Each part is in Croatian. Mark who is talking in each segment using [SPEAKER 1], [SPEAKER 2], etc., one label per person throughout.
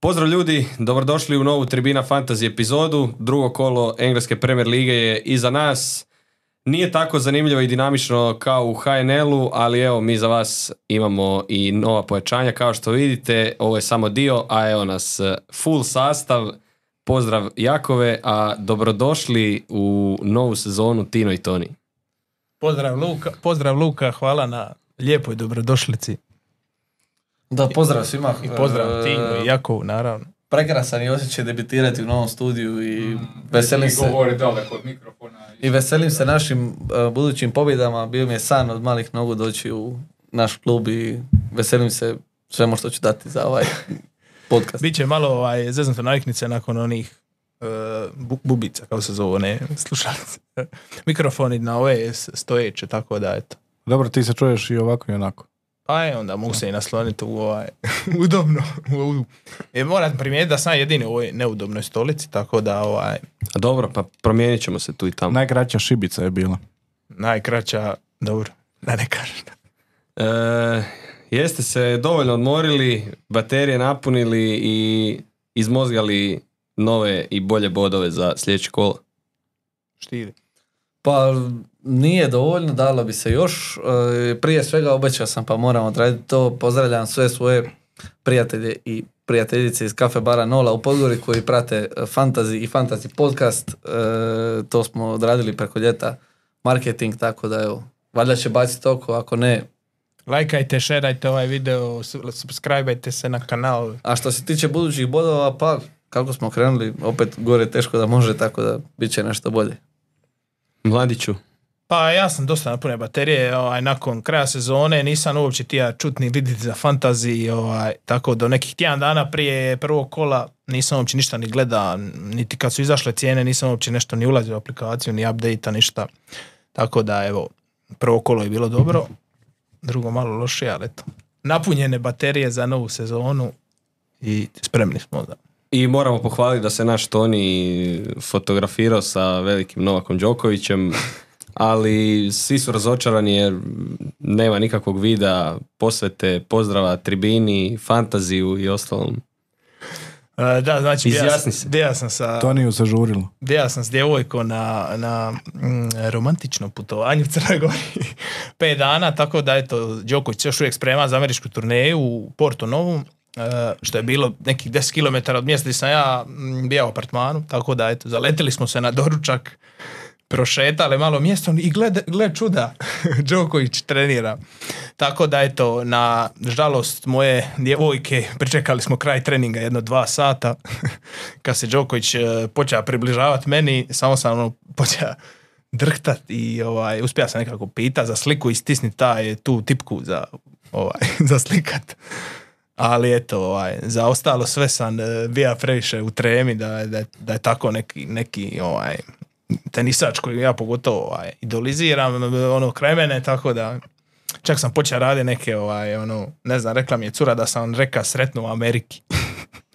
[SPEAKER 1] Pozdrav ljudi, dobrodošli u novu Tribina Fantasy epizodu. Drugo kolo Engleske Premier Lige je iza nas. Nije tako zanimljivo i dinamično kao u HNL-u, ali evo mi za vas imamo i nova pojačanja. Kao što vidite, ovo je samo dio, a evo nas eh, full sastav. Pozdrav Jakove, a dobrodošli u novu sezonu Tino i Toni.
[SPEAKER 2] Pozdrav Luka, pozdrav Luka, hvala na lijepoj dobrodošlici.
[SPEAKER 3] Da, pozdrav svima.
[SPEAKER 2] I pozdrav
[SPEAKER 3] E,
[SPEAKER 2] Tinu i Jakovu, naravno.
[SPEAKER 3] Prekrasan je osjećaj debitirati u novom studiju i veselim
[SPEAKER 4] I
[SPEAKER 3] se.
[SPEAKER 4] govori daleko od mikrofona.
[SPEAKER 3] I veselim se našim e, budućim pobjedama. Bio mi je san od malih nogu doći u naš klub i veselim se svemu što ću dati za ovaj podcast.
[SPEAKER 2] Biće malo ovaj, zeznute naviknice nakon onih e, bu- bubica, kako se zovu, ne, slušalice. Mikrofoni na ove s- stojeće, tako da, eto.
[SPEAKER 5] Dobro, ti se čuješ i ovako i onako.
[SPEAKER 2] Pa je, onda mogu se i nasloniti u ovaj, udobno. u ovu- E, moram primijetiti da sam jedini u ovoj neudobnoj stolici, tako da, ovaj,
[SPEAKER 1] A dobro, pa promijenit ćemo se tu i tamo.
[SPEAKER 5] Najkraća šibica je bila.
[SPEAKER 2] najkraća, dobro, da ne kažem.
[SPEAKER 1] E, jeste se dovoljno odmorili, baterije napunili i izmozgali nove i bolje bodove za sljedeće kolo.
[SPEAKER 2] Štiri.
[SPEAKER 3] Pa nije dovoljno, dalo bi se još. E, Prije svega obećao sam pa moram odraditi to. Pozdravljam sve svoje prijatelje i prijateljice iz kafe bara Nola u Podgori koji prate e, fantasy i fantasy podcast. E, To smo odradili preko ljeta marketing, tako da evo, valjda će baciti oko, ako ne.
[SPEAKER 2] Lajkajte, šerajte ovaj video, su- subscribeajte se na kanal,
[SPEAKER 3] A što se tiče budućih bodova, pa kako smo krenuli, opet gore teško da može, tako da bit će nešto bolje.
[SPEAKER 1] Mladiću,
[SPEAKER 2] Pa ja sam dosta napune baterije, ovaj, nakon kraja sezone nisam uopće tija čut ni vidjeti za fantazi, ovaj, tako do nekih tjedan dana prije prvog kola nisam uopće ništa ni gleda, niti kad su izašle cijene nisam uopće nešto ni ulazio u aplikaciju, ni update-a, ništa. Tako da evo, prvo kolo je bilo dobro, drugo malo lošije, ali eto. Napunjene baterije za novu sezonu i spremni smo za.
[SPEAKER 1] i moramo pohvaliti da se naš Toni fotografirao sa velikim Novakom Đokovićem, ali svi su razočarani jer nema nikakvog vida, posvete, pozdrava, tribini, fantaziju i ostalom.
[SPEAKER 2] E, Da, znači, bija
[SPEAKER 1] Izjasni
[SPEAKER 2] sam-
[SPEAKER 1] se.
[SPEAKER 2] bija sam sa...
[SPEAKER 5] Toniju se žurilo.
[SPEAKER 2] Ja sam s djevojkom na, na mm, romantičnom putovanju u Crnoj Gori. Pet dana, tako da eto, Đoković se još uvijek sprema za američku turneju u Porto Novu, e, što je bilo nekih 10 km od mjesta gdje sam ja mm, bio u apartmanu, tako da eto, zaletili smo se na doručak, prošetali malo mjesto i gled, gled čuda, Đoković trenira. Tako da eto, na žalost moje djevojke, pričekali smo kraj treninga jedno dva sata, kad se Đoković e, počeo približavati meni, samo sam ono počeo drhtat i ovaj, uspio sam nekako pita za sliku i stisniti taj, tu tipku za, ovaj, za slikat. Ali eto, ovaj, za ostalo sve sam e, bio previše u tremi da, je- da, je- da je tako neki, neki ovaj, tenisač koji ja pogotovo ovaj, idoliziram ono kraj mene, tako da čak sam počeo raditi neke, ovaj, ono, ne znam, rekla mi je cura da sam reka sretno u Ameriki.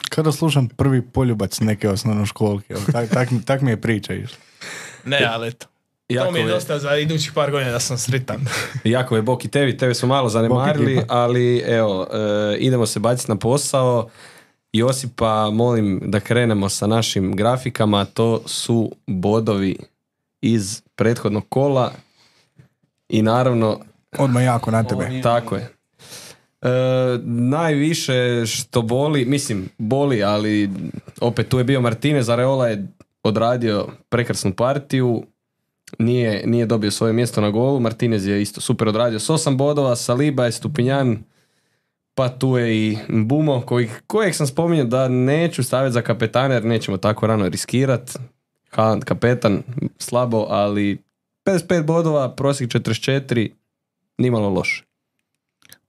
[SPEAKER 5] Kada slušam prvi poljubac neke osnovnoškolke, evo, tak, tak, tak mi je priča išla.
[SPEAKER 2] Ne, ali eto. to mi je
[SPEAKER 1] Jakove-
[SPEAKER 2] dosta za idućih par godina da sam sretan.
[SPEAKER 1] Jako je Boki tebi, tebe smo malo zanemarili,
[SPEAKER 5] tipa.
[SPEAKER 1] ali evo, e, idemo se baciti na posao. Josipa, molim da krenemo sa našim grafikama, to su bodovi iz prethodnog kola i naravno,
[SPEAKER 5] Odmah jako na tebe.
[SPEAKER 1] tako je. E, najviše što boli, mislim, boli, ali opet tu je bio Martinez, Areola je odradio prekrasnu partiju, nije, nije dobio svoje mjesto na golu, Martinez je isto super odradio s 8 bodova, Saliba je Stupinjan, pa tu je i Bumo, kojeg, kojeg sam spominjao da neću staviti za kapetana jer nećemo tako rano riskirat. Haaland kapetan, slabo, ali 55 bodova, prosjek 44, nimalo loše.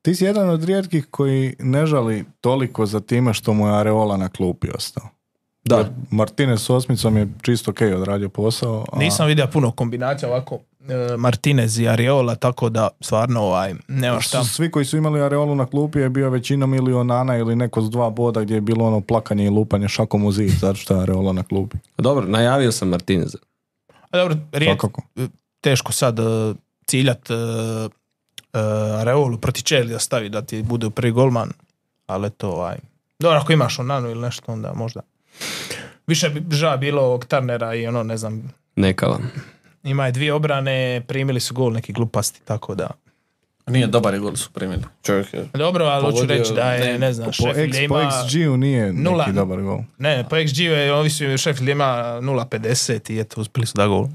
[SPEAKER 5] Ti si jedan od rijetkih koji ne žali toliko za time što mu je Areola na klupi ostao.
[SPEAKER 1] Da,
[SPEAKER 5] Jer Martinez s osmicom je čisto ok odradio posao. a-
[SPEAKER 2] Nisam vidio puno kombinacija ovako e, Martinez i Areola, tako da stvarno ovaj, nema šta.
[SPEAKER 5] S- Svi koji su imali Areolu na klupi je bio većinom ili Onana ili neko s dva boda gdje je bilo ono plakanje i lupanje šakom u zid zato što je Areola na klupi.
[SPEAKER 1] dobro, najavio sam Martineza.
[SPEAKER 2] A dobro, rijet,
[SPEAKER 5] Svakako.
[SPEAKER 2] teško sad e, ciljat e, e, Areolu proti Chelsea da stavi da ti bude prvi golman, ali to ovaj, Dobro, ako imaš onanu ili nešto, onda možda. Više bi ža bilo ovog Turnera i ono, ne znam,
[SPEAKER 1] Neka vam.
[SPEAKER 2] ima je dvije obrane, primili su gol neki glupasti, tako da.
[SPEAKER 3] Nije dobar je gol su primili. Čovjek je.
[SPEAKER 2] Dobro, ali hoću
[SPEAKER 3] Pogodio
[SPEAKER 2] reći da je,
[SPEAKER 3] ne,
[SPEAKER 2] ne znam,
[SPEAKER 5] Po,
[SPEAKER 2] Sheffield
[SPEAKER 5] X, po
[SPEAKER 2] ima...
[SPEAKER 5] XG-u nije
[SPEAKER 2] nula.
[SPEAKER 5] neki dobar gol.
[SPEAKER 2] Ne, po XG je, ovi su Sheffield ima 0.50 i eto, uspjeli su da gol.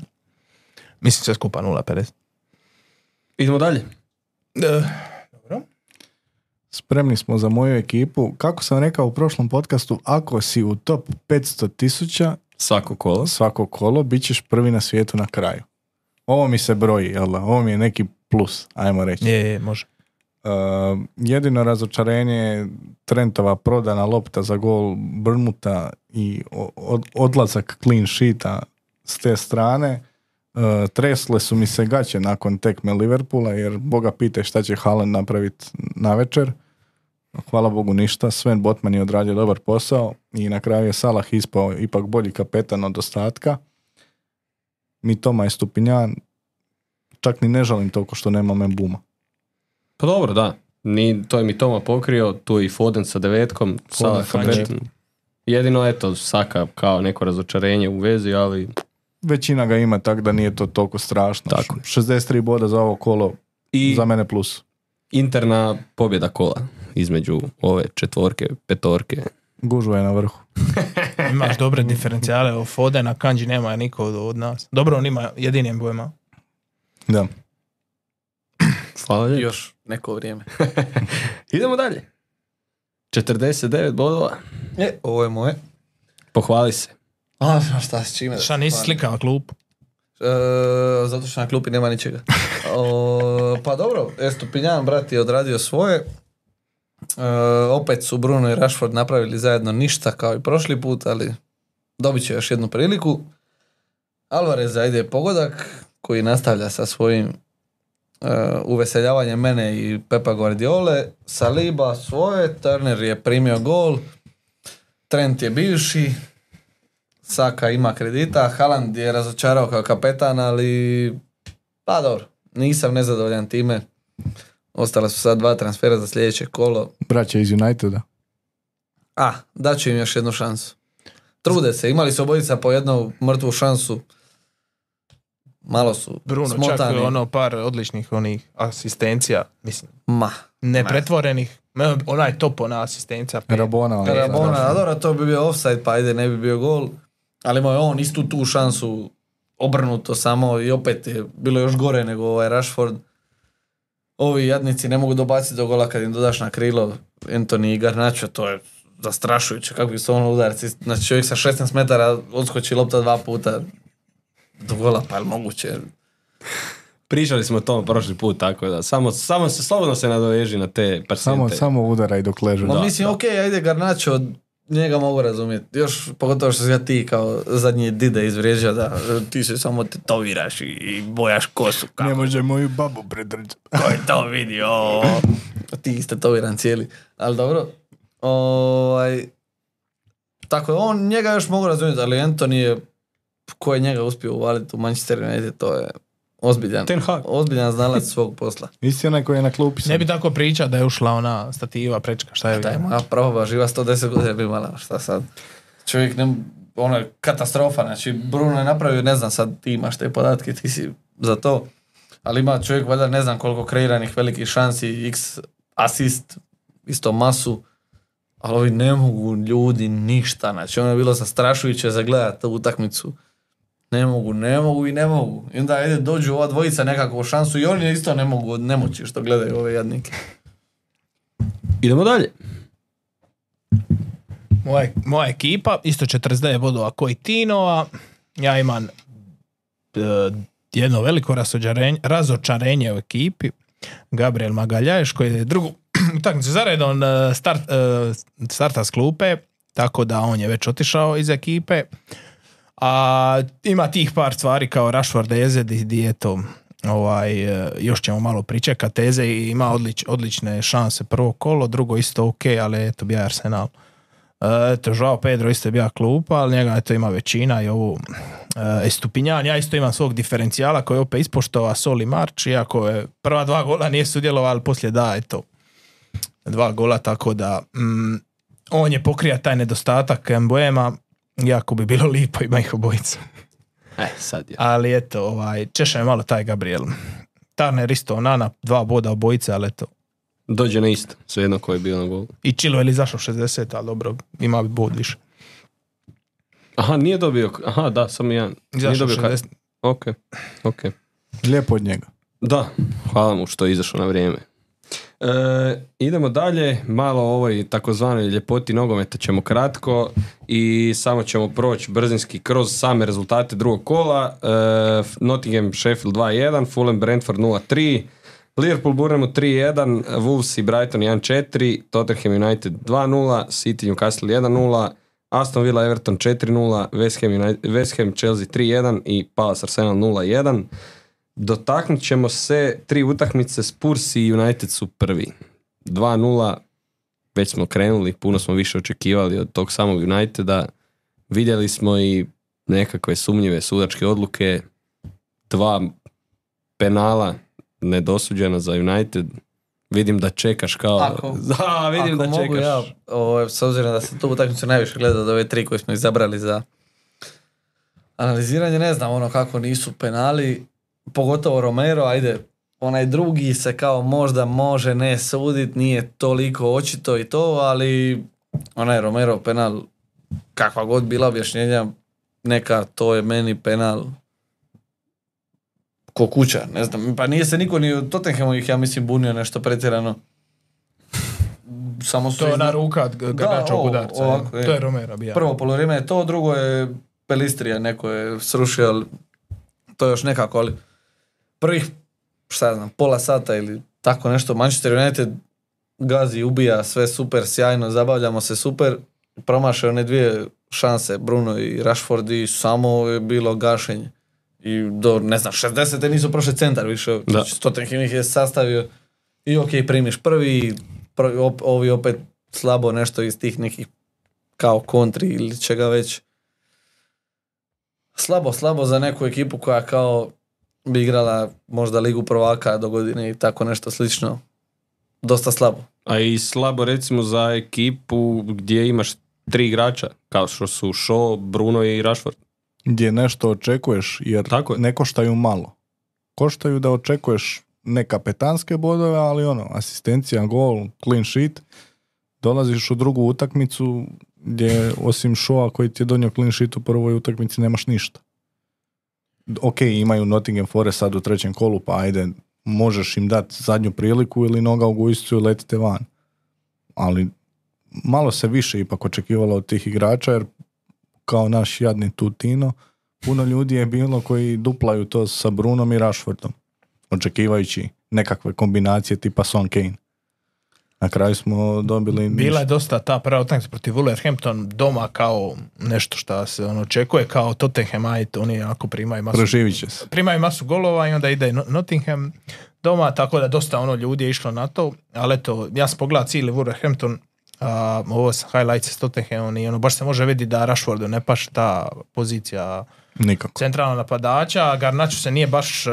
[SPEAKER 2] Mislim sve skupa 0.50.
[SPEAKER 1] Idemo dalje.
[SPEAKER 2] E,
[SPEAKER 5] Spremni smo za moju ekipu. Kako sam rekao u prošlom podcastu, ako si u top 500 tisuća
[SPEAKER 1] Svako kolo.
[SPEAKER 5] svako kolo, bit ćeš prvi na svijetu na kraju. Ovo mi se broji, jel da? Ovo mi je neki plus, ajmo reći.
[SPEAKER 2] je, je, može.
[SPEAKER 5] Uh, jedino razočarenje je Trentova prodana lopta za gol Brnuta i o- od- odlazak clean sheeta s te strane. Uh, tresle su mi se gaće nakon tekme Liverpoola jer boga pite šta će Haaland napraviti na večer. Hvala Bogu ništa, Sven Botman je odradio dobar posao i na kraju je Salah ispao ipak bolji kapetan od ostatka. Mi Toma je Stupinjan, čak ni ne žalim toliko što nemam buma.
[SPEAKER 1] Pa dobro, da. Ni, to je mi Toma pokrio, tu i Foden sa devetkom, sa
[SPEAKER 5] Frančić.
[SPEAKER 1] Jedino, eto, Saka kao neko razočarenje u vezi, ali
[SPEAKER 5] većina ga ima tako da nije to toliko strašno.
[SPEAKER 1] Tako
[SPEAKER 5] 63 boda za ovo kolo,
[SPEAKER 1] i
[SPEAKER 5] za mene plus.
[SPEAKER 1] interna pobjeda kola između ove četvorke, petorke.
[SPEAKER 5] Gužva je na vrhu.
[SPEAKER 2] Imaš dobre diferencijale, o Fodena, Kanji nema niko od, od nas. Dobro, on ima jedinim bojima.
[SPEAKER 5] Da.
[SPEAKER 1] Hvala lijepo.
[SPEAKER 3] Još neko vrijeme.
[SPEAKER 1] Idemo dalje. 49 bodova.
[SPEAKER 3] E, ovo je moje.
[SPEAKER 1] Pohvali se.
[SPEAKER 3] A, šta s čime? da
[SPEAKER 2] Šta
[SPEAKER 3] se
[SPEAKER 2] nisi
[SPEAKER 3] hvalim?
[SPEAKER 2] slikao klupu?
[SPEAKER 3] E, zato što na klupi nema ničega. O, pa dobro, Estupinjan, brat, je odradio svoje. E, opet su Bruno i Rashford napravili zajedno ništa kao i prošli put, ali dobit će još jednu priliku. Alvarez zajde pogodak koji nastavlja sa svojim e, uveseljavanjem mene i Pepa Guardiole. Saliba svoje, Turner je primio gol, Trent je bivši, Saka ima kredita, Haaland je razočarao kao kapetan, ali pa dobro, nisam nezadovoljan time. Ostala su sad dva transfera za sljedeće kolo.
[SPEAKER 5] Braća iz Uniteda.
[SPEAKER 3] A, daću im još jednu šansu. Trude se, imali su obojica po jednu mrtvu šansu. Malo su
[SPEAKER 2] Bruno,
[SPEAKER 3] smotani.
[SPEAKER 2] čak ono par odličnih onih asistencija, mislim,
[SPEAKER 3] Ma.
[SPEAKER 2] ne pretvorenih. Me- Onaj top ona asistencija. pet.
[SPEAKER 5] Rabona. ona.
[SPEAKER 3] Rabona, a dobro, to bi bio offside, pa ajde, ne bi bio gol. Ali imao je on istu tu šansu obrnuto samo i opet je bilo još gore nego ovaj Rashford. Ovi jadnici ne mogu dobaciti do gola kad im dodaš na krilo Anthony i Garnacho, to je zastrašujuće kakvi su ono udarci. Znači čovjek sa 16 metara odskoči lopta dva puta do gola, pa je li moguće?
[SPEAKER 1] Pričali smo o tom prošli put, tako da samo, samo se slobodno se nadoveži na te
[SPEAKER 5] Samo,
[SPEAKER 1] pacijente.
[SPEAKER 5] samo udara i dok leže.
[SPEAKER 3] Ma
[SPEAKER 1] Da,
[SPEAKER 3] Pa mislim, ok, ajde Garnacho, njega mogu razumjeti. Još pogotovo što si ga ti kao zadnji dide izvrijeđa da e, ti se samo tetoviraš i, i bojaš kosu.
[SPEAKER 5] Ne
[SPEAKER 3] Kako
[SPEAKER 5] može moju babu predrđati.
[SPEAKER 3] je to vidio? ti ste tetoviran cijeli. Ali dobro. Ovaj, tako je, on njega još mogu razumjeti, ali Anthony je ko je njega uspio uvaliti u Manchester United, to je ozbiljan,
[SPEAKER 1] Ten Hag.
[SPEAKER 3] ozbiljan znalac svog posla.
[SPEAKER 5] Isti onaj koji je na klupi. sad.
[SPEAKER 2] Ne bi tako pričao da je ušla ona stativa prečka, šta je?
[SPEAKER 3] Da je moja prava živa 110 godina bi imala, šta sad? Čovjek ne, ono je katastrofa, znači Bruno je napravio, ne znam sad ti imaš te podatke, ti si za to, ali ima čovjek valjda ne znam koliko kreiranih velikih šansi, x asist, isto masu, ali ovi ne mogu ljudi ništa, znači ono je bilo zastrašujuće za gledat tu utakmicu. Ne mogu, ne mogu i ne mogu. I onda ajde dođu ova dvojica nekako u šansu i oni isto ne mogu od nemoći što gledaju ove jadnike.
[SPEAKER 1] Idemo dalje.
[SPEAKER 2] Moja, moja ekipa, isto 49 bodova koji Tinova. Ja imam e, jedno veliko razočarenje, razočarenje u ekipi. Gabriel Magaljaješ koji je drugu utakmicu zaredom e, start, e, starta s klupe, tako da on je već otišao iz ekipe. A ima tih par stvari kao Rashford Eze di, di je to ovaj, e, još ćemo malo pričekati. Eze ima odlič, odlične šanse prvo kolo, drugo isto ok, ali eto bija Arsenal. E, Eto, Joao Pedro isto je bio klupa, ali njega eto ima većina i ovu e, Estupinjan. Ja isto imam svog diferencijala koji je opet ispoštova Soli Marč, iako je prva dva gola nije sudjelovao, ali poslije da, eto, dva gola, tako da mm, on je pokrija taj nedostatak Mboema, jako bi bilo lipo ima ih obojicu.
[SPEAKER 1] E, sad je.
[SPEAKER 2] Ali eto, ovaj, češa je malo taj Gabriel. Tarner isto, Onana, dva boda obojice, ali eto.
[SPEAKER 1] Dođe na isto, svejedno ko je bio na golu.
[SPEAKER 2] I Chilwell je izašao 60, ali dobro, ima bi bod više.
[SPEAKER 1] Aha, nije dobio, aha, da, samo jedan. Nije
[SPEAKER 2] Izašao
[SPEAKER 1] dobio kar-
[SPEAKER 2] 60.
[SPEAKER 1] Ok, ok.
[SPEAKER 5] Lijepo od njega.
[SPEAKER 1] Da, hvala mu što je izašao na vrijeme. E, idemo dalje, malo o ovoj takozvanoj ljepoti nogometa ćemo kratko i samo ćemo proći brzinski kroz same rezultate drugog kola. E, Nottingham Sheffield 2-1, Fulham Brentford 0-3, Liverpool Bournemouth 3-1, Wolves i Brighton 1-4, Tottenham United 2-0, City Newcastle 1-0, Aston Villa Everton 4-0, West Ham, United- West Ham Chelsea 3-1 i Palace Arsenal 0-1. Dotaknut ćemo se tri utakmice, Spurs i United su prvi. 2-0, već smo krenuli, puno smo više očekivali od tog samog Uniteda. Vidjeli smo i nekakve sumnjive sudačke odluke, dva penala nedosuđena za United. Vidim da čekaš kao...
[SPEAKER 3] Ako-
[SPEAKER 1] da, vidim
[SPEAKER 3] Ako
[SPEAKER 1] da
[SPEAKER 3] mogu
[SPEAKER 1] čekaš.
[SPEAKER 3] ja, ovaj, s obzirom da sam tu utakmicu najviše gledao od ove tri koje smo izabrali za analiziranje, ne znam ono kako nisu penali, pogotovo Romero, ajde, onaj drugi se kao možda može ne sudit, nije toliko očito i to, ali onaj Romero penal, kakva god bila objašnjenja, neka to je meni penal ko kuća, ne znam, pa nije se niko ni od Tottenhamu ih ja mislim bunio nešto pretjerano. Samo su
[SPEAKER 2] To je ona
[SPEAKER 3] izna-
[SPEAKER 2] ruka od G-
[SPEAKER 3] Da,
[SPEAKER 2] Garnačovog
[SPEAKER 3] ovo,
[SPEAKER 2] udarca.
[SPEAKER 3] ovako, je.
[SPEAKER 2] to je Romero bija.
[SPEAKER 3] Prvo polovrijeme je to, drugo je Pelistrija, neko je srušio, ali to je još nekako, ali prvih, šta ja znam, pola sata ili tako nešto, Manchester United gazi, ubija, sve super, sjajno, zabavljamo se super, promašaju one dvije šanse, Bruno i Rashford i samo je bilo gašenje. I do, ne znam, 60. nisu prošli centar više,
[SPEAKER 1] Da.
[SPEAKER 3] Tottenham ih je sastavio i ok, primiš prvi, pr- op- ovi opet slabo nešto iz tih nekih kao kontri ili čega već. Slabo, slabo za neku ekipu koja kao bi igrala možda ligu prvaka do godine i tako nešto slično. Dosta slabo.
[SPEAKER 1] A i slabo recimo za ekipu gdje imaš tri igrača, kao što su Shaw, Bruno i Rashford.
[SPEAKER 5] Gdje nešto očekuješ jer
[SPEAKER 1] Tako je.
[SPEAKER 5] ne koštaju malo. Koštaju da očekuješ ne kapetanske bodove, ali ono, asistencija, gol, clean sheet. Dolaziš u drugu utakmicu gdje osim šoa koji ti je donio clean sheet u prvoj utakmici nemaš ništa. Ok, imaju Nottingham Forest sad u trećem kolu, pa ajde, možeš im dati zadnju priliku ili noga u gujscu i letite van. Ali malo se više ipak očekivalo od tih igrača, jer kao naš jadni Tutino, puno ljudi je bilo koji duplaju to sa Brunom i Rashfordom, očekivajući nekakve kombinacije tipa Son Kane. Na kraju smo dobili...
[SPEAKER 2] Bila
[SPEAKER 5] ništa.
[SPEAKER 2] je dosta ta prva utakmica protiv Wolverhampton doma kao nešto šta se ono očekuje kao Tottenham ajde, oni onako primaju masu
[SPEAKER 5] Proživit će se.
[SPEAKER 2] primaju masu golova i onda ide No- Nottingham doma, tako da dosta ono ljudi je išlo na to, ali eto, ja sam pogledao cijeli Wolverhampton, a, ovo sam highlights s Tottenhamom i ono, baš se može vidjeti da Rashfordu ne paše ta pozicija
[SPEAKER 5] Nikako.
[SPEAKER 2] centralnog napadača, a Garnacho se nije baš e,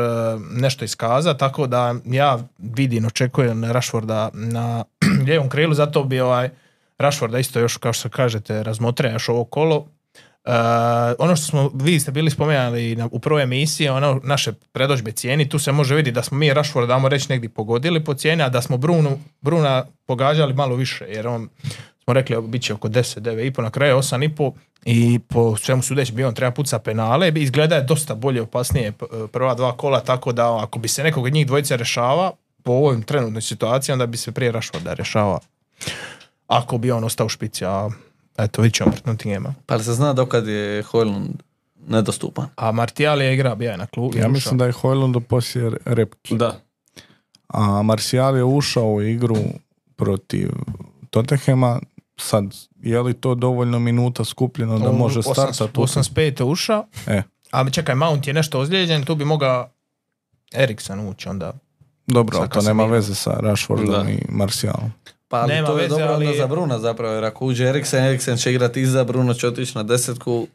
[SPEAKER 2] nešto iskaza, tako da ja vidim, očekujem Rashforda na lijevom krilu, zato bi ovaj Rashforda isto još, kao što kažete, razmotrio još ovo kolo. E, ono što smo, vi ste bili spomenuli na, u prvoj emisiji, ono naše predođbe cijeni, tu se može vidjeti da smo mi Rashforda, damo reći, negdje pogodili po cijeni, a da smo Brunu, Bruna pogađali malo više, jer on smo rekli bit će oko 10, 9,5, na kraju 8,5 i po svemu sudeći bi on treba puca penale, izgleda je dosta bolje opasnije p- prva dva kola, tako da ako bi se nekog od njih dvojica rešava, po ovoj trenutnoj situaciji, onda bi se prije rašao da rešava. Ako bi on ostao u špici, a eto, vidit ćemo pred Nottinghama.
[SPEAKER 3] Pa ali se zna dokad je Hojlund nedostupan.
[SPEAKER 2] A Martial je igra, bija je na klubu.
[SPEAKER 5] Ja mislim da je Hojlund poslije repke.
[SPEAKER 1] Da.
[SPEAKER 5] A Marcial je ušao u igru protiv Tottenhama. Sad, je li to dovoljno minuta skupljeno da može startati? u-
[SPEAKER 2] 85 je ušao,
[SPEAKER 5] E,
[SPEAKER 2] a čekaj, Mount je nešto ozlijeđen, tu bi mogao Erikson ući onda.
[SPEAKER 5] dobro, ali to
[SPEAKER 2] Saka
[SPEAKER 5] nema
[SPEAKER 2] Smith.
[SPEAKER 5] veze sa Rashfordom
[SPEAKER 1] Da.
[SPEAKER 5] i Marcialom.
[SPEAKER 3] Pa ali
[SPEAKER 2] Nema
[SPEAKER 3] to je
[SPEAKER 2] veze,
[SPEAKER 3] dobro
[SPEAKER 2] ali-
[SPEAKER 3] onda za Bruna zapravo, jer ako uđe Eriksen, Eriksen će igrati iza, Bruno će otići na desetku,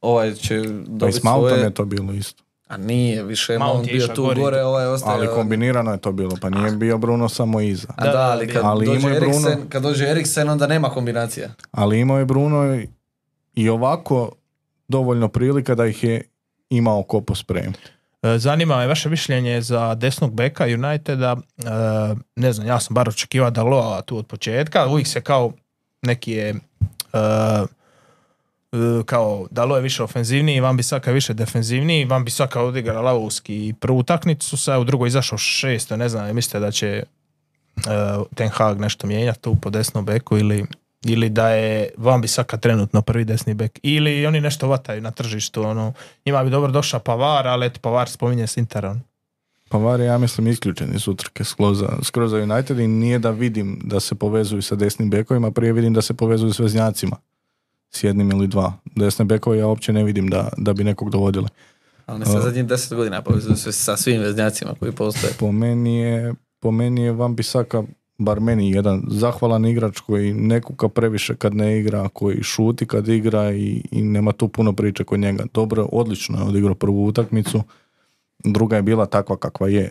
[SPEAKER 3] ovaj će
[SPEAKER 5] Pa i
[SPEAKER 3] dobiti
[SPEAKER 5] s Mountom
[SPEAKER 3] svoje...
[SPEAKER 5] je to bilo isto.
[SPEAKER 3] A nije, više je
[SPEAKER 2] Mount
[SPEAKER 3] Mount
[SPEAKER 2] je
[SPEAKER 3] bio
[SPEAKER 2] išao
[SPEAKER 3] tu
[SPEAKER 2] gore.
[SPEAKER 3] gore, ovaj je ostao...
[SPEAKER 5] Ali kombinirano je to bilo, pa nije bio Bruno samo iza.
[SPEAKER 3] A da,
[SPEAKER 2] Da,
[SPEAKER 3] ali kad,
[SPEAKER 5] ali
[SPEAKER 3] dođe
[SPEAKER 5] imao je Bruno-
[SPEAKER 3] Eriksen, kad dođe Eriksen, onda nema kombinacija.
[SPEAKER 5] Ali imao je Bruno i ovako dovoljno prilika da ih je imao ko pospremiti.
[SPEAKER 2] E, Zanima me vaše mišljenje za desnog beka Uniteda. E, Ne znam, ja sam bar očekivao da Loa tu od početka. Uvijek se kao neki je e, e, kao Dalo je više ofenzivniji, Van Bisaka je više defenzivniji, Van Bisaka odigra lavovski prvu utakmicu, sad je u drugoj izašao šesto, ne znam, mislite da će e, Ten Hag nešto mijenjati tu po desnom beku ili, ili da je Van Bisaka trenutno prvi desni bek ili oni nešto vataju na tržištu, ono, njima bi dobro došao Pavar, ali eto Pavar spominje s Interom.
[SPEAKER 5] Pavar je, Pa ja mislim, isključen iz utrke skroza, skroz za United i nije da vidim da se povezuju sa desnim bekovima, prije vidim da se povezuju s veznjacima. S jednim ili dva. Desne bekove ja uopće ne vidim da, da bi nekog dovodili.
[SPEAKER 3] Ali se
[SPEAKER 5] A.
[SPEAKER 3] zadnjih deset godina povezuju se sa svim veznjacima koji postoje.
[SPEAKER 5] Po meni je, po meni je Van Bisaka bar meni jedan zahvalan igrač koji ne kuka previše kad ne igra, koji šuti kad igra i, i nema tu puno priče kod njega. Dobro, odlično je odigrao prvu utakmicu, druga je bila takva kakva je.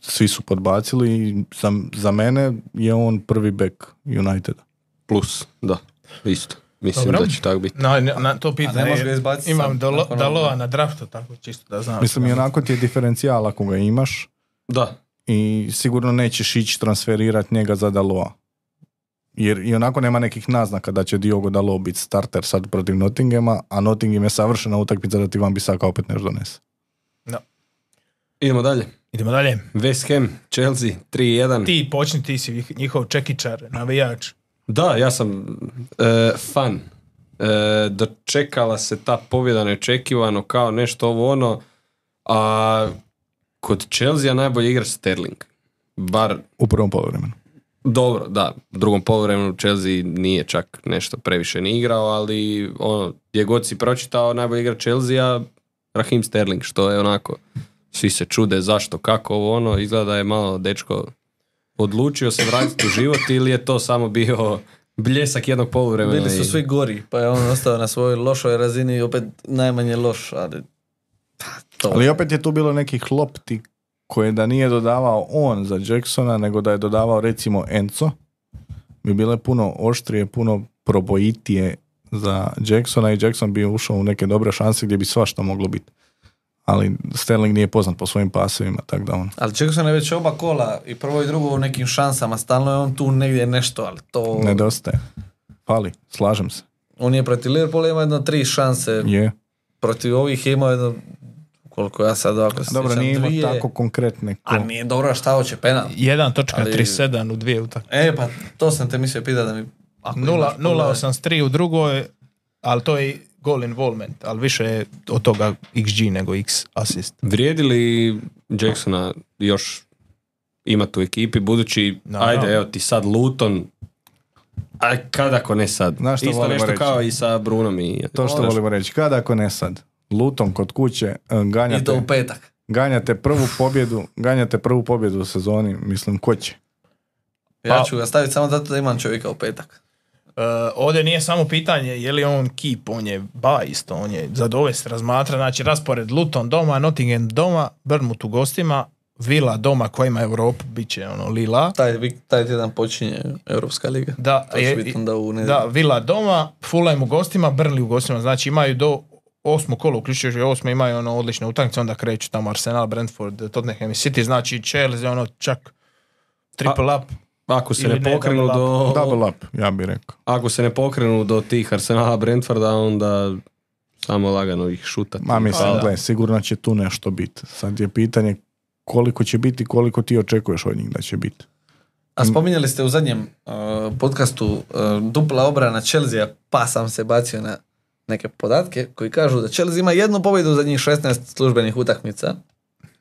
[SPEAKER 5] Svi su podbacili i za, za mene je on prvi bek Uniteda.
[SPEAKER 1] Plus, da. Isto. Mislim
[SPEAKER 2] Dobro.
[SPEAKER 1] da će tako biti.
[SPEAKER 2] Na, na, na to pitanje
[SPEAKER 3] ne može ga izbaciti
[SPEAKER 2] imam
[SPEAKER 3] sam
[SPEAKER 2] dalo,
[SPEAKER 3] nakon
[SPEAKER 2] Daloa
[SPEAKER 3] ovoga.
[SPEAKER 2] na draftu, tako čisto da znam.
[SPEAKER 5] Mislim, i onako ti je diferencijal ako ga imaš
[SPEAKER 1] Da.
[SPEAKER 5] i sigurno nećeš ići transferirat njega za Daloa. Jer i onako nema nekih naznaka da će Diogo Dalo biti starter sad protiv Nottinghama, a Nottingham je savršena utakmica da ti Van Bisaka opet nešto donese.
[SPEAKER 1] Idemo dalje.
[SPEAKER 2] Idemo dalje.
[SPEAKER 1] West Ham, Chelsea, 3-1.
[SPEAKER 2] Ti počni, ti si njih- njihov čekičar, navijač.
[SPEAKER 1] Da, ja sam e, fan. E, dočekala se ta pobjeda neočekivano kao nešto ovo ono. A kod Chelsea najbolji igrač Sterling. Bar
[SPEAKER 5] U prvom poluvremenu.
[SPEAKER 1] dobro, da, u drugom poluvremenu Chelsea nije čak nešto previše ni igrao, ali ono, gdje god si pročitao najbolji igrač Chelsea, Rahim Sterling, što je onako, svi se čude zašto, kako, ovo ono, izgleda da je malo dečko odlučio se vratiti u život ili je to samo bio bljesak jednog poluvremena.
[SPEAKER 3] Bili su
[SPEAKER 1] i-
[SPEAKER 3] svi gori, pa je on ostao na svojoj lošoj razini i opet najmanje loš, ali... Pa, to.
[SPEAKER 5] Ali opet je tu bilo nekih lopti koje da nije dodavao on za Jacksona, nego da je dodavao recimo Enco, bi bile puno oštrije, puno probojitije za Jacksona i Jackson bi ušao u neke dobre šanse gdje bi svašta moglo biti. Ali Sterling nije poznat po svojim pasovima, tako da on.
[SPEAKER 3] Ali Jackson je već oba kola i prvo i drugo u nekim šansama, stalno je on tu negdje nešto, ali to...
[SPEAKER 5] Nedostaje. Pali, slažem se.
[SPEAKER 3] On je protiv Liverpoola imao jedno tri šanse,
[SPEAKER 5] Je.
[SPEAKER 3] protiv ovih je imao jedno, koliko ja sad ovako se
[SPEAKER 5] Dobro,
[SPEAKER 3] sjećam,
[SPEAKER 5] nije imao
[SPEAKER 3] dvije.
[SPEAKER 5] tako konkretne.
[SPEAKER 3] A nije dobro, a šta hoće penal?
[SPEAKER 2] 1.37 u dvije utakmice.
[SPEAKER 3] E, pa to sam te mislio pitati da mi... ako imaš pogledaj.
[SPEAKER 2] 0.83 u drugoj, ali to je goal involvement, ali više je od toga xG nego x assist.
[SPEAKER 1] Vrijedi li Jacksona još imati u ekipi, budući,
[SPEAKER 2] Naravno.
[SPEAKER 1] ajde, evo ti sad Luton, a kada ako ne sad?
[SPEAKER 5] Znaš što
[SPEAKER 1] Isto
[SPEAKER 5] volimo
[SPEAKER 1] nešto
[SPEAKER 5] reći?
[SPEAKER 1] kao i sa Brunom i...
[SPEAKER 5] To što volimo reći, kada ako ne sad? Luton kod kuće, e,
[SPEAKER 3] I to
[SPEAKER 5] ganjate,
[SPEAKER 3] u petak.
[SPEAKER 5] ganjate prvu pobjedu, ganjate prvu pobjedu u sezoni, mislim, ko će?
[SPEAKER 3] Ja
[SPEAKER 2] Pa-
[SPEAKER 3] ću ga staviti samo zato da imam čovjeka u petak.
[SPEAKER 2] Uh, ovdje nije samo pitanje je li on keep, on je ba isto, on je za dovest razmatra, znači raspored Luton doma, Nottingham doma, Bournemouth u gostima, Vila doma koja ima Europu, bit će ono lila.
[SPEAKER 3] Taj, vik- taj tjedan počinje Europska liga.
[SPEAKER 2] Da,
[SPEAKER 3] To će
[SPEAKER 2] je-
[SPEAKER 3] biti onda u nedjelju.
[SPEAKER 2] da, Vila doma, Fulham u gostima, Burnley u gostima, znači imaju do osmo kolo, uključujući i osmo, imaju ono odlične utakmice, onda kreću tamo Arsenal, Brentford, Tottenham i City, znači Chelsea, ono čak triple up.
[SPEAKER 1] Ako se
[SPEAKER 2] Ili
[SPEAKER 1] ne
[SPEAKER 2] ne,
[SPEAKER 1] pokrenu
[SPEAKER 2] double
[SPEAKER 1] do...
[SPEAKER 5] Double up, ja bih rekao.
[SPEAKER 1] Ako se ne pokrenu do tih Arsenala Brentforda, onda samo lagano ih šutati.
[SPEAKER 5] Ma mislim,
[SPEAKER 2] Pa da.
[SPEAKER 5] gle, sigurno će tu nešto biti. Sad je pitanje koliko će biti i koliko ti očekuješ od njih da će biti.
[SPEAKER 3] A spominjali ste u zadnjem uh, podcastu uh, dupla obrana Chelsea, pa sam se bacio na neke podatke koji kažu da Chelsea ima jednu pobjedu u zadnjih 16 službenih utakmica.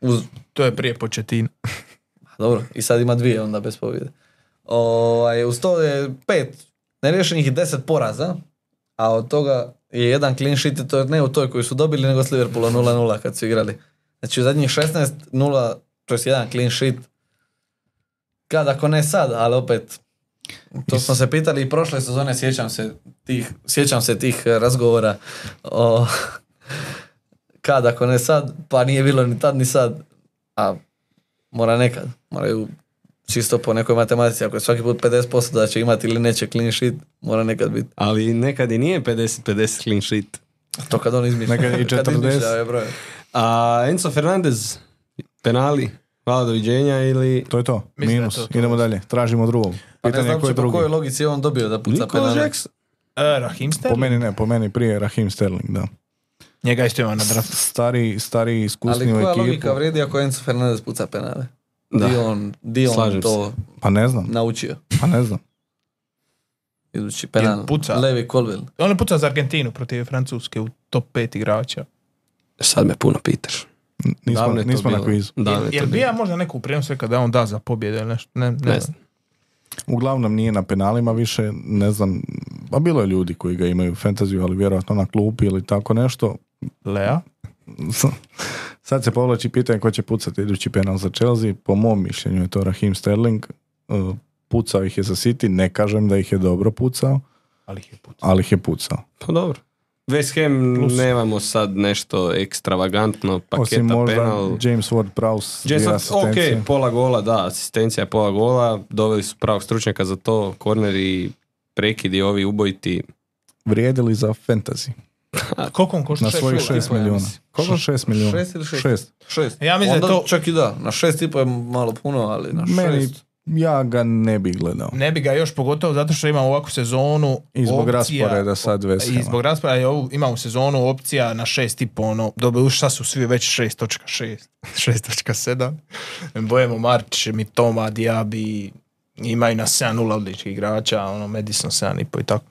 [SPEAKER 3] Uz,
[SPEAKER 2] To je prije početina.
[SPEAKER 3] a dobro, i sad ima dvije onda bez pobjede. Ovaj, uz to je pet nerješenih i deset poraza, a od toga je jedan clean sheet i to je ne u toj koju su dobili, nego s Liverpoolom 0-0 kad su igrali. Znači u zadnjih 16 0, to je jedan clean sheet. Kad ako ne sad, ali opet to smo se pitali i prošle sezone, e, sjećam se tih, sjećam se tih eh, razgovora o, kad ako ne sad, pa nije bilo ni tad ni sad, a mora nekad, moraju čisto po nekoj matematici, ako je svaki put 50% da će imati ili neće clean sheet, mora nekad biti.
[SPEAKER 1] Ali nekad i nije 50-50 clean sheet.
[SPEAKER 3] To kad on izmišlja.
[SPEAKER 5] Nekad i
[SPEAKER 3] Kad izmišlja
[SPEAKER 5] 40.
[SPEAKER 3] ove brojeve.
[SPEAKER 1] A Enzo Fernandez, penali, hvala doviđenja ili...
[SPEAKER 5] To je to,
[SPEAKER 2] Mislim da je
[SPEAKER 5] minus.
[SPEAKER 2] to to.
[SPEAKER 5] Idemo dalje, tražimo drugog.
[SPEAKER 3] Pa ne
[SPEAKER 5] Pitanje je
[SPEAKER 3] znam
[SPEAKER 5] ko je
[SPEAKER 3] uopće po
[SPEAKER 5] drugi.
[SPEAKER 3] kojoj logici je on dobio da puca
[SPEAKER 1] Nikola
[SPEAKER 3] penale.
[SPEAKER 1] Jackson.
[SPEAKER 2] E, Rahim Sterling?
[SPEAKER 5] Po meni ne, po meni prije Rahim Sterling, da.
[SPEAKER 2] Njega isto ima na draftu.
[SPEAKER 5] Stari, stari
[SPEAKER 3] Ali
[SPEAKER 5] iskusni u
[SPEAKER 3] koja
[SPEAKER 5] ekipu.
[SPEAKER 3] logika vrijedi ako Enzo Fernandez puca penale?
[SPEAKER 1] Da.
[SPEAKER 3] Di on, di on
[SPEAKER 1] Slažem
[SPEAKER 3] to
[SPEAKER 5] Pa ne znam,
[SPEAKER 3] naučio?
[SPEAKER 5] pa ne znam.
[SPEAKER 3] Idući penal.
[SPEAKER 2] Jer puca.
[SPEAKER 3] Levi Colville.
[SPEAKER 2] On je pucao za Argentinu protiv Francuske u top 5 igrača.
[SPEAKER 1] Sad me puno pitaš.
[SPEAKER 5] Nismo,
[SPEAKER 1] Davno je to
[SPEAKER 5] nismo na
[SPEAKER 1] bilo.
[SPEAKER 5] kvizu.
[SPEAKER 1] Davno je
[SPEAKER 2] Jel
[SPEAKER 1] to
[SPEAKER 2] bi
[SPEAKER 1] bilo.
[SPEAKER 2] ja možda neku prijenos rekao da on da za pobjedu ili nešto? Ne, ne,
[SPEAKER 1] Ne
[SPEAKER 2] znam.
[SPEAKER 1] znam.
[SPEAKER 5] Uglavnom nije na penalima više, ne znam, pa bilo je ljudi koji ga imaju u fantaziju, ali vjerojatno na klupi ili tako nešto.
[SPEAKER 2] Lea?
[SPEAKER 5] Sad se povlači pitanje ko će pucati idući penal za Chelsea. Po mom mišljenju je to Rahim Sterling. Uh, Pucao ih je za City, ne kažem da ih je dobro pucao,
[SPEAKER 2] Ali ih je pucao.
[SPEAKER 5] ali ih je pucao.
[SPEAKER 1] Pa dobro. West Ham
[SPEAKER 2] Plus.
[SPEAKER 1] nemamo sad nešto ekstravagantno, paketa
[SPEAKER 5] Osim možda
[SPEAKER 1] penal.
[SPEAKER 5] James Ward-Prowse, dvije
[SPEAKER 1] Jason,
[SPEAKER 5] asistencije.
[SPEAKER 1] ok, pola gola, da, asistencija je pola gola, doveli su pravog stručnjaka za to, korner i prekidi ovi ubojiti.
[SPEAKER 5] Vrijedili za fantasy.
[SPEAKER 2] Koliko on košta?
[SPEAKER 5] Na
[SPEAKER 2] Šest
[SPEAKER 5] svojih
[SPEAKER 2] eura?
[SPEAKER 5] 6 milijuna.
[SPEAKER 1] Koliko?
[SPEAKER 5] 6 milijuna.
[SPEAKER 3] Šest ili šest?
[SPEAKER 5] Šest.
[SPEAKER 3] Šest.
[SPEAKER 2] Ja mislim da
[SPEAKER 3] Onda
[SPEAKER 2] je to-
[SPEAKER 3] čak i da. Na šest i po je malo puno, ali na
[SPEAKER 5] Meni,
[SPEAKER 3] šest.
[SPEAKER 5] ja ga ne bi gledao.
[SPEAKER 2] Ne bi ga još pogotovo zato što imamo ovakvu sezonu
[SPEAKER 5] I zbog
[SPEAKER 2] opcija-
[SPEAKER 5] rasporeda sad ono. West Hama.
[SPEAKER 2] I zbog rasporeda je ovu, imamo sezonu opcija na šest i po ono, dobili šta su svi već 6.6, 6.7. Bojemo Marč, Mitoma, Diaby, imaju na 7-0 odličnih igrača, ono, Madison 7,5 i tako.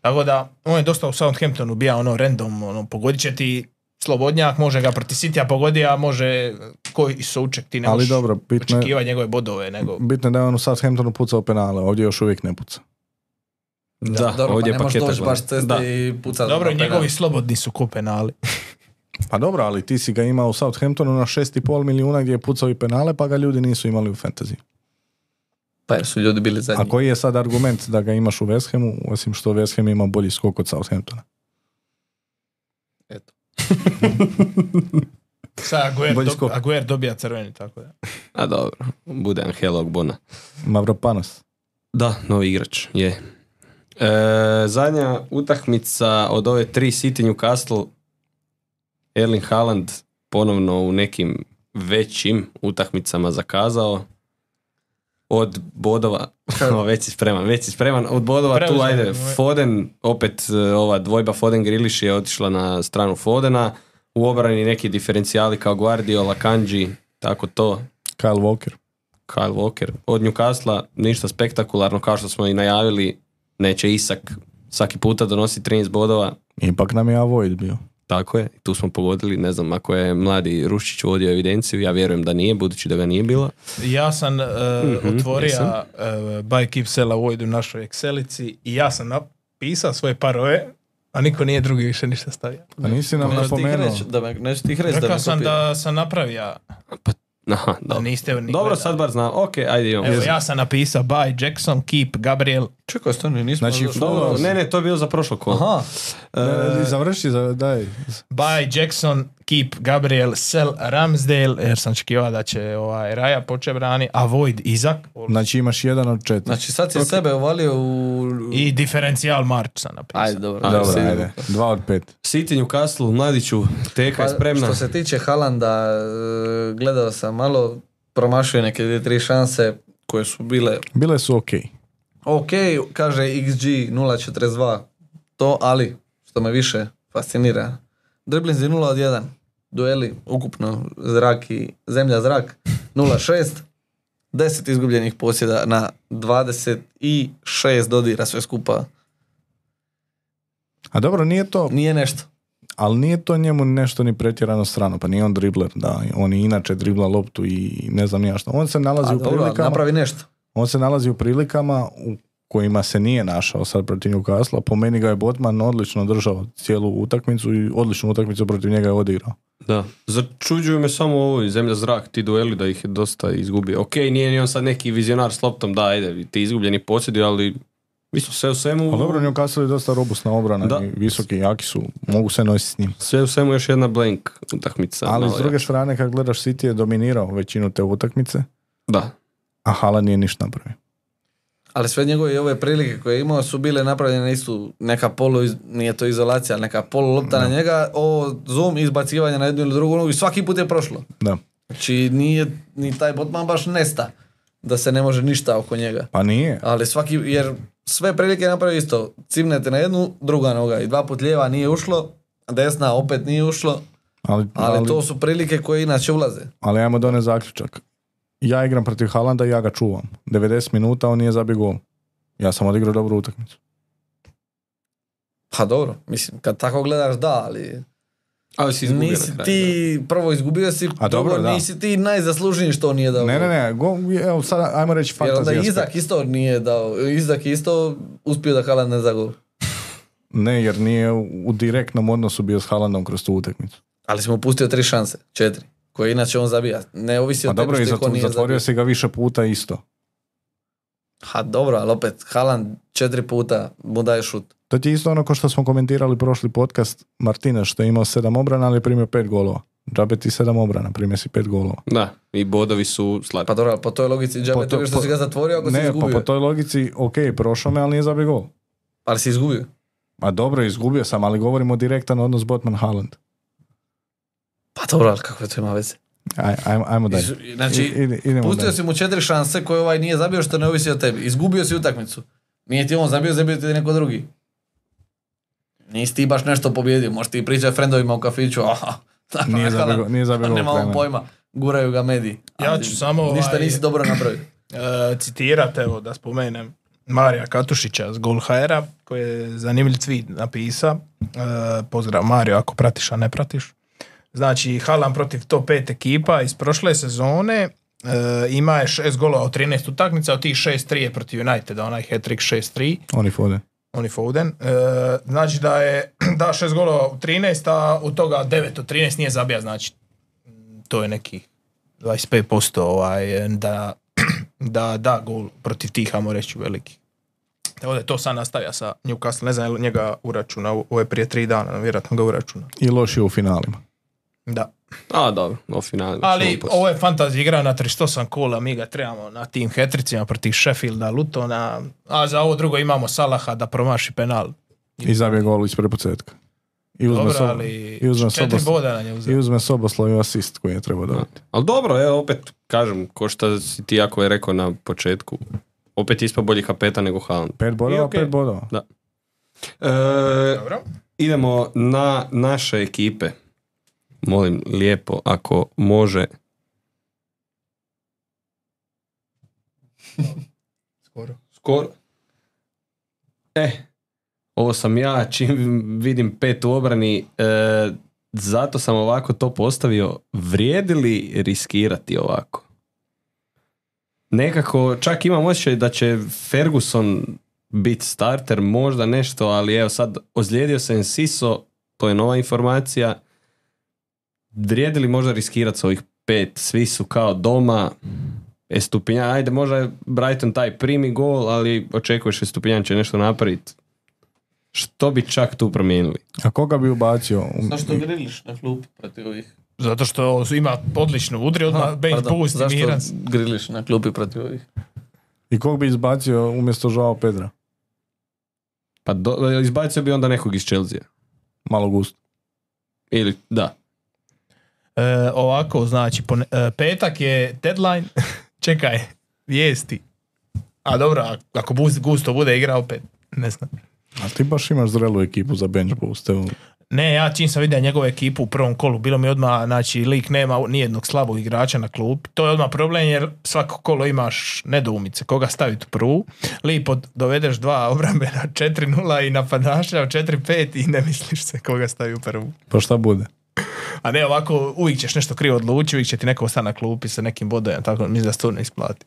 [SPEAKER 2] Tako da, on je dosta u Southamptonu bija ono random, ono, pogodit će ti slobodnjak, može ga proti City, a pogodi, a može eh, koji souček, ti ne
[SPEAKER 5] Ali
[SPEAKER 2] možeš
[SPEAKER 5] dobro, bitno je,
[SPEAKER 2] očekivati njegove bodove, nego...
[SPEAKER 5] bitno je da je on u Southamptonu pucao penale, ovdje još uvijek ne puca.
[SPEAKER 1] Da,
[SPEAKER 3] Dobro,
[SPEAKER 1] ovdje
[SPEAKER 3] pa
[SPEAKER 1] je
[SPEAKER 3] ne možeš
[SPEAKER 1] paketa
[SPEAKER 3] doći
[SPEAKER 1] gola.
[SPEAKER 3] baš s ceste
[SPEAKER 1] Da.
[SPEAKER 3] i pucati.
[SPEAKER 2] Pa Dobro,
[SPEAKER 3] na penal.
[SPEAKER 2] njegovi slobodni su ko penali.
[SPEAKER 5] Pa dobro, ali ti si ga imao u Southamptonu na 6,5 milijuna gdje je pucao i penale, pa ga ljudi nisu imali u fantasy.
[SPEAKER 3] Pa jer su ljudi bili zadnji.
[SPEAKER 5] A koji je sad argument da ga imaš u West Hamu, osim što West Ham ima bolji skok od Southamptona?
[SPEAKER 3] Eto.
[SPEAKER 2] Sad Aguer,
[SPEAKER 5] Bolji
[SPEAKER 2] dob-
[SPEAKER 5] skok.
[SPEAKER 2] Aguer dobija crveni, tako da.
[SPEAKER 1] A dobro, bude Angelo Ogbona.
[SPEAKER 5] Mavropanos.
[SPEAKER 1] Da, novi igrač, je. E, zadnja utakmica od ove tri City Newcastle, Erling Haaland ponovno u nekim većim utakmicama zakazao. Od bodova, O, već si spreman, već si spreman, od bodova tu
[SPEAKER 2] Preuzeo
[SPEAKER 1] ajde,
[SPEAKER 2] je ovaj.
[SPEAKER 1] Foden, opet e, ova dvojba Foden Griliš je otišla na stranu Fodena, u obrani neki diferencijali kao Guardiola, Kanji, tako to,
[SPEAKER 5] Kyle Walker.
[SPEAKER 1] Kyle Walker. Od Newcastle ništa spektakularno, kao što smo i najavili, neće Isak svaki puta donosi 13 bodova.
[SPEAKER 5] Ipak nam je Avoid bio.
[SPEAKER 1] Tako je, tu smo pogodili, ne znam ako je mladi Rušić vodio evidenciju, ja vjerujem da nije, budući da ga nije bilo.
[SPEAKER 2] Ja sam e,
[SPEAKER 1] jesam.
[SPEAKER 2] otvorio e, By Keep Sela u ovoj našoj Excelici i ja sam napisao svoje parove, a niko nije drugi više ništa stavio.
[SPEAKER 5] A Pa nisi nam
[SPEAKER 3] Neću ti ih
[SPEAKER 5] napomenuo.
[SPEAKER 3] reći da me, neću ti ih reći da me
[SPEAKER 2] Rekao sam
[SPEAKER 3] kopira.
[SPEAKER 2] da sam napravio,
[SPEAKER 1] Aha,
[SPEAKER 2] da
[SPEAKER 1] dobro.
[SPEAKER 2] niste ni
[SPEAKER 1] Dobro,
[SPEAKER 2] gledali.
[SPEAKER 1] sad bar znam. Ok, ajde imamo.
[SPEAKER 2] Evo, ja sam napisao By Jackson, Keep, Gabriel.
[SPEAKER 3] Čekaj, stani, nismo...
[SPEAKER 5] Znači,
[SPEAKER 1] Dobro, ne, ne, to je bilo za prošlo kolo.
[SPEAKER 3] Aha,
[SPEAKER 5] Ne, ne, završi, za- daj.
[SPEAKER 2] By Jackson, Keep, Gabriel, Sel, Ramsdale, jer sam očekivao da će ovaj, Raja poče brani, Avoid, Izak
[SPEAKER 5] Znači imaš jedan od četiri.
[SPEAKER 3] znači sad si sebe uvalio u...
[SPEAKER 2] i Diferencijal March sam napisao.
[SPEAKER 3] Ajde, dobro.
[SPEAKER 1] Ajde,
[SPEAKER 5] Dobro,
[SPEAKER 1] Sigurno.
[SPEAKER 5] ajde. Dva od pet.
[SPEAKER 1] City, Newcastle, mladiću, teka je
[SPEAKER 3] Pa,
[SPEAKER 1] spremna.
[SPEAKER 3] Što se tiče Halanda, e, gledao sam malo, promašio je neke dvije, tri šanse koje su bile
[SPEAKER 5] Bile su ok.
[SPEAKER 3] ok, kaže XG 0.42, to ali, što me više fascinira, driblinzi 0 od 1, dueli ukupno zrak i zemlja zrak 0.6, 10 izgubljenih posjeda na 26 dodira sve skupa.
[SPEAKER 5] A dobro, nije to,
[SPEAKER 3] Nije nešto.
[SPEAKER 5] ali nije to njemu nešto ni pretjerano strano, pa nije on dribler, da, on i inače dribla loptu i ne znam ni ja što. On se nalazi
[SPEAKER 3] A
[SPEAKER 5] u
[SPEAKER 3] Pa dobro,
[SPEAKER 5] prilikama,
[SPEAKER 3] napravi nešto.
[SPEAKER 5] on se nalazi u prilikama u kojima se nije našao sad protiv Newcastle, po meni ga je Botman odlično držao cijelu utakmicu i odličnu utakmicu protiv njega je odigrao.
[SPEAKER 1] Da. Začuđuje me samo ovo i zemlja zrak, ti dueli da ih je dosta izgubio. Ok, nije ni on sad neki vizionar s loptom, da, ajde, ti izgubljeni posjedi, ali Mislim, sve u svemu...
[SPEAKER 5] Pa dobro, Newcastle je dosta robustna obrana
[SPEAKER 1] Da.
[SPEAKER 5] i visoki, jaki su, mogu se nositi s njim.
[SPEAKER 1] Sve u svemu još jedna blank utakmica.
[SPEAKER 5] Ali
[SPEAKER 1] malo
[SPEAKER 5] s druge
[SPEAKER 1] jača.
[SPEAKER 5] strane, kad gledaš City je dominirao većinu te utakmice,
[SPEAKER 1] Da.
[SPEAKER 5] a Haaland nije ništa napravio.
[SPEAKER 3] Ali sve njegove i ove prilike koje je imao su bile napravljene istu neka polu, iz- nije to izolacija, ali neka polu lopta na njega, o zoom izbacivanje na jednu ili drugu nogu i svaki put je prošlo.
[SPEAKER 5] Da.
[SPEAKER 3] Znači nije ni taj botman baš nesta da se ne može ništa oko njega.
[SPEAKER 5] Pa nije.
[SPEAKER 3] Ali svaki, jer sve prilike napravi isto. Cimnete na jednu, druga noga i dva put lijeva nije ušlo, desna opet nije ušlo,
[SPEAKER 5] Ali,
[SPEAKER 3] ali,
[SPEAKER 5] ali,
[SPEAKER 3] to su prilike koje inače ulaze.
[SPEAKER 5] ali ajmo donijeti zaključak. Ja igram protiv Haalanda i ja ga čuvam. 90 minuta on nije zabio gol. Ja sam odigrao dobru utakmicu.
[SPEAKER 3] Pa dobro, mislim, kad tako gledaš da, ali
[SPEAKER 1] Ali si izgubio
[SPEAKER 3] nisi
[SPEAKER 1] na kraju,
[SPEAKER 3] ti, prvo izgubio si,
[SPEAKER 5] A dobro, da.
[SPEAKER 3] nisi ti najzaslužniji što nije dao.
[SPEAKER 5] Ne, ne,
[SPEAKER 3] gol.
[SPEAKER 5] ne. Go, evo sad, ajmo reći
[SPEAKER 3] Jer onda
[SPEAKER 5] fantazija.
[SPEAKER 3] Izak isto nije dao, Izak je isto uspio da Haaland ne zagol.
[SPEAKER 5] Ne, jer nije u u direktnom odnosu bio s Haalandom kroz tu utakmicu.
[SPEAKER 3] Ali smo pustio tri šanse, četiri, koje inače on zabija. Ne ovisi
[SPEAKER 5] Pa
[SPEAKER 3] o tebi
[SPEAKER 5] dobro, i
[SPEAKER 3] što
[SPEAKER 5] zato-
[SPEAKER 3] ko nije
[SPEAKER 5] zatvorio
[SPEAKER 3] zabio.
[SPEAKER 5] si ga više puta isto.
[SPEAKER 3] Ha dobro, ali opet, Haaland četiri puta mu daje šut.
[SPEAKER 5] To ti je isto ono ko što smo komentirali prošli podcast Martina što je imao sedam obrana, ali je primio pet golova. Džabe ti sedam obrana, primio si pet golova.
[SPEAKER 1] Da, i bodovi su slabi.
[SPEAKER 3] Pa dobro, ali po toj logici
[SPEAKER 5] Po
[SPEAKER 3] džabe
[SPEAKER 5] to-
[SPEAKER 3] to, što
[SPEAKER 5] po-
[SPEAKER 3] si ga zatvorio ako si
[SPEAKER 5] Ne, pa
[SPEAKER 3] izgubio.
[SPEAKER 5] po toj logici, ok, prošao me, ali nije zabio gol.
[SPEAKER 3] Ali si izgubio.
[SPEAKER 5] Ma dobro, izgubio sam, ali govorimo direktan odnos Botman Haaland.
[SPEAKER 3] Pa dobro, ali kako je to ima veze?
[SPEAKER 5] Aj, ajmo, ajmo dalje.
[SPEAKER 3] Iz- Znači,
[SPEAKER 5] I- ide- idemo
[SPEAKER 3] pustio
[SPEAKER 5] dalje.
[SPEAKER 3] si mu četiri šanse koje ovaj nije zabio što ne ovisi o tebi. Izgubio si utakmicu. Nije ti on zabio, zabio ti je neko drugi. Nisi ti baš nešto pobjedio. Možeš ti pričati frendovima u kafiću. Aha, tako
[SPEAKER 5] Nije
[SPEAKER 3] je
[SPEAKER 5] zabio
[SPEAKER 3] Haaland.
[SPEAKER 5] go- nije zabio gol,
[SPEAKER 3] Nema on
[SPEAKER 5] Klemen.
[SPEAKER 3] pojma. Guraju ga mediji.
[SPEAKER 2] Ja
[SPEAKER 3] Ali
[SPEAKER 2] ću samo, ovaj,
[SPEAKER 3] Ništa nisi dobro napravio.
[SPEAKER 2] e, citirati, evo da spomenem, Marija Katušića s Golhajera, koji je zanimljiv tweet napisa. pozdrav Mario, ako pratiš, a ne pratiš. Znači, Haaland protiv top 5 ekipa iz prošle sezone e, ima je 6 golova od 13 utakmica, od tih 6-3 je protiv Uniteda, onaj hat-trick 6-3,
[SPEAKER 5] Oni fode.
[SPEAKER 2] oni Foden. E, znači da je da 6 golova u 13, a od toga 9 od 13 nije zabija, znači to je neki 25% ovaj, da, da, da gol protiv tih, ajmo reći, veliki. Tako da je to sad nastavlja sa Newcastle, ne znam je li njega uračuna, ovo je prije tri dana, vjerojatno ga uračuna.
[SPEAKER 5] I loši u finalima.
[SPEAKER 2] Da.
[SPEAKER 5] Pa-
[SPEAKER 1] A, dobro, o finalu.
[SPEAKER 2] Ali
[SPEAKER 1] ćemo poslije.
[SPEAKER 2] ovo je fantasy igra na 38 kola, mi ga trebamo na tim hetricima protiv Sheffielda, Lutona, a za ovo drugo imamo Salaha da promaši penal.
[SPEAKER 5] I zabije gol iz prepocetka. I uzme
[SPEAKER 2] Dobro,
[SPEAKER 5] sobo-
[SPEAKER 2] ali
[SPEAKER 5] i uzme
[SPEAKER 2] četiri
[SPEAKER 5] sobos-
[SPEAKER 2] boda nam je
[SPEAKER 5] I
[SPEAKER 2] uzeo.
[SPEAKER 5] uzme soboslov i asist koji je trebao dobiti.
[SPEAKER 1] Ali dobro, evo, opet, kažem, ko što si ti jako je rekao na početku, opet je ispao bolji kapeta nego Haaland.
[SPEAKER 5] Pet bodova,
[SPEAKER 1] okej.
[SPEAKER 5] pet bodova.
[SPEAKER 1] E,
[SPEAKER 2] Dobro.
[SPEAKER 1] idemo na naše ekipe. Molim, lijepo, ako može.
[SPEAKER 2] Skoro.
[SPEAKER 1] Skoro. E, ovo sam ja, čim vidim pet u obrani, e, zato sam ovako to postavio. Vrijedi li riskirati ovako? Nekako, čak imam osjećaj da će Ferguson biti starter, možda nešto, ali evo sad, ozlijedio se Siso, to je nova informacija. Vrijedi li možda riskirati s ovih pet? Svi su kao doma, Estupinja, ajde, možda je Brighton taj primi gol, ali očekuješ Estupinjan će nešto napraviti. Što bi čak tu promijenili?
[SPEAKER 5] A koga bi ubacio? Um-
[SPEAKER 3] Zašto griliš na klupi protiv ovih? Pa,
[SPEAKER 2] Zato što ima odličnu udri, odmah bench boost,
[SPEAKER 3] Zašto
[SPEAKER 2] miran.
[SPEAKER 3] griliš na klupi protiv ovih?
[SPEAKER 5] I kog bi izbacio umjesto Joao Pedra?
[SPEAKER 1] Pa do, izbacio bi onda nekog iz Chelsea.
[SPEAKER 5] Malo gusto.
[SPEAKER 1] Ili, da.
[SPEAKER 2] E, ovako, znači, pone- e, petak je deadline. Čekaj, vijesti. A dobro, a- ako Bus- Gusto bude igrao opet, ne znam.
[SPEAKER 5] A ti baš imaš zrelu ekipu za bench boost. evo.
[SPEAKER 2] Ne, ja čim sam vidio njegovu ekipu u prvom kolu, bilo mi odmah, znači, lik nema nijednog slabog igrača na klupi. To je odmah problem jer svako kolo imaš nedoumice. Koga staviti u prvu, lipo dovedeš dva obrambena 4-0 i napadaša 4-5 i ne misliš se koga stavi u prvu.
[SPEAKER 5] Pa šta bude?
[SPEAKER 2] A ne ovako, uvijek ćeš nešto krivo odlučiti, uvijek će ti neko ostati na klupi sa nekim bodojem, tako da mislim da se to ne isplati.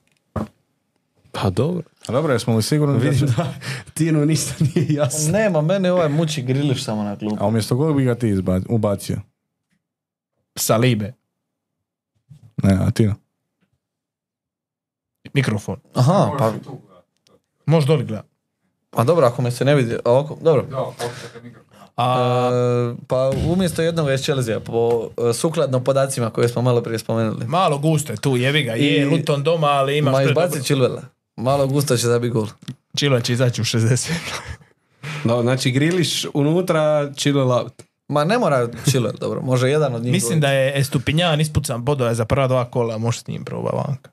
[SPEAKER 1] Pa dobro.
[SPEAKER 5] A dobro, jesmo li sigurni da će-
[SPEAKER 1] Vidim da Tinu ništa nije jasno.
[SPEAKER 3] Nema, mene ovaj muči griliš samo na klupi.
[SPEAKER 5] A umjesto kog bi ga ti izba- ubacio?
[SPEAKER 2] Sa libe,
[SPEAKER 5] Ne, a ti?
[SPEAKER 2] mikrofon.
[SPEAKER 3] Aha, pa
[SPEAKER 2] Možeš doli gledat.
[SPEAKER 3] A dobro, ako me se ne vidi, a ovako, dobro.
[SPEAKER 2] A,
[SPEAKER 3] E, pa umjesto jednog je Chelsea, po, e, sukladno podacima koje smo malo prije spomenuli.
[SPEAKER 2] malo gusto je tu, jebi ga, je
[SPEAKER 3] E. I-
[SPEAKER 2] Luton doma, ali ima
[SPEAKER 3] Ma
[SPEAKER 2] što je dobro.
[SPEAKER 3] izbaci Chilwella. Malo gusto će zabiti gol.
[SPEAKER 2] Chilwell će izaći u 60.
[SPEAKER 1] Da, znači griliš unutra, chill out.
[SPEAKER 3] Ma ne mora Chilwell, dobro, može jedan od njih.
[SPEAKER 2] Mislim da je Estupinjan ispucan bodova za prva dva kola, možda s njim proba vanka.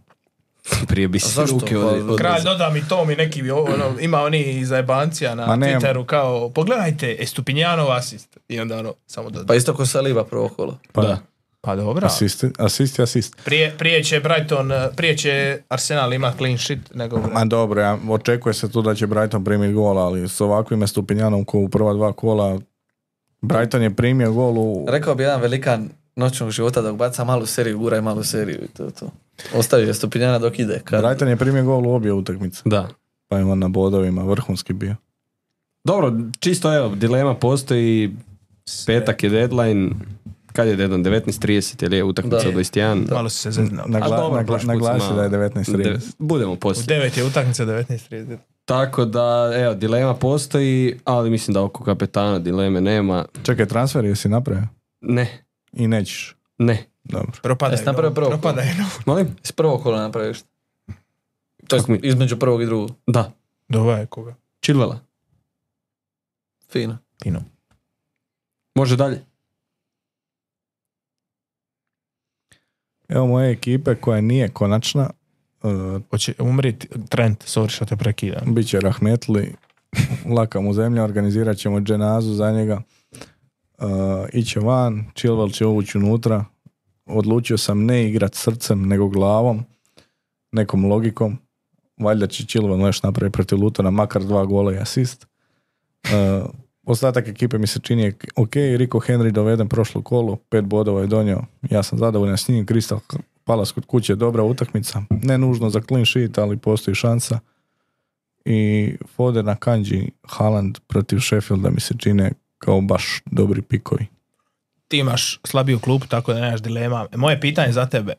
[SPEAKER 1] Prije bi
[SPEAKER 3] A
[SPEAKER 1] se
[SPEAKER 3] zašto?
[SPEAKER 1] ruke
[SPEAKER 3] Pa,
[SPEAKER 1] od- od-
[SPEAKER 2] Kralj doda mi to mi neki, o- ono, ima oni zajebancija na
[SPEAKER 5] Ma ne.
[SPEAKER 2] Twitteru kao, pogledajte, Estupinjanov asist. I onda ono, samo doda.
[SPEAKER 3] Pa isto ko Saliba prvo kolo.
[SPEAKER 5] Pa,
[SPEAKER 1] Da.
[SPEAKER 2] Pa dobro.
[SPEAKER 5] Asist, asist, je asist.
[SPEAKER 2] Prije, prije će Brighton, eh, prije će Arsenal imat clean sheet nego...
[SPEAKER 5] Ma dobro, ja, očekuje se tu da će Brighton primiti gol, ali s ovakvim stupinjanom ko u prva dva kola, Brighton je primio gol u...
[SPEAKER 3] Rekao bi jedan velikan noćnog života dok baca malu seriju, guraj malu seriju i to je to. Ostavio je Stupinjana dok ide. Kad...
[SPEAKER 5] Brighton je primio gol u obje utakmice,
[SPEAKER 1] Da.
[SPEAKER 5] pa je on na bodovima, vrhunski bio.
[SPEAKER 1] Dobro, čisto evo, dilema postoji, petak je deadline, kad je deadline, 19.30 ili je utakmica
[SPEAKER 3] Da.
[SPEAKER 1] 21?
[SPEAKER 2] Malo su se zeznali.
[SPEAKER 5] Nagla,
[SPEAKER 1] A dobro,
[SPEAKER 5] nagla-
[SPEAKER 1] prošli put
[SPEAKER 5] naglasi
[SPEAKER 1] smo-
[SPEAKER 5] da je 19
[SPEAKER 1] De- budemo
[SPEAKER 2] U
[SPEAKER 1] poslije.
[SPEAKER 2] 9 je utakmica 19.30.
[SPEAKER 1] Tako da, evo, dilema postoji, ali mislim da oko kapetana dileme nema.
[SPEAKER 5] Čekaj, transfer jesi napravio?
[SPEAKER 1] Ne,
[SPEAKER 5] I nećeš.
[SPEAKER 1] ne.
[SPEAKER 5] Dobro.
[SPEAKER 2] Propadaju.
[SPEAKER 3] Jesi napravio
[SPEAKER 2] novo-
[SPEAKER 3] prvo kolo?
[SPEAKER 2] Propadaju. novo.
[SPEAKER 1] Molim?
[SPEAKER 3] Iz prvog kola napraviš. To
[SPEAKER 1] Kako mi-
[SPEAKER 3] između prvog i drugog.
[SPEAKER 1] Da,
[SPEAKER 2] Dova je koga.
[SPEAKER 1] Chilvela.
[SPEAKER 3] Fino.
[SPEAKER 2] Pino.
[SPEAKER 1] Može dalje.
[SPEAKER 5] Evo moje ekipe koja nije konačna, e,
[SPEAKER 2] Hoće umriti Trent, sorry što te prekidam.
[SPEAKER 5] bit će Rahmetli, laka mu zemlja, organizirat ćemo dženazu za njega. E, iće van, Chilwell će uvući unutra. Odlučio sam ne igrat srcem, nego glavom, nekom logikom. Valjda će Chilwell još napraviti protiv Lutona, makar dva gola i asist. E, ostatak ekipe mi se čini ok. Rico Henry doveden prošlo kolo, pet bodova je donio. Ja sam zadovoljan s njim. Crystal Palace kod kuće je dobra utakmica. Ne nužno za clean sheet, ali postoji šansa. I Foden na kanji Haaland protiv Sheffielda mi se čine kao baš dobri pikovi.
[SPEAKER 2] Ti imaš slabiju klub, tako da nemaš dilema. Moje pitanje za tebe.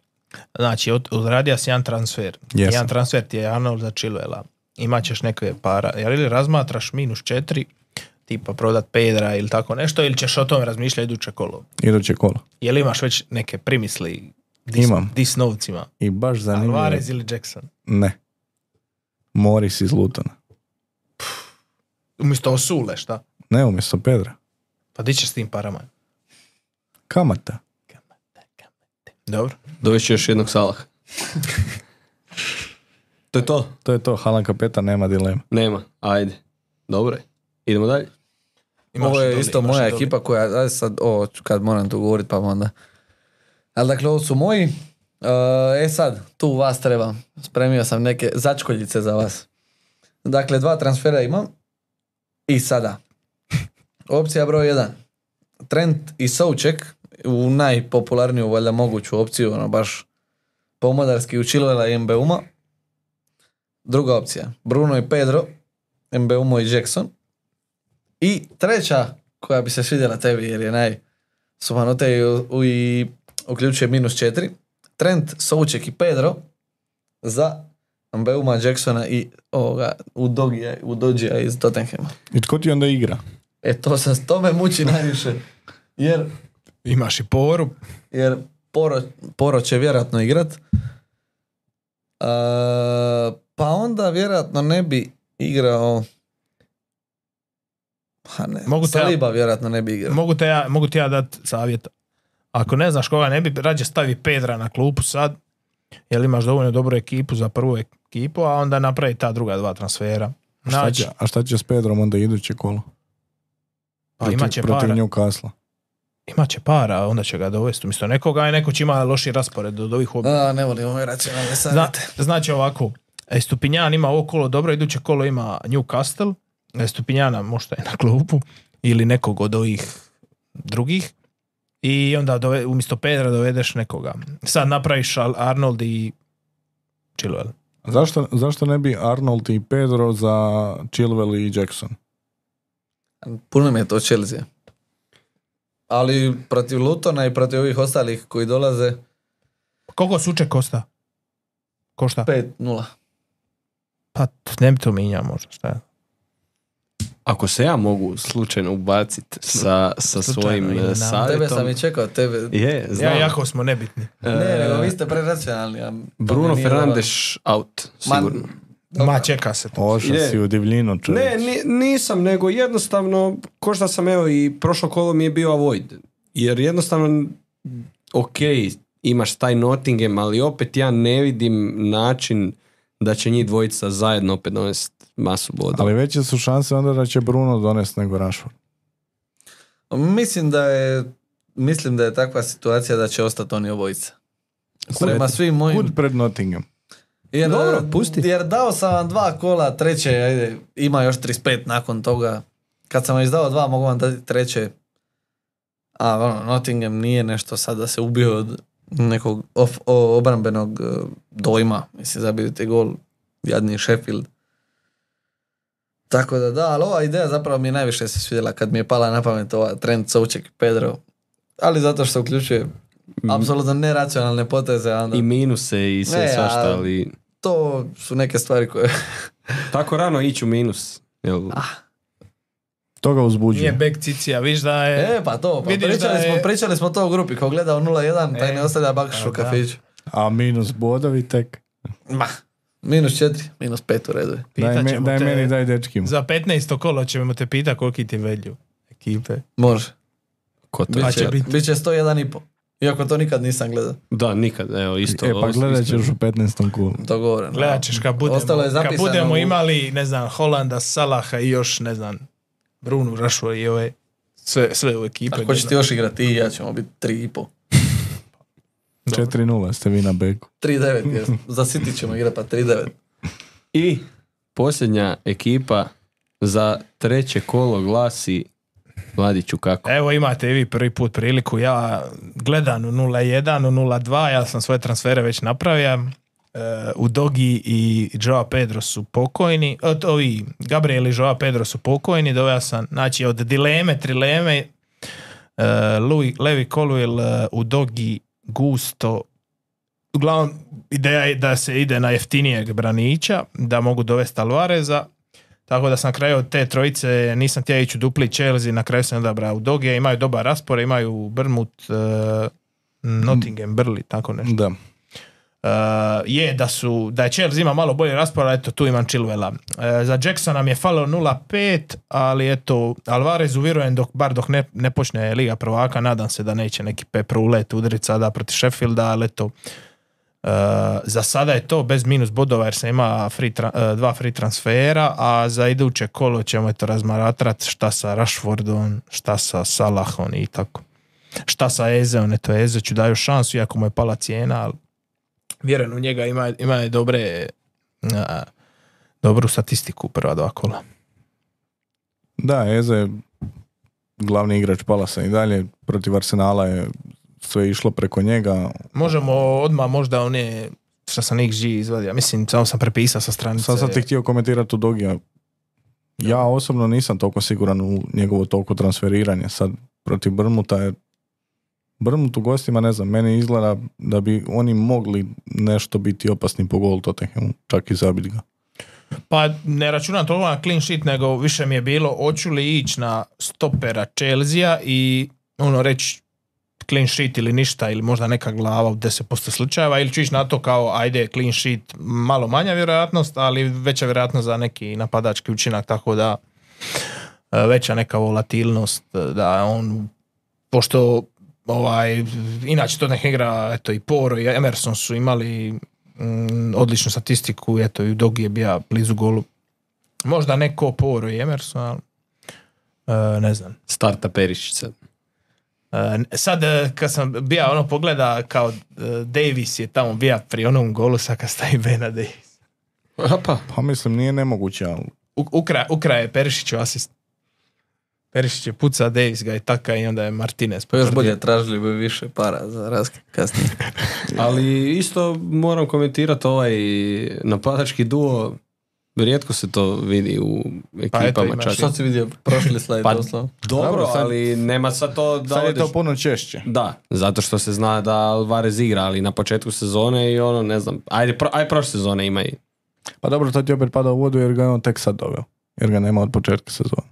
[SPEAKER 2] Znači, od, odradio si jedan transfer.
[SPEAKER 5] Jesam.
[SPEAKER 2] Jedan transfer ti je Arnold za Chilwella. Imaćeš neke para. Jel li razmatraš minus četiri, tipa prodat Pedra ili tako nešto, ili ćeš o tome razmišljati iduće kolo?
[SPEAKER 5] Iduće kolo.
[SPEAKER 2] Je li imaš već neke primisli? Di s-
[SPEAKER 5] Imam.
[SPEAKER 2] Di s novcima?
[SPEAKER 5] I baš zanimljivo.
[SPEAKER 2] Alvarez ili Jackson?
[SPEAKER 5] Ne. Moris iz Lutona.
[SPEAKER 2] Umjesto Osule, šta?
[SPEAKER 5] Ne umjesto Pedra.
[SPEAKER 2] Pa di ćeš s tim parama?
[SPEAKER 5] Kamata.
[SPEAKER 2] Dobro.
[SPEAKER 1] Dovešću još jednog Salaha. to je to?
[SPEAKER 5] To je to. Haaland kapeta nema dilema.
[SPEAKER 1] Nema. Ajde. Dobro je. Idemo dalje.
[SPEAKER 2] Imaš
[SPEAKER 3] ovo je
[SPEAKER 2] doli,
[SPEAKER 3] isto
[SPEAKER 2] imaš
[SPEAKER 3] moja
[SPEAKER 2] doli.
[SPEAKER 3] ekipa koja, aj sad, o, ću kad moram tu govorit pa onda. Ali dakle, ovo su moji. E sad, tu vas trebam. Spremio sam neke začkoljice za vas. Dakle, dva transfera imam. I sada. Opcija broj 1. Trent i Souček u najpopularniju, valjda moguću opciju, ono baš pomodarski u Chilwella i Mbeuma. Druga opcija, Bruno i Pedro, Mbeumo i Jackson. I treća koja bi se svidjela tebi jer je naj sumanote i, u- i uključuje minus četiri. Trent, Souček i Pedro za Mbeuma, Jacksona i ovoga Udogija, Udođija iz Tottenhama.
[SPEAKER 5] I tko ti onda igra?
[SPEAKER 3] E to sam, to me muči najviše. Jer,
[SPEAKER 2] Imaš i poru.
[SPEAKER 3] jer Poro, Poro će vjerojatno igrat. E, pa onda vjerojatno ne bi igrao Pa ne,
[SPEAKER 2] Mogu te ja-
[SPEAKER 3] Saliba vjerojatno ne bi igrao.
[SPEAKER 2] Mogu, te ja, mogu ti ja dat savjeta. Ako ne znaš koga ne bi, rađe stavi Pedra na klupu sad, jer imaš dovoljno dobru ekipu za prvu ekipu, a onda napravi ta druga dva transfera.
[SPEAKER 5] A Šta
[SPEAKER 2] Znači,
[SPEAKER 5] će, a šta će s Pedrom onda iduće kolo?
[SPEAKER 2] pa imat će
[SPEAKER 5] protiv
[SPEAKER 2] para.
[SPEAKER 5] Newcastle.
[SPEAKER 2] Imat će para, onda će ga dovesti. Umjesto nekoga i neko će ima loši raspored od ovih obi-
[SPEAKER 3] Da, ne volim ove racionalne
[SPEAKER 2] Zna,
[SPEAKER 3] savjete.
[SPEAKER 2] znači ovako, Estupinjan ima ovo kolo dobro, iduće kolo ima Newcastle, Estupinjana možda je na klupu ili nekog od ovih drugih i onda dove, umjesto Pedra dovedeš nekoga. Sad napraviš Al- Arnold i Chilwell.
[SPEAKER 5] A Zašto, zašto ne bi Arnold i Pedro za Chilwell i Jackson?
[SPEAKER 3] Puno mi je to Chelsea. Ali protiv Lutona i protiv ovih ostalih koji dolaze
[SPEAKER 2] Koliko suček košta? Košta?
[SPEAKER 3] 5-0.
[SPEAKER 2] Pa t- ne bi to minja možda, šta ja.
[SPEAKER 1] Ako se ja mogu slučajno ubacit sa, sa
[SPEAKER 2] Slučajno
[SPEAKER 1] svojim
[SPEAKER 2] ili
[SPEAKER 1] eh,
[SPEAKER 2] na-
[SPEAKER 3] Tebe sam
[SPEAKER 1] savjetom...
[SPEAKER 3] i čekao, tebe.
[SPEAKER 1] Je, znam.
[SPEAKER 2] Ja, jako smo nebitni.
[SPEAKER 3] Ne,
[SPEAKER 1] E,
[SPEAKER 3] nego vi ste preracionalni. a to
[SPEAKER 1] Bruno
[SPEAKER 3] mi nije
[SPEAKER 1] Fernandes out,
[SPEAKER 3] Ma-
[SPEAKER 1] sigurno.
[SPEAKER 2] Ma, čeka se to.
[SPEAKER 5] Oša
[SPEAKER 1] Je.
[SPEAKER 5] si u divljinu čovječ.
[SPEAKER 1] Ne, ni- nisam, nego jednostavno, ko što sam evo i prošlo kolo mi je bio avoid. Jer jednostavno, ok, imaš taj Nottingham, ali opet ja ne vidim način da će njih dvojica zajedno opet donesti masu boda.
[SPEAKER 5] Ali veće su šanse onda da će Bruno donest nego Rashford.
[SPEAKER 3] dobro. Mislim da je Mislim da je takva situacija da će ostati oni obojica.
[SPEAKER 5] Kud-
[SPEAKER 3] Prema svim mojim...
[SPEAKER 5] Kud pred Nottingham?
[SPEAKER 3] Jer,
[SPEAKER 1] E, Dobro, pusti.
[SPEAKER 3] E, Jer dao sam vam dva kola, treće, ajde, ima još 35 nakon toga. Kad sam vam izdao dva, mogu vam dati treće. A ono, Nottingham nije nešto sad da se ubio od nekog of, o- obrambenog eh, dojma. Mislim, zabijete gol, jadni Sheffield. Tako da da, ali ova ideja zapravo mi je najviše se svidjela kad mi je pala na pamet ova trend Souček i Pedro. Ali zato što uključuje apsolutno neracionalne poteze. a Onda
[SPEAKER 1] Mm. I minuse i sve
[SPEAKER 3] Ne, a-
[SPEAKER 1] svašta, ali
[SPEAKER 3] to su neke stvari koje
[SPEAKER 1] tako rano ići u minus. Jel,
[SPEAKER 5] Ah, To ga
[SPEAKER 2] Nije
[SPEAKER 5] uzbuđuje.
[SPEAKER 2] back cicija, viš da je...
[SPEAKER 3] E, pa to, pa
[SPEAKER 2] Vidiš
[SPEAKER 3] pričali,
[SPEAKER 2] da je-
[SPEAKER 3] smo, pričali smo to u grupi, ko gleda u 0-1, taj
[SPEAKER 2] E,
[SPEAKER 3] ne ostavlja bakšiš
[SPEAKER 2] pa
[SPEAKER 3] u
[SPEAKER 2] da.
[SPEAKER 3] kafiću.
[SPEAKER 5] A minus bodovi tek.
[SPEAKER 3] Ma, minus 4, minus 5 u redu je.
[SPEAKER 5] Daj,
[SPEAKER 2] Pitat
[SPEAKER 5] me-
[SPEAKER 2] ćemo
[SPEAKER 5] daj
[SPEAKER 2] te-
[SPEAKER 5] meni, daj dečkim.
[SPEAKER 2] Za 15. kolo ćemo te pitati koliki ti velju ekipe.
[SPEAKER 3] Može,
[SPEAKER 1] ko to
[SPEAKER 2] Pa
[SPEAKER 1] će-
[SPEAKER 2] će biti.
[SPEAKER 3] bit će 101,5. Iako to nikad nisam gledao,
[SPEAKER 1] Da, nikad, evo, isto.
[SPEAKER 5] E,
[SPEAKER 1] ovo
[SPEAKER 5] pa
[SPEAKER 1] sam
[SPEAKER 5] gledat
[SPEAKER 1] isto-
[SPEAKER 5] ćeš u 15. kulu.
[SPEAKER 3] dogovoreno.
[SPEAKER 2] Gledat ćeš kad budemo,
[SPEAKER 3] Ostalo je
[SPEAKER 2] kad
[SPEAKER 3] zapisano
[SPEAKER 2] budemo
[SPEAKER 3] u-
[SPEAKER 2] imali, ne znam, Holanda, Salaha i još, ne znam, Brunu, Rašo i ove, sve, sve u ekipe.
[SPEAKER 3] Ako
[SPEAKER 2] ne
[SPEAKER 3] ćeš
[SPEAKER 2] znam.
[SPEAKER 3] ti još igrati, ti i ja ćemo biti 3,5.
[SPEAKER 5] 4-0 ste vi na beku.
[SPEAKER 3] 3-9, jer za City ćemo igrati pa 3-9.
[SPEAKER 1] I posljednja ekipa za treće kolo glasi Vladiću kako.
[SPEAKER 2] Evo imate i vi prvi put priliku, ja gledam u 0-1, u 0-2, ja sam svoje transfere već napravio. E, u Dogi i Joao Pedro su pokojni, od ovi Gabriel i Joao Pedro su pokojni, doveo sam, znači od dileme, trileme, e, Louis, Levi Colwell e, u Dogi Gusto, uglavnom ideja je da se ide na jeftinijeg branića, da mogu dovesti Alvareza, tako da sam na kraju od te trojice nisam htio ići u dupli Chelsea, na kraju sam odabrao Dogija, imaju dobar raspor, imaju Brmut, eh, Nottingham, Brli, tako nešto.
[SPEAKER 5] Da.
[SPEAKER 2] E, je da su, da je Chelsea ima malo bolji raspor, ali eto tu imam Chilvela. za Jacksona nam je falo 0-5, ali eto, Alvarez uvjerujem dok, bar dok ne, ne počne Liga prvaka, nadam se da neće neki Pep Rulet udrit sada protiv Sheffielda, ali eto, e, za sada je to bez minus bodova jer se ima free tra- e, dva free transfera, a za iduće kolo ćemo eto razmaratrat šta sa Rashfordom, šta sa Salahom i tako. Šta sa Ezeom, eto Eze ću daju šansu, iako mu je pala cijena, ali vjerujem u njega, ima, ima je dobre, a, dobru statistiku u prva dva kola.
[SPEAKER 5] Da, Eze je glavni igrač Palasa i dalje. Protiv Arsenala je sve išlo preko njega.
[SPEAKER 2] Možemo odmah možda one što sam ih živ izvadio, mislim, samo sam prepisao sa stranice.
[SPEAKER 5] Sad sam ti htio komentirati u Dogija. Ja osobno nisam toliko siguran u njegovo toliko transferiranje. Sad protiv Brmuta je Brmut u gostima, ne znam, meni izgleda da bi oni mogli nešto biti opasni po gol Tottenhamu, čak i zabit ga.
[SPEAKER 2] Pa ne računam toliko na clean sheet, nego više mi je bilo hoću li ići na stopera Chelsea i ono reći clean sheet ili ništa, ili možda neka glava u 10% slučajeva, ili ću ići na to kao ajde clean sheet, malo manja vjerojatnost, ali veća vjerojatnost za neki napadački učinak, tako da e, veća neka volatilnost, e, da on, pošto ovaj, inače to neka igra, eto i Poro i Emerson su imali mm, odličnu statistiku, eto i Dogi je bio blizu golu. Možda ne ko Poro i Emerson, ali e, ne znam.
[SPEAKER 1] Starta Perišića.
[SPEAKER 2] E, sad e, kad sam bija ono pogleda kao e, Davis je tamo bija pri onom golu, sad kad stavi Bena Davis.
[SPEAKER 1] Apa.
[SPEAKER 5] Pa mislim, nije nemoguće, ali
[SPEAKER 2] U, ukra, ukra je Perišiću asist. Perišić je puca, Davis ga je taka i onda je Martinez.
[SPEAKER 3] Pa još
[SPEAKER 2] potvrdio.
[SPEAKER 3] bolje, tražili bi više para za raske kasnije.
[SPEAKER 1] Ali isto moram komentirati ovaj napadački duo. Rijetko se to vidi u
[SPEAKER 5] Pa
[SPEAKER 2] eto,
[SPEAKER 1] ekipama
[SPEAKER 2] imaš
[SPEAKER 1] čak.
[SPEAKER 2] i-
[SPEAKER 3] Što si vidio prošli slajd
[SPEAKER 1] Pa,
[SPEAKER 3] doslovno?
[SPEAKER 1] Dobro,
[SPEAKER 5] Dobro, sad-
[SPEAKER 1] ali nema sad to da
[SPEAKER 5] sad je to
[SPEAKER 1] odeš-
[SPEAKER 5] puno češće.
[SPEAKER 1] Da, zato što se zna da Alvarez igra, ali na početku sezone i ono, ne znam, ajde, pro, ajde prošle sezone ima i
[SPEAKER 5] Pa dobro, to ti opet pada u vodu jer ga je on tek sad doveo. Jer ga nema od početka sezone.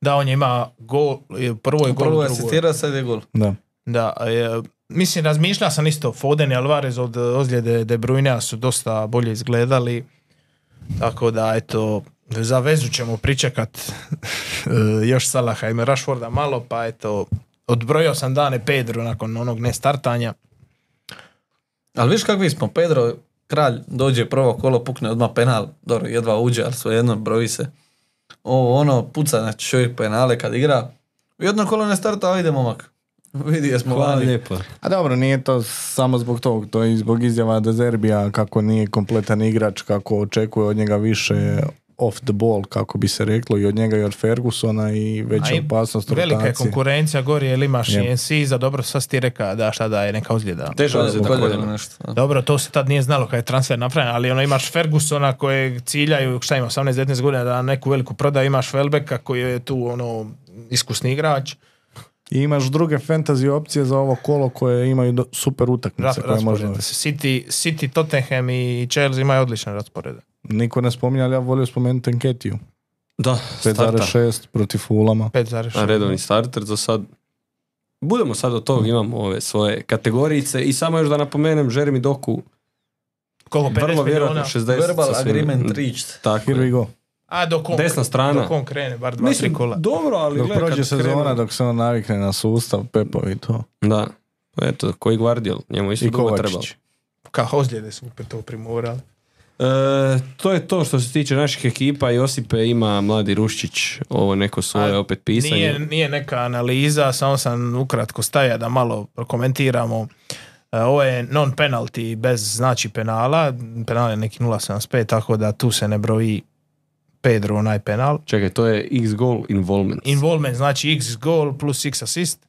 [SPEAKER 2] Da, on je ima gol, e, prvo je gol,
[SPEAKER 3] Prvo je
[SPEAKER 2] drugo je-
[SPEAKER 3] asistirao, sad je gol.
[SPEAKER 5] Da.
[SPEAKER 2] Da, e, mislim, razmišljao sam isto, Foden i Alvarez od eh, ozljede De Bruyne su dosta bolje izgledali, tako da, eto, za vezu ćemo pričekat e, još Salaha i Rashforda malo, pa eto, odbrojio sam dane Pedro nakon onog nestartanja.
[SPEAKER 3] Ali viš kakvi smo, Pedro, kralj, dođe prvo kolo, pukne odmah penal. Dobro, jedva uđe, ali svejedno broji se. Ovo, ono, puca na čovjek penale kad igra. Jedno kolo ne starta, ajde momak. Vidi, jesmo
[SPEAKER 1] Hvala
[SPEAKER 3] vani.
[SPEAKER 1] lijepo.
[SPEAKER 5] A dobro, nije to samo zbog tog, to je i zbog izjava da Zerbija kako nije kompletan igrač, kako očekuje od njega više off the ball, kako bi se reklo, i od njega i od Fergusona i veća
[SPEAKER 2] A i
[SPEAKER 5] opasnost
[SPEAKER 2] Velika je
[SPEAKER 5] rotacije.
[SPEAKER 2] konkurencija, gori je imaš
[SPEAKER 5] Je.
[SPEAKER 2] i NC, za dobro, sad ti reka da šta da je neka ozljeda.
[SPEAKER 1] Teža
[SPEAKER 3] Kolje-
[SPEAKER 1] ozljeda
[SPEAKER 3] kolje
[SPEAKER 1] koljena.
[SPEAKER 3] ili nešto. da.
[SPEAKER 2] Dobro, to se tad nije znalo kad je transfer napravljen, ali ono imaš Fergusona kojeg ciljaju, šta ima, 18-19 godina da neku veliku prodaju, imaš Velbeka koji je tu ono iskusni igrač.
[SPEAKER 5] I imaš druge fantasy opcije za ovo kolo koje imaju do- super
[SPEAKER 2] Ra-
[SPEAKER 5] utakmice koje
[SPEAKER 2] raspored.
[SPEAKER 5] možda...
[SPEAKER 2] City, City, Tottenham i Chelsea imaju odlične rasporede.
[SPEAKER 5] Niko ne spominja, ali ja volio spomenuti Enketiju.
[SPEAKER 1] Da, starter.
[SPEAKER 5] 5.6 protiv Fulama.
[SPEAKER 2] 5,6.
[SPEAKER 1] A redovni starter za sad. Budemo sad od tog, imamo ove svoje kategorijice i samo još da napomenem, Jeremy Doku,
[SPEAKER 2] Koliko, 50
[SPEAKER 1] vrlo vjerojatno
[SPEAKER 2] milijuna?
[SPEAKER 1] 60
[SPEAKER 3] Verbal
[SPEAKER 1] sa svojim-
[SPEAKER 3] agreement reached.
[SPEAKER 1] Tako je.
[SPEAKER 5] Here we go.
[SPEAKER 2] A dok on,
[SPEAKER 1] Desna strana.
[SPEAKER 2] dok on krene, bar dva,
[SPEAKER 1] Mislim,
[SPEAKER 2] tri kola.
[SPEAKER 1] dobro, ali
[SPEAKER 5] Dok
[SPEAKER 1] gledaj,
[SPEAKER 5] prođe
[SPEAKER 1] kad krenu-
[SPEAKER 5] sezona, dok se on navikne na sustav, Pepovi i to.
[SPEAKER 1] Da. Eto, koji Guardiol, njemu isto
[SPEAKER 5] I
[SPEAKER 1] dugo trebalo.
[SPEAKER 5] Kovačić.
[SPEAKER 2] Kao ozljede su opet to primorali.
[SPEAKER 1] E, to je to što se tiče naših ekipa. Josipe ima mladi Ruščić, ovo neko svoje
[SPEAKER 2] A,
[SPEAKER 1] opet pisanje.
[SPEAKER 2] Nije, nije neka analiza, samo sam ukratko staja da malo prokomentiramo. E, Ovo je non-penalty bez znači penala, penal je neki 0.75, tako da tu se ne broji Pedro onaj penal.
[SPEAKER 1] Čekaj, to je x goal involvement.
[SPEAKER 2] Involvement znači x goal plus x assist,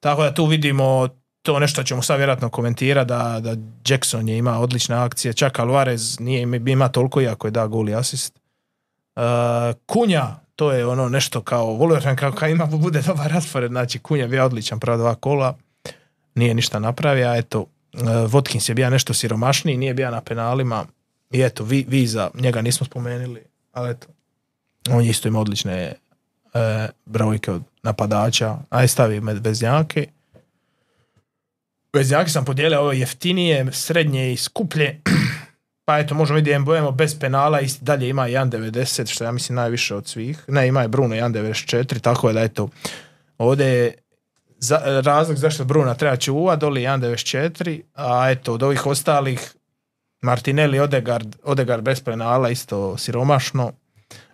[SPEAKER 2] tako da tu vidimo to nešto ćemo sad vjerojatno komentirati da, da Jackson je ima odlične akcije, čak Alvarez nije im- ima toliko iako je da gol i asist. E, Kunja, to je ono nešto kao Wolverham, kao kad ima bude dobar raspored, znači Kunja bio odličan prva dva kola, nije ništa napravio, a eto, e, Watkins je bio nešto siromašniji, nije bio na penalima i eto, vi, Viza, njega nismo spomenuli, ali eto, on je isto ima odlične e, brojke od napadača, aj stavi me beznjake. Beznjake sam podijelio ovo jeftinije, srednje i skuplje. pa eto, možemo vidjeti Mbojemo bez penala, i dalje ima 1.90, što ja mislim najviše od svih. Ne, ima je Bruno 1.94, tako je da eto, ovdje je za- razlog zašto Bruna treba čuva, doli 1.94, a eto, od ovih ostalih Martinelli, Odegard, Odegard bez penala, isto siromašno.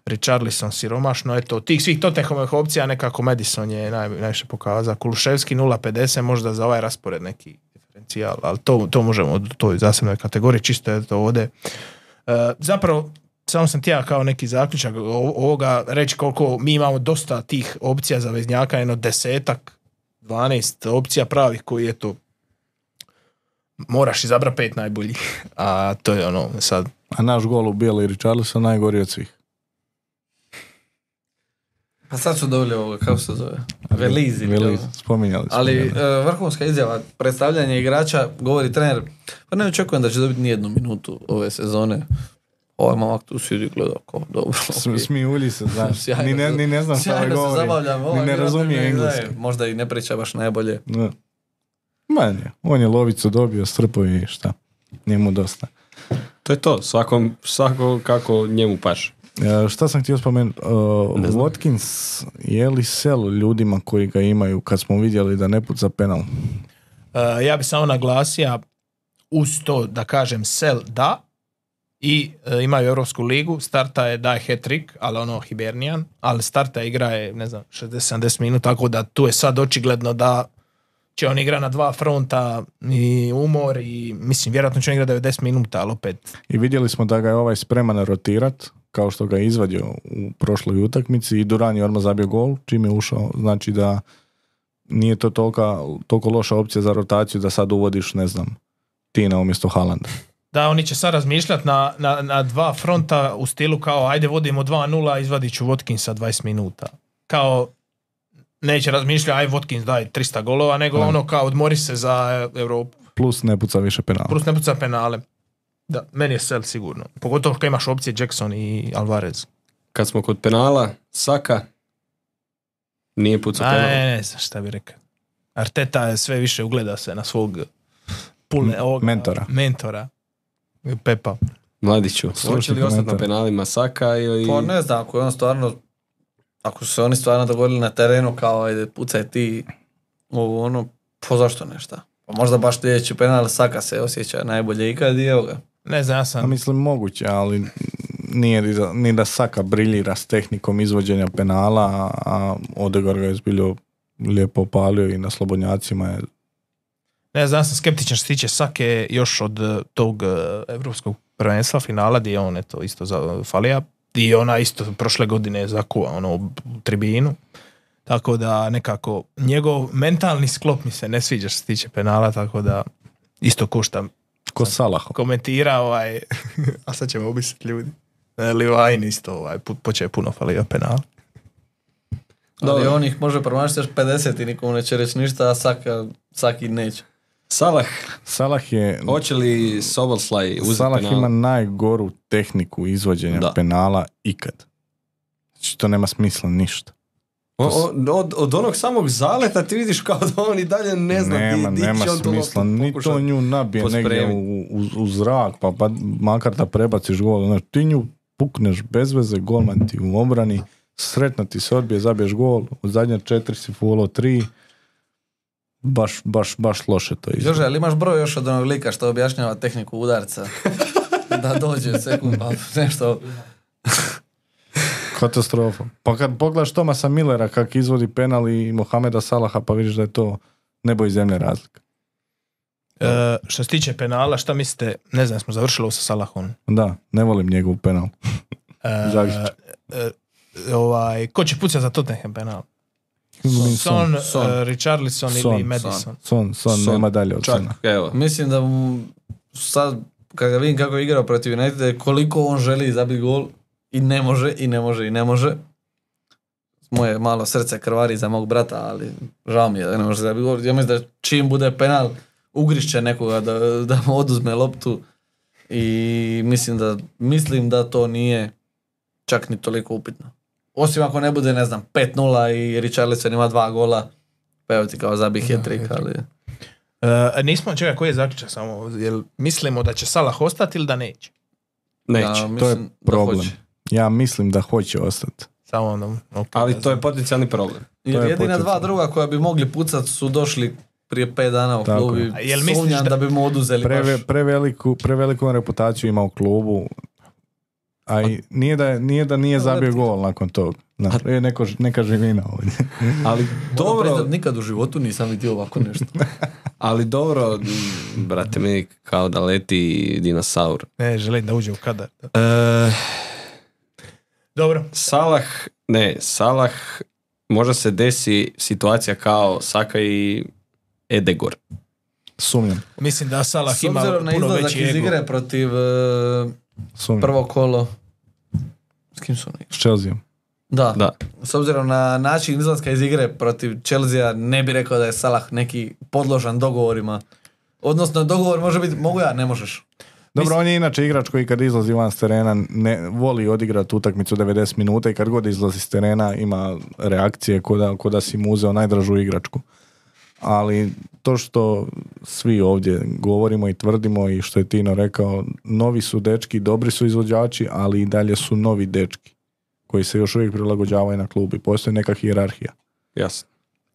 [SPEAKER 2] Richarlison siromašno, eto, od tih svih Tottenhamovih opcija nekako Madison je naj, najviše pokazao. Kuluševski 0.50 možda za ovaj raspored neki diferencijal, ali to, to možemo u toj zasebnoj kategoriji, čisto je to ovdje. E, zapravo, samo sam tija kao neki zaključak o- ovoga reći koliko mi imamo dosta tih opcija za veznjaka, jedno desetak, 12 opcija pravih koji je to moraš izabrati pet najboljih, a to je ono sad
[SPEAKER 5] A naš gol u Bijeli Richarlison najgori od svih.
[SPEAKER 3] Pa sad su dobili ovoga, kako se zove? Velizi. ili
[SPEAKER 5] Veliz,
[SPEAKER 3] ovo.
[SPEAKER 5] spominjali smo.
[SPEAKER 3] Ali
[SPEAKER 5] njega.
[SPEAKER 3] e, vrhunska izjava, predstavljanje igrača, govori trener, pa ne očekujem da će dobiti nijednu minutu ove sezone. Ovaj momak tu sjedi i gleda kao, dobro.
[SPEAKER 5] Sm-
[SPEAKER 3] ok.
[SPEAKER 5] Smijulji se, znaš.
[SPEAKER 3] e, Sjajno
[SPEAKER 5] ni, ne,
[SPEAKER 3] se-
[SPEAKER 5] ni ne znam šta ovaj
[SPEAKER 3] sjajno se
[SPEAKER 5] govori.
[SPEAKER 3] zabavljam, ovaj
[SPEAKER 5] ni ne
[SPEAKER 3] vjerojatno
[SPEAKER 5] razumije
[SPEAKER 3] ne
[SPEAKER 5] engleski.
[SPEAKER 3] znaje, Možda i ne priča baš najbolje.
[SPEAKER 5] Da. Manje. On je lovicu dobio, strpo i šta. Njemu dosta.
[SPEAKER 1] To je to, svakom, svako kako njemu paš.
[SPEAKER 5] E, šta sam htio spomenuti? E, Watkins je li sel ljudima koji ga imaju kad smo vidjeli da ne puca penal?
[SPEAKER 2] Uh, ja bi samo naglasio uz to da kažem sel da i uh, imaju Europsku ligu, starta je daje hat-trick, ali ono Hibernian, ali starta igra je, ne znam, 60-70 minuta, tako da tu je sad očigledno da će on igra na dva fronta i umor i mislim, vjerojatno će on igra 90 minuta, ali opet
[SPEAKER 5] I vidjeli smo da ga je ovaj spreman rotirat, kao što ga je izvadio u prošloj utakmici i Duran je odmah zabio gol, čim je ušao, znači da nije to tolika, toliko loša opcija za rotaciju da sad uvodiš, ne znam, Tina umjesto Haalanda.
[SPEAKER 2] da oni će sad razmišljati na, na, na dva fronta u stilu kao ajde vodimo 2-0, izvadit ću Watkinsa 20 minuta. Kao neće razmišljati aj Watkins daj 300 golova, nego
[SPEAKER 5] Da.
[SPEAKER 2] ono kao odmori se za e, Europu.
[SPEAKER 5] Plus ne puca više penala.
[SPEAKER 2] Plus ne puca penale. Da, meni je sel sigurno. Pogotovo što imaš opcije Jackson i Alvarez.
[SPEAKER 1] Kad smo kod penala, Saka, Nije pucao
[SPEAKER 2] A,
[SPEAKER 1] penal.
[SPEAKER 2] ne, ne znam šta bi rekao. Arteta je sve više ugleda se na svog pune, ovoga,
[SPEAKER 5] mentora.
[SPEAKER 2] mentora. Pepa.
[SPEAKER 1] Mladiću, hoće li ostati na
[SPEAKER 5] komentar.
[SPEAKER 1] penalima Saka ili...
[SPEAKER 3] Pa ne znam, ako je on stvarno, ako su se oni stvarno dogodili na terenu kao ajde pucaj ti ovo ono, pa zašto nešta? Pa možda baš sljedeći penal Saka se osjeća najbolje ikad i evo ga.
[SPEAKER 2] Ne znam, ja
[SPEAKER 5] A
[SPEAKER 2] sam...
[SPEAKER 5] mislim moguće, ali nije ni da, ni da Saka briljira s tehnikom izvođenja penala, a- a Odegar ga je zbiljo lijepo opalio i na slobodnjacima je
[SPEAKER 2] Ne znam, ja sam skeptičan što se tiče Sake još od eh, tog eh, europskog prvenstva finala gdje je on eto isto za, falija i ona isto prošle godine je zakuva ono u tribinu. Tako da nekako njegov mentalni sklop mi se ne sviđa što se tiče penala, tako da isto košta
[SPEAKER 5] ko Salah.
[SPEAKER 2] komentira ovaj, a sad ćemo obisati ljudi. E, Livajn isto ovaj, pu- počeo je puno falio penal.
[SPEAKER 3] Ali
[SPEAKER 1] Dobro.
[SPEAKER 3] on ih može promašiti još 50 i nikomu neće reći ništa, a Saka, Saki neće.
[SPEAKER 1] Salah,
[SPEAKER 5] Salah je
[SPEAKER 1] hoće li Soboslaj uzeti
[SPEAKER 5] Salah
[SPEAKER 1] penale?
[SPEAKER 5] ima najgoru tehniku izvođenja
[SPEAKER 1] Da.
[SPEAKER 5] penala ikad. Znači to nema smisla ništa.
[SPEAKER 1] O- o- od, od onog samog zaleta ti vidiš kao da on i dalje ne zna
[SPEAKER 5] nema,
[SPEAKER 1] di, di
[SPEAKER 5] nema
[SPEAKER 1] će on to
[SPEAKER 5] smisla.
[SPEAKER 1] loptu
[SPEAKER 5] Ni
[SPEAKER 1] pokušat.
[SPEAKER 5] to nju nabije negdje
[SPEAKER 1] pospremit.
[SPEAKER 5] u, u, u zrak, pa, pa makar da prebaciš gol. Znači, ti nju pukneš bez veze, golman ti u obrani, sretno ti se odbije, zabiješ gol, u zadnja četiri si fulo tri. Baš, baš, baš loše to izgleda.
[SPEAKER 3] Jože, ali imaš broj još od onog lika što objašnjava tehniku udarca? da dođe sekund, pa nešto.
[SPEAKER 5] Katastrofa. Pa kad pogledaš Tomasa Millera kak izvodi penal i Mohameda Salaha, pa vidiš da je to nebo i zemlje razlika.
[SPEAKER 2] E, što se tiče penala, šta mislite, ne znam, smo završili ovo sa Salahom.
[SPEAKER 5] Da, ne volim njegov penal.
[SPEAKER 2] E,
[SPEAKER 5] Zagić.
[SPEAKER 2] e, ovaj, ko će pucati za Tottenham penal?
[SPEAKER 5] Son,
[SPEAKER 2] Son,
[SPEAKER 5] son,
[SPEAKER 1] Son.
[SPEAKER 2] e, Richarlison
[SPEAKER 5] Son,
[SPEAKER 2] ili Madison?
[SPEAKER 5] son,
[SPEAKER 1] Son.
[SPEAKER 5] nema dalje od
[SPEAKER 1] Čak,
[SPEAKER 5] Sona.
[SPEAKER 1] evo.
[SPEAKER 3] Pa Mislim da mu sad, kad ga vidim kako je igrao protiv Uniteda, i koliko on želi zabiti gol i ne može, i ne može, i ne može. Moje malo srce krvari za mog brata, ali žao mi je da ne može zabiti gol. Ja mislim da čim bude penal, ugrišće nekoga da, da mu oduzme loptu i mislim da, mislim da to nije čak ni toliko upitno. Osim ako ne bude, ne znam, 5-0 i Richarlison ima dva gola, pa evo ti kao zabi hat-trick, ali...
[SPEAKER 2] E, nismo, čekaj, koji je zaključak samo? Jel mislimo da će Salah ostati ili da neće?
[SPEAKER 1] Neće.
[SPEAKER 3] Ja
[SPEAKER 5] To je
[SPEAKER 3] mislim da
[SPEAKER 5] problem.
[SPEAKER 3] hoće.
[SPEAKER 5] Ja mislim da hoće ostati.
[SPEAKER 2] Samo onda, ok, ne
[SPEAKER 1] Ali to
[SPEAKER 2] znam.
[SPEAKER 1] je potencijalni problem.
[SPEAKER 3] Jer
[SPEAKER 5] je
[SPEAKER 3] jedina dva
[SPEAKER 5] potencijalno.
[SPEAKER 3] druga koja bi mogli pucat su došli prije 5 dana u
[SPEAKER 5] Tako
[SPEAKER 3] klub
[SPEAKER 5] je.
[SPEAKER 2] A
[SPEAKER 3] i
[SPEAKER 2] jel misliš
[SPEAKER 3] sumnjam
[SPEAKER 2] da-
[SPEAKER 3] da... bi mu oduzeli
[SPEAKER 5] Preve,
[SPEAKER 3] baš.
[SPEAKER 5] preveliku, preveliku on reputaciju ima u klubu. A i nije da, je- nije, da nije zabio gol nakon tog. Na, E, je neko, ž- neka živina ovdje.
[SPEAKER 1] Ali
[SPEAKER 3] Moram
[SPEAKER 1] dobro,
[SPEAKER 3] priznat, nikad u životu nisam vidio ovako nešto.
[SPEAKER 1] ali dobro, mm, brate mi, kao da leti dinosaur.
[SPEAKER 2] Ne, želim da uđe u kadar.
[SPEAKER 1] E,
[SPEAKER 2] Dobro,
[SPEAKER 1] Salah, ne, Salah, možda se desi situacija kao Saka i Edegor.
[SPEAKER 5] Sumnjam,
[SPEAKER 2] mislim da Salah
[SPEAKER 3] S
[SPEAKER 2] ima
[SPEAKER 3] obzirom na
[SPEAKER 2] puno
[SPEAKER 3] izlazak
[SPEAKER 2] veći
[SPEAKER 3] iz
[SPEAKER 2] ego.
[SPEAKER 3] igre protiv e,
[SPEAKER 5] sumnjam.
[SPEAKER 3] prvo kolo. S kim su oni?
[SPEAKER 5] S Chelseaom.
[SPEAKER 3] Da.
[SPEAKER 1] Da.
[SPEAKER 3] S obzirom na način izlaska iz igre protiv Chelsea, ne bi rekao da je Salah neki podložan dogovorima. Odnosno, dogovor može biti, mogu ja, ne možeš.
[SPEAKER 5] Dobro, on je inače igrač koji kad izlazi van s terena ne voli odigrati utakmicu 90 minuta i kad god izlazi s terena ima reakcije ko da, ko da si mu uzeo najdražu igračku. Ali to što svi ovdje govorimo i tvrdimo i što je Tino rekao, novi su dečki, dobri su izvođači, ali i dalje su novi dečki koji se još uvijek prilagođavaju na klubi. Postoji neka hijerarhija.
[SPEAKER 1] Jasno.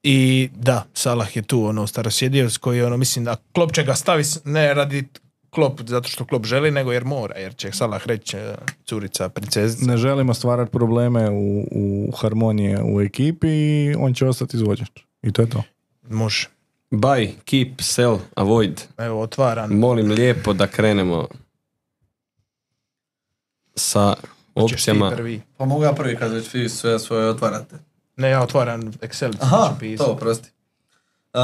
[SPEAKER 2] I da, Salah je tu ono starosjedioc koji ono mislim da Klop će ga stavi s- ne radi Klop zato što Klop želi nego jer mora jer će Salah reći e, curica princezica.
[SPEAKER 5] Ne želimo stvarati probleme u, u harmonije u ekipi i on će ostati izvođač. I to je to.
[SPEAKER 2] Može.
[SPEAKER 1] Buy, keep, sell, avoid.
[SPEAKER 2] Evo otvaram.
[SPEAKER 1] Molim lijepo da krenemo sa
[SPEAKER 2] Hoćeš ti
[SPEAKER 1] opcijama.
[SPEAKER 2] prvi.
[SPEAKER 3] Pa mogu ja prvi kad već vi sve svoje otvarate.
[SPEAKER 2] Ne, ja otvaram Excel.
[SPEAKER 3] Aha, to, prosti. E,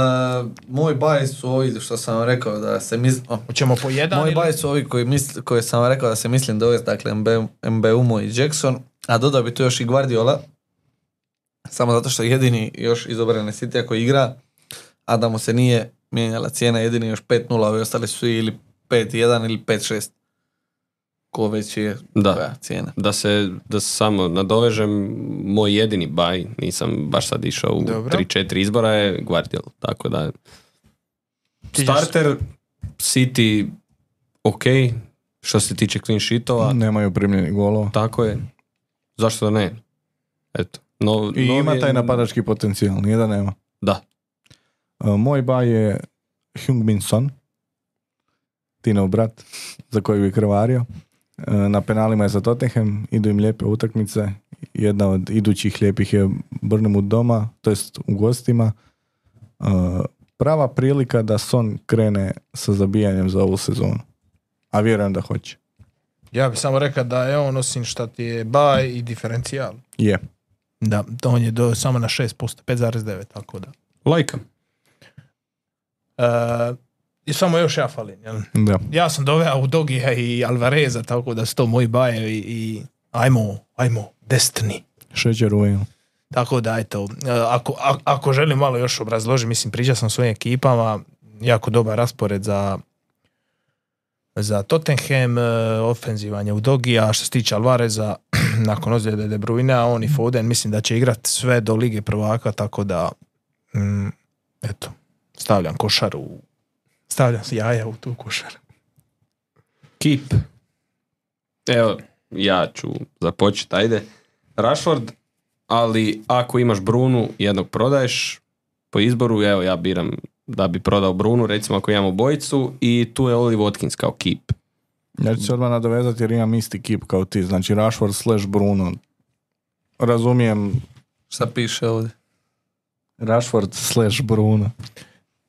[SPEAKER 3] moj baj su ovi što sam vam rekao da se mislim...
[SPEAKER 2] Hoćemo po jedan
[SPEAKER 3] Moji
[SPEAKER 2] ili-
[SPEAKER 3] baj su ovi koji, misl, koje sam vam rekao da se mislim dovesti, dakle Mbeumo i Jackson, a dodao bi tu još i Guardiola, samo zato što je jedini još iz obrane City koji igra, a da mu se nije mijenjala cijena, jedini još 5-0, ovi ostali su ili 5-1 ili 5-6. ko već je
[SPEAKER 1] Da.
[SPEAKER 3] koja cijena.
[SPEAKER 1] Da se, da se samo nadovežem, moj jedini baj, nisam baš sad išao u
[SPEAKER 2] Dobro.
[SPEAKER 1] 3-4 izbora, je Guardiol. Tako da,
[SPEAKER 2] Ti ćeš-
[SPEAKER 1] starter, City, ok, što se tiče clean sheetova,
[SPEAKER 5] Nemaju primljenih golova.
[SPEAKER 1] tako je. Zašto da ne? Eto. No,
[SPEAKER 5] I
[SPEAKER 1] novi-
[SPEAKER 5] ima taj napadački potencijal, nije da nema.
[SPEAKER 1] Da.
[SPEAKER 5] E, Moj baj je Heung-Min Son, Tinov brat, za kojeg bi krvario. E, Na penalima je za Tottenham, idu im lijepe utakmice. Jedna od idućih lijepih je Bournemouth doma, to jest u gostima. E, Prava prilika da Son krene sa zabijanjem za ovu sezonu. A vjerujem da hoće.
[SPEAKER 2] Ja bih samo rekao da je on osim šta ti je baj i diferencijal.
[SPEAKER 5] Je.
[SPEAKER 2] Da, to on je do, samo na 6%, 5,9, tako da.
[SPEAKER 1] Lajkam.
[SPEAKER 2] E, I samo još ja falim, jel?
[SPEAKER 5] Da.
[SPEAKER 2] Ja sam doveo u Dogija i Alvareza, tako da su to moji bajevi i ajmo, ajmo, Destiny.
[SPEAKER 5] Šećer u venu.
[SPEAKER 2] Tako da, eto, e, ako, a- ako želim malo još obrazložiti, mislim, pričao sam o svojim ekipama, jako dobar raspored za za Tottenham, e, ofenzivan je u Dogi, a što se tiče Alvareza, nakon ozljede De Bruyne, on i Foden, mislim da će igrat sve do Lige prvaka, tako da, mm, eto, stavljam košaru, u- stavljam si jaja u tu košaru.
[SPEAKER 1] Kip. Evo, ja ću započeti, ajde. Rashford, ali ako imaš Brunu, jednog prodaješ po izboru, evo ja biram da bi prodao Brunu, recimo ako imamo bojicu i tu je Oli Watkins kao kip.
[SPEAKER 5] Ja ću se odmah nadovezati jer imam isti kip kao ti. Znači Rashford slash Bruno. Razumijem
[SPEAKER 3] Šta piše ovdje?
[SPEAKER 5] Rashford slash Bruno.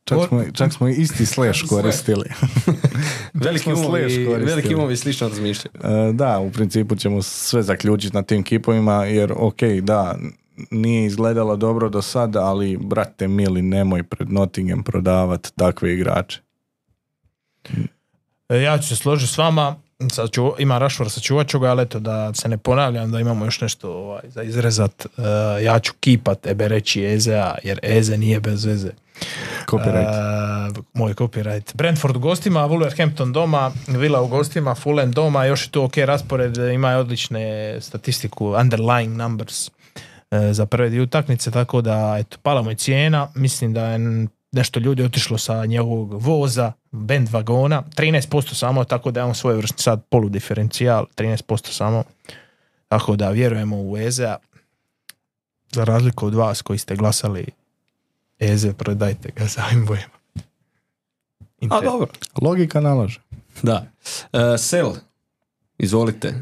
[SPEAKER 5] Čak
[SPEAKER 2] Or-
[SPEAKER 5] smo, čak smo i isti slash koristili.
[SPEAKER 1] Veliki
[SPEAKER 5] smo slash
[SPEAKER 1] umovi,
[SPEAKER 5] koristili.
[SPEAKER 1] veliki umovi slično razmišljaju.
[SPEAKER 5] E, da, u principu ćemo sve zaključiti na tim kipovima jer ok, da, nije izgledalo dobro do sada, ali brate mili, nemoj pred Nottingham prodavat takve igrače.
[SPEAKER 2] E, Ja ću se složiti s vama, sad ću, ima Rašvar, sačuvat ću ga, ali eto da se ne ponavljam, da imamo još nešto ovaj, za izrezat. E, ja ću kipat Ebe reći Ezea, jer Eze nije bez veze.
[SPEAKER 5] Copyright.
[SPEAKER 2] E, moj copyright. Brentford u gostima, Wolverhampton doma, Villa u gostima, Fulham doma, još je tu ok raspored, ima odlične statistiku, underlying numbers e, za prve dvije utakmice, tako da, eto, pala mu je cijena, mislim da je n- nešto ljudi otišlo sa njegovog voza, band vagona, 13% samo, tako da je on svoj vrstni sad poludiferencijal, 13% samo, tako da vjerujemo u Ezea, za razliku od vas koji ste glasali Eze, prodajte ga za ovim bojama.
[SPEAKER 1] A dobro.
[SPEAKER 5] Logika nalaže.
[SPEAKER 1] Da. E, sel, izvolite.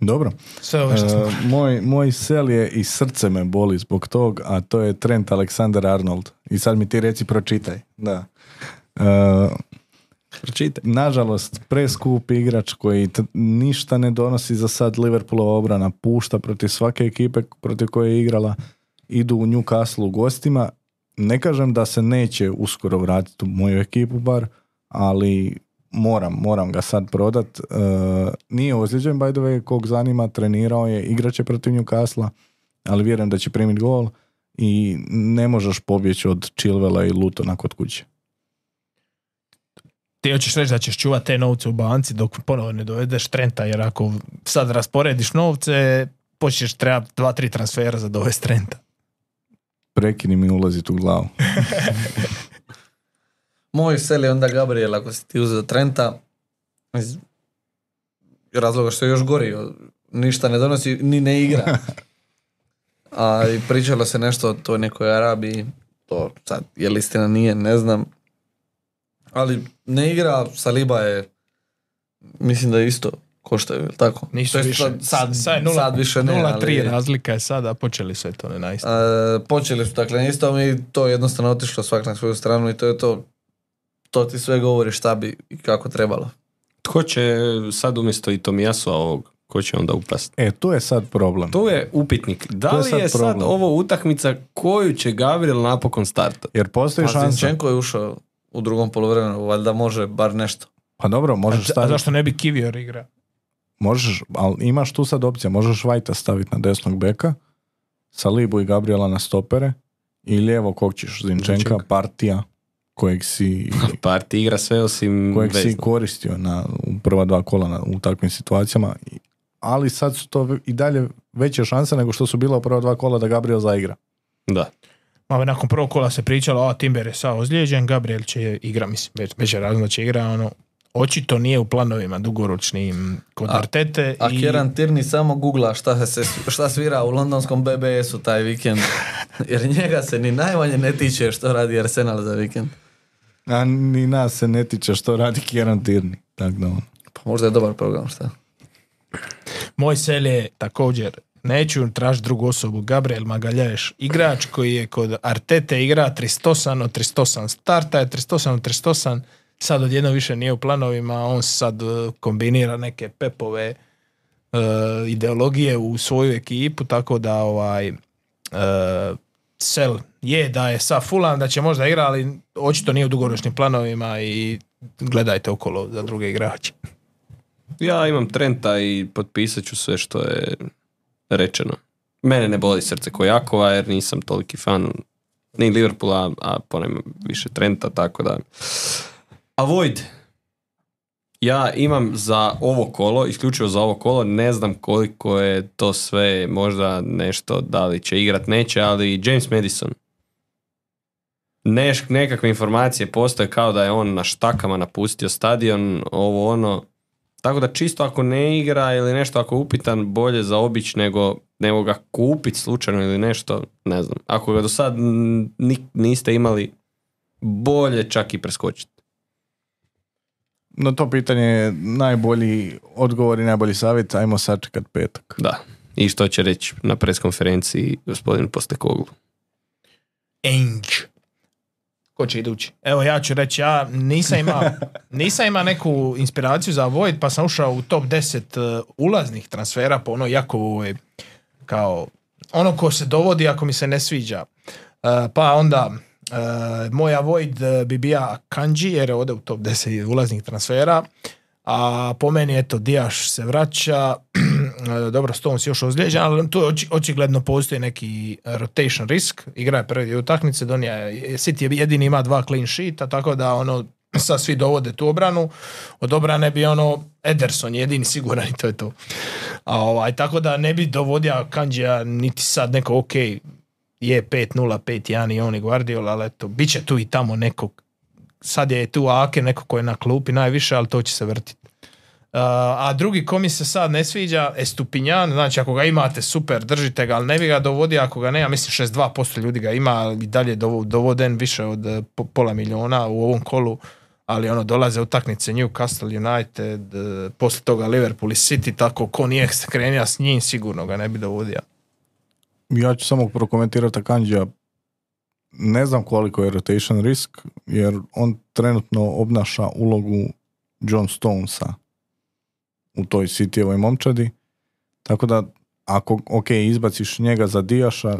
[SPEAKER 5] Dobro.
[SPEAKER 2] Sve ovo što sam...
[SPEAKER 5] E, moj, moj sel je i srce me boli zbog tog, a to je Trent Alexander Arnold. I sad mi ti reci pročitaj. Da. E,
[SPEAKER 1] Pročitaj.
[SPEAKER 5] nažalost, preskup igrač koji t- ništa ne donosi za sad Liverpoolova obrana, pušta protiv svake ekipe protiv koje je igrala, idu u Newcastle u gostima. Ne kažem da se neće uskoro vratiti u moju ekipu bar, ali moram, moram ga sad prodat. E, nije ozlijeđen, by the way, kog zanima, trenirao je, igraće protiv Newcastle, ali vjerujem da će primiti gol i ne možeš pobjeći od Chilvela i Lutona kod kuće.
[SPEAKER 2] Ti hoćeš reći da ćeš čuvati te novce u banci dok ponovo ne dovedeš Trenta, jer ako sad rasporediš novce, počneš treba dva, tri transfera za dovest Trenta.
[SPEAKER 5] Prekini mi ulazit u glavu.
[SPEAKER 3] Moj sel je onda Gabriel ako si ti uzeo Trenta. Iz razloga što je još gori. Ništa ne donosi, ni ne igra. A i pričalo se nešto o toj nekoj Arabiji. To sad je li istina nije, ne znam. Ali ne igra, Saliba je mislim da je isto koštaju, je li tako?
[SPEAKER 2] Nisu
[SPEAKER 3] To jest
[SPEAKER 2] više.
[SPEAKER 3] sad, sad,
[SPEAKER 2] Sad je nula-
[SPEAKER 3] sad više ne,
[SPEAKER 2] 0-3
[SPEAKER 3] ali-
[SPEAKER 2] razlika je sada, počeli sve to ne najst.
[SPEAKER 3] E, počeli su dakle isto i to je jednostavno otišlo svak na svoju stranu i to je to. To ti sve govori šta bi i kako trebalo.
[SPEAKER 1] Tko će sad umjesto i Tomijasua ovog, ko će onda upast?
[SPEAKER 5] E, tu je sad problem.
[SPEAKER 1] To je upitnik. Da
[SPEAKER 5] To je
[SPEAKER 1] li
[SPEAKER 5] sad
[SPEAKER 1] je sad
[SPEAKER 5] problem.
[SPEAKER 1] ovo utakmica koju će Gabriel napokon startat?
[SPEAKER 5] Jer postoji
[SPEAKER 3] A
[SPEAKER 2] Pa,
[SPEAKER 5] šansa.
[SPEAKER 3] Zinchenko je ušao u drugom polovremenu, valjda može bar nešto.
[SPEAKER 5] Pa dobro, možeš
[SPEAKER 2] A
[SPEAKER 5] staviti,
[SPEAKER 2] zašto ne bi Kivior igra?
[SPEAKER 5] možeš, ali imaš tu sad opcija, možeš Vajta staviti na desnog beka, Salibu i Gabriela na stopere i lijevo kog ćeš, Zinčenka,
[SPEAKER 1] Zinčenka.
[SPEAKER 5] Partija, kojeg si,
[SPEAKER 1] Parti igra sve osim
[SPEAKER 5] kojeg si
[SPEAKER 1] veznog.
[SPEAKER 5] koristio na, u prva dva kola na- u takvim situacijama. I- Ali sad su to ve- i dalje veće šanse nego što su bila u prva dva kola da Gabriel zaigra.
[SPEAKER 1] Da.
[SPEAKER 2] Ma, nakon prvog kola se pričalo, a Timber je sad ozlijeđen, Gabriel će igra, mislim, već, već je razno da će igra, ono, očito nije u planovima dugoročnim kod
[SPEAKER 3] A-
[SPEAKER 2] Artete.
[SPEAKER 3] A
[SPEAKER 2] i-
[SPEAKER 3] Kjeran Tirni samo googla šta, se, šta svira u londonskom BBS-u taj vikend. Jer njega se ni najmanje ne tiče što radi Arsenal za vikend.
[SPEAKER 5] A ni nas se ne tiče što radi Kjeran Tirni. Tako da ono.
[SPEAKER 3] Pa možda je dobar program, šta?
[SPEAKER 2] Moj sel je također, neću tražiti drugu osobu, Gabriel Magalješ, igrač koji je kod Artete igra 38 od 38, starta je 38 od 38, sad odjedno više nije u planovima, on sad eh, kombinira neke pepove eh, ideologije u svoju ekipu, tako da ovaj eh, sel je da je sa fulan, da će možda igra, ali očito nije u dugoročnim planovima i gledajte okolo za druge igrače.
[SPEAKER 1] Ja imam Trenta i potpisat ću sve što je rečeno. Mene ne boli srce ko Jakova jer nisam toliki fan ni Liverpoola, a ponajmanje više Trenta, tako da... A Void, ja imam za ovo kolo, isključivo za ovo kolo, ne znam koliko je to sve, možda nešto, da li će igrat, neće, ali James Madison. Neš, nekakve informacije postoje kao da je on na štakama napustio stadion, ovo ono, tako da čisto ako ne igra ili nešto, ako je upitan, bolje za obić nego, nego ga kupit slučajno ili nešto, ne znam. Ako ga do sad n- ni- niste imali, bolje čak i preskočiti.
[SPEAKER 5] Na to pitanje je najbolji odgovor i najbolji savjet, ajmo sačekat petak.
[SPEAKER 1] Da. I što će reći na preskonferenciji gospodin Postekoglu.
[SPEAKER 2] Ainge. Ko će idući? Evo ja ću reći, ja nisam imao, nisam imao neku inspiraciju za Void, pa sam ušao u top 10 uh, ulaznih transfera po ono jako ovaj, kao ono ko se dovodi ako mi se ne sviđa. Uh, pa onda uh, moja Void uh, bi bija Kanji jer je ovdje u top 10 ulaznih transfera. A po meni, eto, Dijaš se vraća, E, dobro, Stones još ozlijeđen, ali tu je oči- očigledno postoji neki e, rotation risk, igra je prvi dio utakmice, donija je, City je jedini ima dva clean sheeta, tako da ono, sad svi dovode tu obranu, od obrane bi ono, Ederson jedini siguran i to je to. A ovaj, tako da ne bi dovodio Kanđija niti sad neko, ok, je 5-0, 5-1 i on i Guardiola, ali eto, bit će tu i tamo nekog. Sad je tu Ake, neko koji je na klupi najviše, ali to će se vrtiti. Uh, a drugi ko mi se sad ne sviđa, Estupinjan, znači ako ga imate, super, držite ga, ali ne bi ga dovodio ako ga nema, mislim 62% ljudi ga ima, ali i dalje dovo- dovoden više od eh, po- pola miliona u ovom kolu, ali ono, dolaze utakmice Newcastle United, eh, poslije toga Liverpool i City, tako ko nije se krenio s njim, sigurno ga ne bi dovodio.
[SPEAKER 5] Ja ću samo prokomentirati Kanđija. Ne znam koliko je rotation risk, jer on trenutno obnaša ulogu John Stonesa u toj Cityjevoj momčadi. Tako da, ako, ok, izbaciš njega za Dijaša,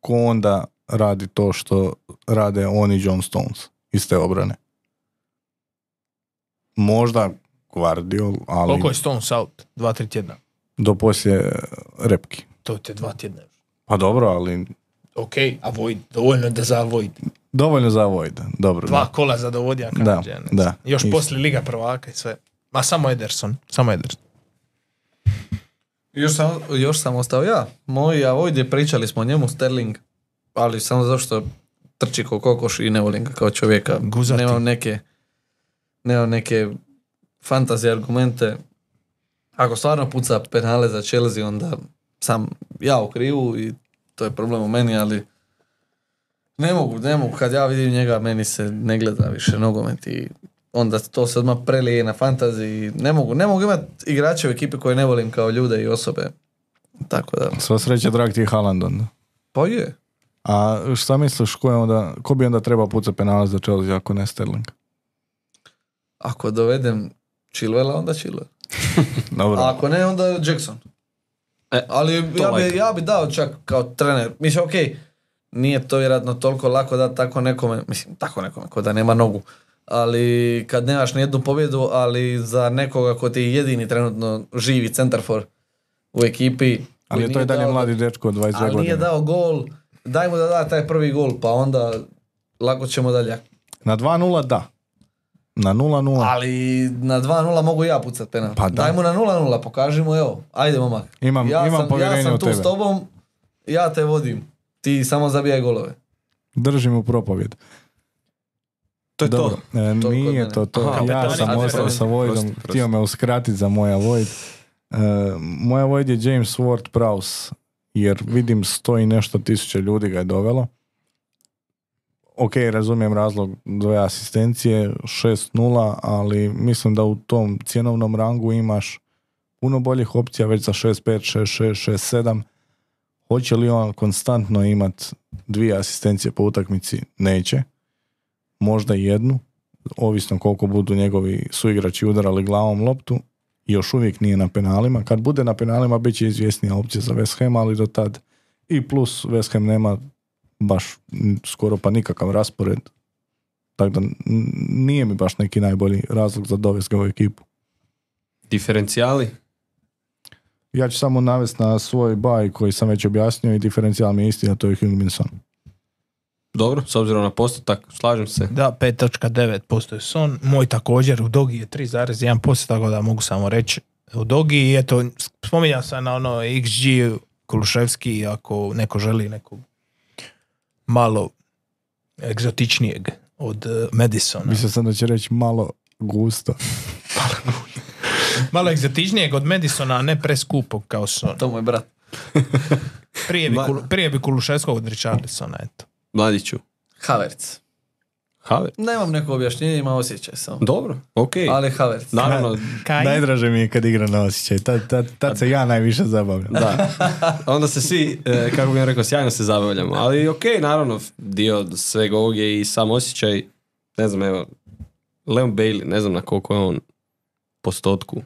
[SPEAKER 5] ko onda radi to što rade on i John Stones iz te obrane? Možda Guardiol, ali
[SPEAKER 2] Koliko je Stones out? Dva, tri tjedna.
[SPEAKER 5] do poslije repki.
[SPEAKER 2] To te dva tjedna.
[SPEAKER 5] Pa dobro, ali
[SPEAKER 2] Ok, a Void, dovoljno da za Void.
[SPEAKER 5] dovoljno za Vojda. Dobro, da.
[SPEAKER 2] Dva kola za dovodija Kanadžija, ne znam.
[SPEAKER 5] da,
[SPEAKER 2] Još
[SPEAKER 5] isto.
[SPEAKER 2] poslije Liga prvaka i sve. Ma samo Ederson, samo Ederson.
[SPEAKER 3] Još sam, još sam ostao ja. Moj Avoid pričali smo o njemu, Sterling. Ali samo zato što trči ko kokoš i ne volim ga kao čovjeka.
[SPEAKER 2] Guzati.
[SPEAKER 3] Nemam neke, nemam neke fantazije argumente. Ako stvarno puca penale za Chelsea, onda sam ja u krivu i to je problem u meni, ali ne mogu, ne mogu. Kad ja vidim njega, meni se ne gleda više nogomet i onda to se odmah prelije na fantazi. Ne mogu, ne mogu imati igrače u ekipi koje ne volim kao ljude i osobe. Tako da,
[SPEAKER 5] Sva sreća, drag ti je Haaland onda.
[SPEAKER 3] pa je.
[SPEAKER 5] A šta misliš, ko, je onda, ko bi onda trebao pucati penale za Chelsea ako ne Sterling?
[SPEAKER 3] Ako dovedem Chilvela, onda Chilwell.
[SPEAKER 5] Dobro.
[SPEAKER 3] A ako ne, onda Jackson.
[SPEAKER 1] E,
[SPEAKER 3] Ali
[SPEAKER 1] to
[SPEAKER 3] ja bi,
[SPEAKER 1] like.
[SPEAKER 3] ja bi dao čak kao trener. Mislim, ok, nije to vjerojatno toliko lako da tako nekome, mislim, tako nekome, ko da nema nogu. Ali kad nemaš ni jednu pobjedu, ali za nekoga ko ti je jedini trenutno živi centarfor u ekipi. koji
[SPEAKER 5] ali to
[SPEAKER 3] nije
[SPEAKER 5] je dalje
[SPEAKER 3] dao-
[SPEAKER 5] mladi dečko od 22
[SPEAKER 3] Ali
[SPEAKER 5] godine.
[SPEAKER 3] nije dao gol, daj mu da da taj prvi gol, pa onda lako ćemo dalje.
[SPEAKER 5] Na 2-0 da. Na 0-0.
[SPEAKER 3] Ali na 2-0 mogu ja pucat penal.
[SPEAKER 5] Pa da.
[SPEAKER 3] Daj mu na 0-0, pokažimo, evo. Ajde, momak.
[SPEAKER 5] Imam-
[SPEAKER 3] ja
[SPEAKER 5] imam
[SPEAKER 3] sam,
[SPEAKER 5] povjerenje
[SPEAKER 3] Ja sam
[SPEAKER 5] u
[SPEAKER 3] tu
[SPEAKER 5] tebe.
[SPEAKER 3] s tobom, ja te vodim. Ti samo zabijaj golove.
[SPEAKER 5] Držim u propovjed.
[SPEAKER 1] To je
[SPEAKER 5] Dobro.
[SPEAKER 1] to.
[SPEAKER 5] E,
[SPEAKER 3] kod
[SPEAKER 5] nije
[SPEAKER 3] mene.
[SPEAKER 5] to to.
[SPEAKER 1] Aha,
[SPEAKER 5] ja
[SPEAKER 1] kapetani,
[SPEAKER 5] sam
[SPEAKER 1] ajde,
[SPEAKER 5] ostao
[SPEAKER 1] prosti,
[SPEAKER 5] sa Vojdom.
[SPEAKER 1] prosti, prosti.
[SPEAKER 5] Htio me uskratiti za moja Vojd. E, moja Vojd je James Ward Prowse. Jer vidim sto i nešto tisuća ljudi ga je dovelo. Ok, razumijem razlog dvoje asistencije, 6-0, ali mislim da u tom cjenovnom rangu imaš puno boljih opcija već za 6-5, 6-6, 6-7. Hoće li on konstantno imat dvije asistencije po utakmici? Neće. Možda jednu, ovisno koliko budu njegovi suigrači udarali glavom loptu, još uvijek nije na penalima. Kad bude na penalima, bit će izvjesnija opcija za West Ham, ali do tad i plus West Ham nema baš n- skoro pa nikakav raspored. Tako da n- nije mi baš neki najbolji razlog za dovest ga u ekipu.
[SPEAKER 1] Diferencijali?
[SPEAKER 5] Ja ću samo navesti na svoj baj koji sam već objasnio i diferencijal mi je isti, a to je Hugminson.
[SPEAKER 1] Dobro, s obzirom na postotak, slažem se.
[SPEAKER 2] Da, 5.9% je son. Moj također u Dogi je 3.1%, tako da mogu samo reći u Dogi. I eto, spominjao sam na ono XG Kuluševski, ako neko želi nekog malo egzotičnijeg od eh, Madisona.
[SPEAKER 5] Mislio sam da će reći malo gusto.
[SPEAKER 2] Malo egzotičnijeg od Madisona, a ne preskupog kao son.
[SPEAKER 3] To mu je brat.
[SPEAKER 2] Prije bi,
[SPEAKER 1] Ma-
[SPEAKER 2] Kulu- prije bi Kuluševskog od Richarlisona, eto.
[SPEAKER 1] Mladiću.
[SPEAKER 3] Havertz.
[SPEAKER 1] Haver.
[SPEAKER 3] Nemam neko objašnjenje, ima osjećaj samo.
[SPEAKER 1] Dobro, okej.
[SPEAKER 3] Ali Havertz.
[SPEAKER 1] Naravno,
[SPEAKER 5] Najdraže mi je kad igra na osjećaj. Tad, tad, tad se ja najviše zabavljam.
[SPEAKER 1] da. Onda se svi, e, kako bih vam rekao, sjajno se zabavljamo. Ali okej, naravno, dio svega ovog je i sam osjećaj, ne znam, evo, Leon Bailey, ne znam na koliko je on postotku,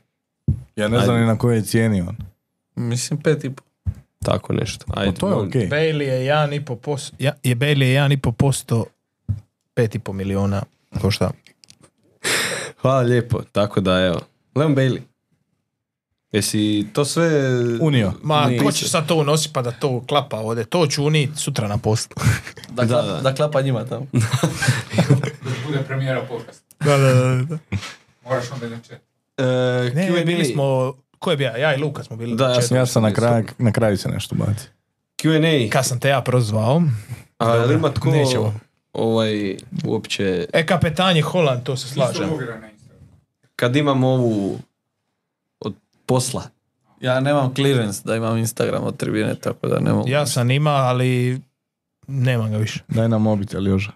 [SPEAKER 5] Ja ne znam ni na koje je cijeni on.
[SPEAKER 3] Mislim pet i po.
[SPEAKER 1] tako nešto.
[SPEAKER 5] Pa
[SPEAKER 1] Ajde,
[SPEAKER 5] to je
[SPEAKER 1] molim.
[SPEAKER 5] okej.
[SPEAKER 2] Bailey je 1,5 posto, ja, je Bailey je 1,5 posto, 5,5 miliona košta.
[SPEAKER 1] Hvala lijepo, tako da evo. Leon Bailey. Jesi to sve...
[SPEAKER 5] Unio.
[SPEAKER 2] Ma,
[SPEAKER 1] Nije.
[SPEAKER 2] ko će sad to unosi pa da to klapa ovdje? To ću unit sutra na poslu.
[SPEAKER 3] Da,
[SPEAKER 1] Da,
[SPEAKER 3] klapa-
[SPEAKER 1] da.
[SPEAKER 3] da klapa njima tamo.
[SPEAKER 4] bude premijera podcast.
[SPEAKER 2] da, da, da, da.
[SPEAKER 4] Moraš onda i na chat.
[SPEAKER 1] E,
[SPEAKER 2] Ne,
[SPEAKER 1] Q&A.
[SPEAKER 2] bili smo, ko je bio? Ja i Luka smo bili.
[SPEAKER 1] Da,
[SPEAKER 2] na
[SPEAKER 1] ja
[SPEAKER 2] chatu.
[SPEAKER 1] sam-
[SPEAKER 5] Ja sam na kraju, na kraju se nešto baci.
[SPEAKER 1] Q&A.
[SPEAKER 2] Kad sam te ja prozvao.
[SPEAKER 1] A jel ima tko
[SPEAKER 2] nećemo.
[SPEAKER 1] ovaj, uopće...
[SPEAKER 2] E, kapetan je Holand, to se slažem.
[SPEAKER 4] Isto logira na Instagramu.
[SPEAKER 1] Kad imam ovu od posla,
[SPEAKER 3] Ja nemam clearance da imam Instagram od tribine, tako da ne mogu.
[SPEAKER 2] Ja sam ima, ali nemam ga više.
[SPEAKER 5] Daj nam mobitel, Joža.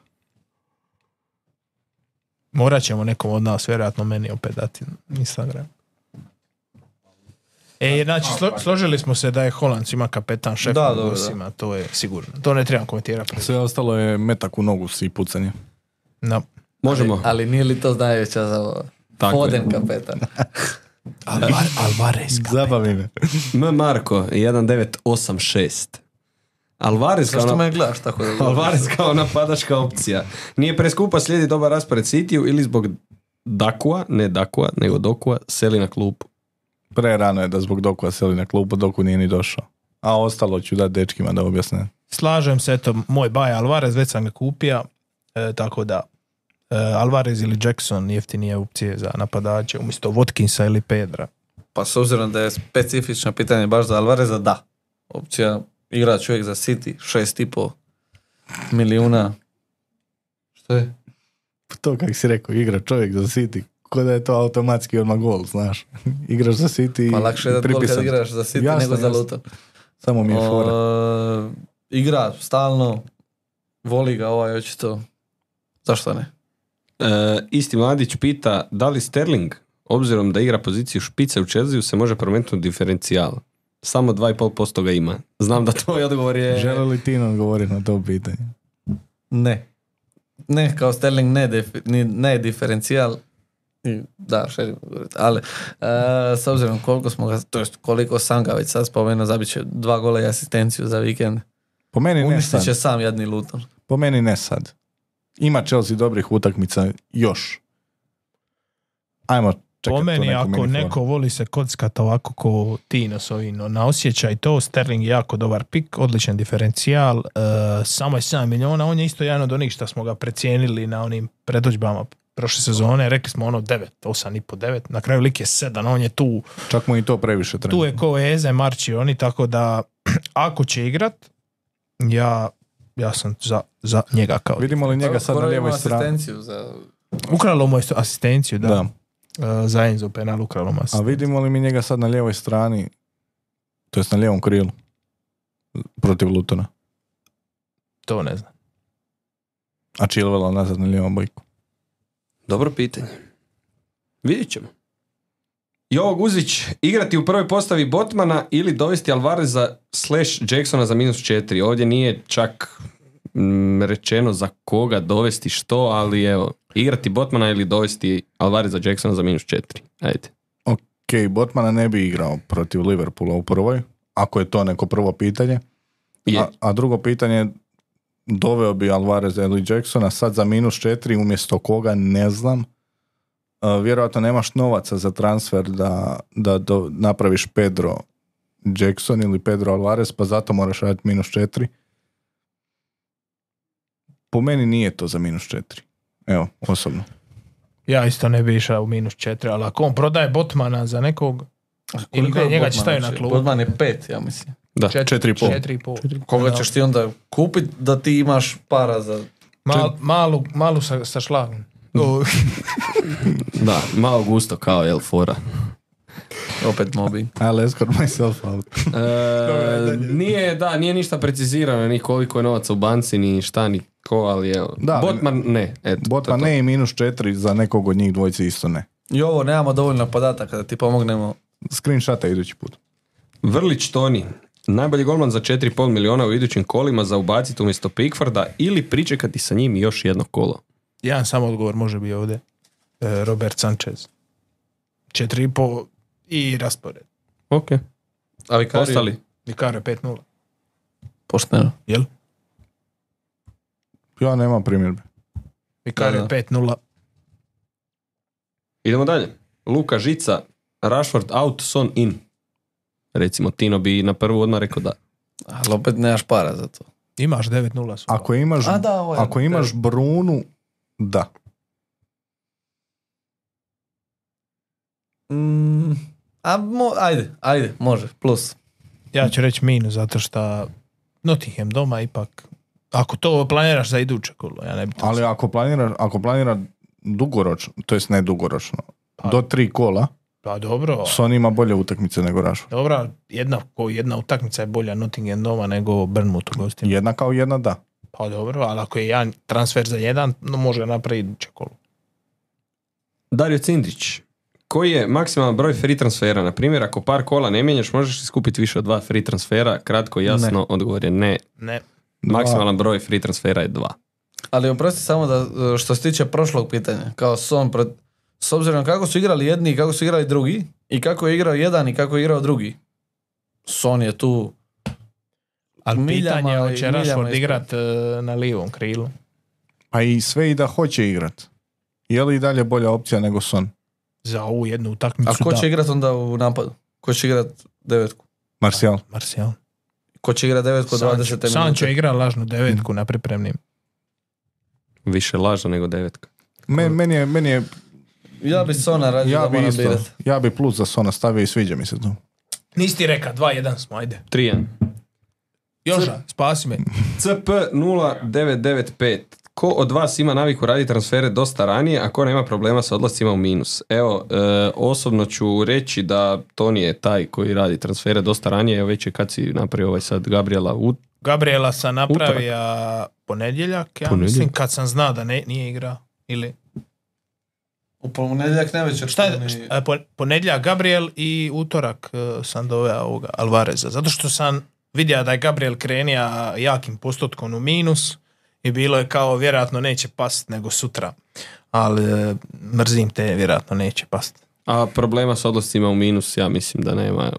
[SPEAKER 2] Morat ćemo nekom od nas, vjerojatno meni opet dati Instagram. E, znači, slo- složili smo se da je Holand svima kapetan, šef
[SPEAKER 3] Da,
[SPEAKER 2] na
[SPEAKER 3] dobro, da.
[SPEAKER 2] gosima, to je sigurno. To ne trebam komentirati.
[SPEAKER 5] Sve ostalo je metak u nogu i pucanje.
[SPEAKER 2] No.
[SPEAKER 1] možemo.
[SPEAKER 3] Ali nije li to najveća zabava?
[SPEAKER 1] Tako je.
[SPEAKER 3] Foden kapetan.
[SPEAKER 2] Alvar, Alvarez.
[SPEAKER 5] Zabavi me.
[SPEAKER 1] M. Marko, 1986. Alvarez kao,
[SPEAKER 5] Ono-
[SPEAKER 3] Zašto
[SPEAKER 1] na-
[SPEAKER 3] me gledaš tako da govoriš?
[SPEAKER 1] Alvarez kao napadačka opcija. Nije preskupa, slijedi dobar raspored Citiju ili zbog Dakua, ne Dakua, nego Dokua, seli na klupu.
[SPEAKER 5] Pre rano je da zbog Dokua seli na klupu, Doku nije ni došao. A ostalo ću dati dečkima da objasne.
[SPEAKER 2] Slažem se, eto, moj baj Alvarez, već sam ga kupio, e, tako da e, Alvarez ili Jackson jeftinije opcije za napadače, umjesto Watkinsa ili Pedra.
[SPEAKER 3] Pa s obzirom da je specifično pitanje baš za Alvareza, da. Opcija igra čovjek za City, 6,5 milijuna. Što je?
[SPEAKER 5] Pa To kak si rekao, igra čovjek za City. Ko da je to automatski odmah gol, znaš. Igraš za City i
[SPEAKER 3] Pa lakše je da gol
[SPEAKER 5] pripisan.
[SPEAKER 3] kad igraš za City
[SPEAKER 5] Jasno,
[SPEAKER 3] nego za
[SPEAKER 5] jasno.
[SPEAKER 3] Luton.
[SPEAKER 5] Samo mi je fora.
[SPEAKER 3] O, igra stalno, voli ga ovaj očito. Zašto ne?
[SPEAKER 1] E, isti mladić pita, da li Sterling, obzirom da igra poziciju špice u Chelsea, se može promijeniti u diferencijal? Samo 2,5% ga ima. Znam da tvoj odgovor je...
[SPEAKER 5] Želi li ti nam govoriti na to pitanje?
[SPEAKER 3] Ne. Ne, kao Sterling ne, defi- ni- ne diferencijal. I, da, želim govoriti. Ali, e, s obzirom koliko smo ga, to jest koliko sam ga već sad spomenuo, zabit će dva gola i asistenciju za vikend.
[SPEAKER 5] Po meni ne
[SPEAKER 3] Uništit
[SPEAKER 5] sad.
[SPEAKER 3] će sam jadni Luton.
[SPEAKER 5] Po meni ne sad. Ima Chelsea dobrih utakmica još. Ajmo Čekaj,
[SPEAKER 2] po
[SPEAKER 5] to
[SPEAKER 2] meni,
[SPEAKER 5] neku
[SPEAKER 2] ako
[SPEAKER 5] mini
[SPEAKER 2] neko voli se kockat ovako ko Tino s ovim na osjećaj, to Sterling je jako dobar pik, odličan diferencijal, e, samo je 7 miliona, on je isto jedan od onih što smo ga precijenili na onim predođbama prošle sezone, rekli smo ono 9, 8,5, 9, na kraju lik je 7, on je tu,
[SPEAKER 5] Čak mu i to previše treba.
[SPEAKER 2] tu je ko Eze, Marči, oni, tako da ako će igrat, ja, ja sam za, za njega kao.
[SPEAKER 5] Vidimo li njega
[SPEAKER 3] Evo,
[SPEAKER 5] sad na
[SPEAKER 3] skoro
[SPEAKER 5] lijevoj
[SPEAKER 3] imamo
[SPEAKER 5] strani?
[SPEAKER 3] asistenciju za...
[SPEAKER 2] Ukralo mu je asistenciju, da,
[SPEAKER 5] Da.
[SPEAKER 2] E, za Enzo penal ukralo mu je
[SPEAKER 5] A
[SPEAKER 2] asistenciju.
[SPEAKER 5] vidimo li mi njega sad na lijevoj strani, to jest na lijevom krilu, protiv Lutona?
[SPEAKER 2] To ne znam.
[SPEAKER 5] A Chilwella nazad na lijevom bojku.
[SPEAKER 1] Dobro pitanje. Vidjet ćemo. Jovo Guzić, igrati u prvoj postavi Botmana ili dovesti Alvareza slash Jacksona za minus četiri. Ovdje nije čak mm, rečeno za koga dovesti što, ali evo, igrati Botmana ili dovesti Alvareza Jacksona za minus četiri. Ajde.
[SPEAKER 5] Ok, Botmana ne bi igrao protiv Liverpoola u prvoj, ako je to neko prvo pitanje.
[SPEAKER 1] Je.
[SPEAKER 5] A, a drugo pitanje, doveo bi Alvarez ili Jacksona sad za minus četiri, umjesto koga, ne znam. A, vjerojatno nemaš novaca za transfer da, da do- napraviš Pedro Jackson ili Pedro Alvarez, pa zato moraš raditi minus četiri. Po meni nije to za minus četiri. Evo, osobno.
[SPEAKER 2] Ja isto ne bi išao u minus četiri, ali ako on prodaje Botmana za nekog, ili
[SPEAKER 3] Koliko je
[SPEAKER 2] ne, njega će
[SPEAKER 3] Botman
[SPEAKER 2] staviti na
[SPEAKER 3] uopće?
[SPEAKER 2] klubu.
[SPEAKER 3] Botman je pet, ja mislim.
[SPEAKER 1] Da.
[SPEAKER 5] Četiri i pol.
[SPEAKER 2] Četiri i pol.
[SPEAKER 3] Koga
[SPEAKER 2] Da.
[SPEAKER 3] ćeš ti onda kupit da ti imaš para za...
[SPEAKER 2] Mal- malu, malu sa, sa šlagom. O,
[SPEAKER 1] Da, malo gusto kao jel fora.
[SPEAKER 3] Opet mobbing.
[SPEAKER 5] I let's got myself out.
[SPEAKER 1] E, nije, da, nije ništa precizirano ni koliko je novaca u banci, ni šta, ni ko, ali evo.
[SPEAKER 5] Da, ali-
[SPEAKER 1] Botman ne. Eto, to je
[SPEAKER 5] Botman
[SPEAKER 1] to.
[SPEAKER 5] pa ne i minus četiri za nekog od njih dvojice isto ne.
[SPEAKER 3] I ovo, nemamo dovoljno podataka da ti pomognemo.
[SPEAKER 5] Screenshota idući put.
[SPEAKER 1] Vrlić Toni. Najbolji golman za 4,5 miliona u idućim kolima za ubaciti umjesto Pickforda ili pričekati sa njim još jedno kolo.
[SPEAKER 2] Jedan samo odgovor može biti ovdje. E, Robert Sanchez. Četiri i pol i raspored.
[SPEAKER 1] Ok.
[SPEAKER 3] A vi
[SPEAKER 1] Ostali?
[SPEAKER 2] Vikario 5-0.
[SPEAKER 3] Pošteno.
[SPEAKER 2] Jel?
[SPEAKER 5] Ja nemam primjerbe.
[SPEAKER 2] Vikario
[SPEAKER 3] Da, da.
[SPEAKER 2] 5-0.
[SPEAKER 1] Idemo dalje. Luka Žica, Rashford out, Son in. Recimo, Tino bi na prvu odmah rekao da.
[SPEAKER 3] Ali opet nemaš para za to.
[SPEAKER 2] Imaš 9-0. su.
[SPEAKER 5] Ako imaš,
[SPEAKER 3] A da, ovo je-
[SPEAKER 5] ako imaš Brunu, da.
[SPEAKER 3] Mm, a mo, ajde, ajde, može, plus.
[SPEAKER 2] Ja ću reći minus, zato što Nottingham doma ipak... Ako to planiraš za iduće kolo, ja ne bi to...
[SPEAKER 5] Ali ako planira, ako planira dugoročno, to jest ne dugoročno,
[SPEAKER 2] Pa-
[SPEAKER 5] do tri kola,
[SPEAKER 2] Pa dobro.
[SPEAKER 5] Son ima bolje utakmice nego Rašford.
[SPEAKER 2] Dobra, jedna, ko- jedna utakmica je bolja Nottingham doma nego Bournemouth u gostima.
[SPEAKER 5] Jedna kao jedna, da.
[SPEAKER 2] Pa dobro, ali ako je jedan transfer za jedan, no može ga napraviti iduće kolo.
[SPEAKER 1] Dario Cindrić, koji je maksimalan broj free transfera? Na primjer, ako par kola ne mijenjaš, možeš li skupiti više od dva free transfera? Kratko i jasno, odgovor je ne.
[SPEAKER 2] Ne.
[SPEAKER 5] Dva.
[SPEAKER 1] Maksimalan broj free transfera je dva.
[SPEAKER 3] Ali oprosti samo da, e, što se tiče prošlog pitanja, kao Son, pro- s obzirom kako su igrali jedni i kako su igrali drugi, i kako je igrao jedan i kako je igrao drugi, Son je tu
[SPEAKER 2] Ali
[SPEAKER 3] Miljama
[SPEAKER 2] pitanje je
[SPEAKER 3] i-
[SPEAKER 2] hoće
[SPEAKER 3] miljama
[SPEAKER 2] Rashford
[SPEAKER 3] ispred.
[SPEAKER 2] igrat e, na lijevom krilu.
[SPEAKER 5] Pa i sve i da hoće igrat. Je li i dalje bolja opcija nego Son?
[SPEAKER 2] Za ovu jednu
[SPEAKER 3] A
[SPEAKER 2] utakmicu
[SPEAKER 3] ko će
[SPEAKER 2] da.
[SPEAKER 3] igrat onda u napadu? Ko će igrat devetku? Pa.
[SPEAKER 5] Marcial.
[SPEAKER 2] Marcial.
[SPEAKER 3] Ko će igrat devetku od 20
[SPEAKER 2] Sancho,
[SPEAKER 3] minuta?
[SPEAKER 2] Sancho igra lažnu devetku na pripremnim.
[SPEAKER 1] Više laža nego devetka.
[SPEAKER 5] Me- meni, je, meni je,
[SPEAKER 3] Ja bi Sona radio
[SPEAKER 5] ja
[SPEAKER 3] Znači da
[SPEAKER 5] bi
[SPEAKER 3] moram
[SPEAKER 5] isto,
[SPEAKER 3] birat.
[SPEAKER 5] ja bi plus za Sona stavio i sviđa mi se to.
[SPEAKER 2] Nisi ti reka, 2-1 smo, ajde.
[SPEAKER 1] Trijan.
[SPEAKER 2] Joža, spasi me.
[SPEAKER 1] CP0995. Ko od vas ima naviku raditi transfere dosta ranije, a ko nema problema sa odlascima u minus? Evo, e, osobno ću reći da Toni je taj koji radi transfere dosta ranije, evo već je kad si napravio ovaj sad Gabriela u...
[SPEAKER 2] Gabriela sam napravio ponedjeljak, ja
[SPEAKER 1] Ponedjeljak.
[SPEAKER 2] mislim, kad sam zna da ne, nije igra. Ili...
[SPEAKER 3] U ponedjeljak na večer.
[SPEAKER 2] Šta
[SPEAKER 3] to
[SPEAKER 2] je,
[SPEAKER 3] mi-
[SPEAKER 2] šta- e, pon- ponedjeljak Gabriel i utorak e, sam doveo ovoga Alvareza. Zato što sam vidio da je Gabriel krenija jakim postotkom u minus i bilo je kao vjerojatno neće past nego sutra. Ali e, mrzim te, vjerojatno neće past.
[SPEAKER 1] A problema sa odlascima u minus, ja mislim da nema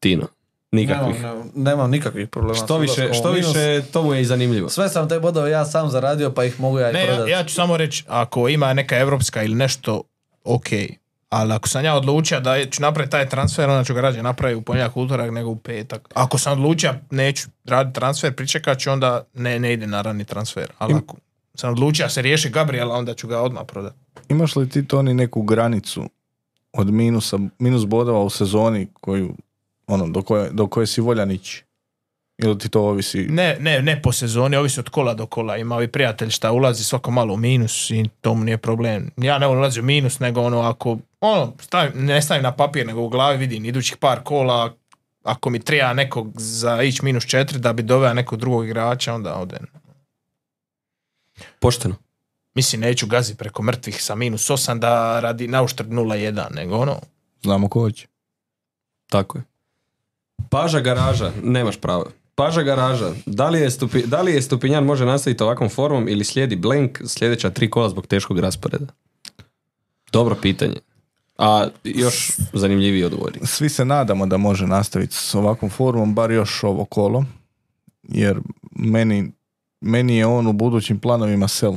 [SPEAKER 1] Tino. Nikakvih.
[SPEAKER 3] Nemam, nemam, nemam nikakvih problema.
[SPEAKER 1] Što
[SPEAKER 3] s
[SPEAKER 1] više,
[SPEAKER 3] ulaskom
[SPEAKER 1] što
[SPEAKER 3] u minus.
[SPEAKER 1] više, to mu je i zanimljivo.
[SPEAKER 3] Sve sam te bodove ja sam zaradio pa ih mogu ja i
[SPEAKER 2] Ne, ja,
[SPEAKER 3] prodati.
[SPEAKER 2] ja ću samo reći, ako ima neka europska ili nešto, ok. Ali ako sam ja odlučio da ću napraviti taj transfer, onda ću ga rađe napraviti u ponedjeljak, utorak nego u petak. Ako sam odlučio neću raditi transfer, pričekat ću, onda ne, ne ide na rani transfer. Ali ako sam odlučio se riješi Gabriela, onda ću ga odmah prodati.
[SPEAKER 5] Imaš li ti Toni neku granicu od minusa, minus bodova u sezoni koju, ono, do koje, do koje si voljan ići? Ili ti to ovisi?
[SPEAKER 2] Ne, ne, ne po sezoni, ovisi od kola do kola. Ima ovi prijatelj šta ulazi svako malo u minus i to mu nije problem. Ja ne ulazim u minus, nego ono ako, ono, stavim, ne stavim na papir, nego u glavi vidim idućih par kola, ako mi treba nekog za ići minus četiri da bi doveo nekog drugog igrača, onda ode.
[SPEAKER 1] Pošteno.
[SPEAKER 2] Mislim, neću gazi preko mrtvih sa minus osam da radi nauštrb 0-1, nego ono,
[SPEAKER 5] Znamo ko hoće.
[SPEAKER 1] Tako je. Paža garaža, nemaš pravo. Paža garaža, da li je, stupi, da li je Stupinjan može nastaviti ovakvom formom ili slijedi Blank sljedeća tri kola zbog teškog rasporeda? Dobro pitanje. A još zanimljiviji odgovori.
[SPEAKER 5] Svi se nadamo da može nastaviti s ovakvom formom, bar još ovo kolo, jer meni, meni je on u budućim planovima sel.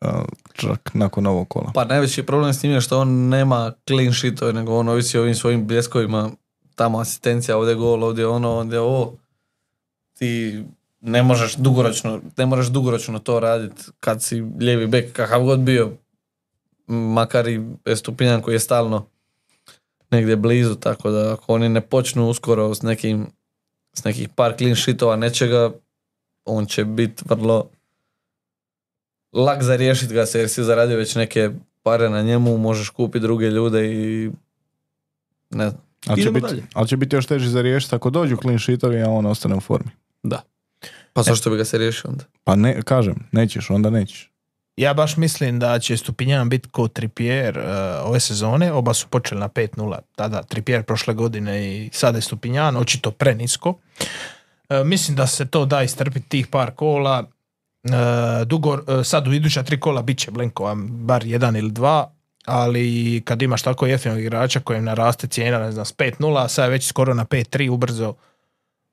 [SPEAKER 5] A, Čak nakon ovog kola.
[SPEAKER 3] Pa najveći problem s tim je što on nema clean sheetove, nego on ovisi o ovim svojim bljeskovima, tamo asistencija, ovdje gol, ovdje ono, ovdje ovo. Ti ne možeš dugoročno, ne možeš dugoročno to raditi kad si lijevi bek, kakav god bio, makar i Estupinjan koji je stalno negdje blizu, tako da ako oni ne počnu uskoro s nekim s nekih par clean sheetova nečega, on će biti vrlo lak za riješit ga se jer si zaradio već neke pare na njemu, možeš kupiti druge ljude i ne znam.
[SPEAKER 5] Ali će,
[SPEAKER 1] Idemo
[SPEAKER 5] biti,
[SPEAKER 1] dalje.
[SPEAKER 5] ali će biti još teži za riješiti ako dođu clean sheetovi, a on ostane u formi.
[SPEAKER 3] Pa zašto bi ga se riješio onda?
[SPEAKER 5] Pa ne, kažem, nećeš, onda nećeš.
[SPEAKER 2] Ja baš mislim da će Stupinjan biti ko Trippier e, ove sezone. Oba su počeli na 5-0. Tada Trippier prošle godine i sada je Stupinjan, očito prenisko. E, mislim da se to da istrpiti tih par kola. E, dugo, e, sad u iduća tri kola bit će Blenkova bar jedan ili dva, ali kad imaš tako jeftinog igrača kojem naraste cijena, ne znam, s 5-0, a sad je već skoro na 5-3 ubrzo,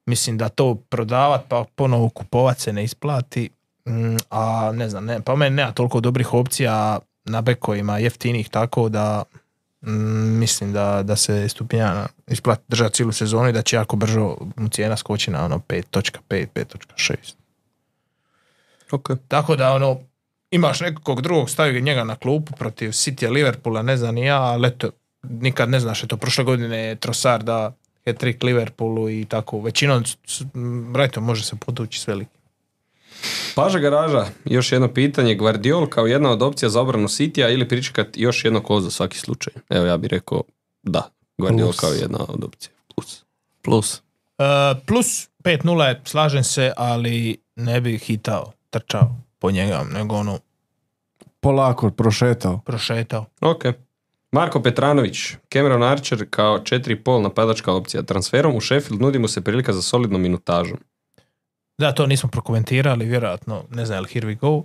[SPEAKER 2] mislim da to prodavat pa ponovo kupovat se ne isplati. Mm, a ne znam, ne, pa meni nema toliko dobrih opcija na bekovima jeftinih, tako da mm, mislim da, da se Stupinjana isplati držati cijelu sezonu i da će jako brzo mu cijena skoči na ono 5.5, 5.6.
[SPEAKER 1] Ok.
[SPEAKER 2] Tako da ono, imaš nekog drugog, stavi njega na klupu protiv City, Liverpoola, ne znam ni ja, ali eto, nikad ne znaš, eto, prošle godine je Trossard da hat-trick Liverpoolu i tako, većinom s- s- m, Brighton može se potući s velikim.
[SPEAKER 1] Paža garaža, još jedno pitanje. Guardiol kao jedna od opcija za obranu Sitija ili pričekat još jedno kolo za svaki slučaj? Evo ja bih rekao da. Guardiol
[SPEAKER 5] Plus.
[SPEAKER 1] kao jedna od opcija. Plus.
[SPEAKER 3] Plus.
[SPEAKER 2] E, plus 5-0 je, slažem se, ali ne bi hitao, trčao po njega, nego ono,
[SPEAKER 5] Polako, prošetao.
[SPEAKER 2] prošetao.
[SPEAKER 1] Ok. Marko Petranović, Cameron Archer kao 4,5 napadačka opcija. Transferom u Sheffield nudi mu se prilika za solidnom minutažom.
[SPEAKER 2] Da, to nismo prokomentirali, vjerojatno, ne znam, je li here we go,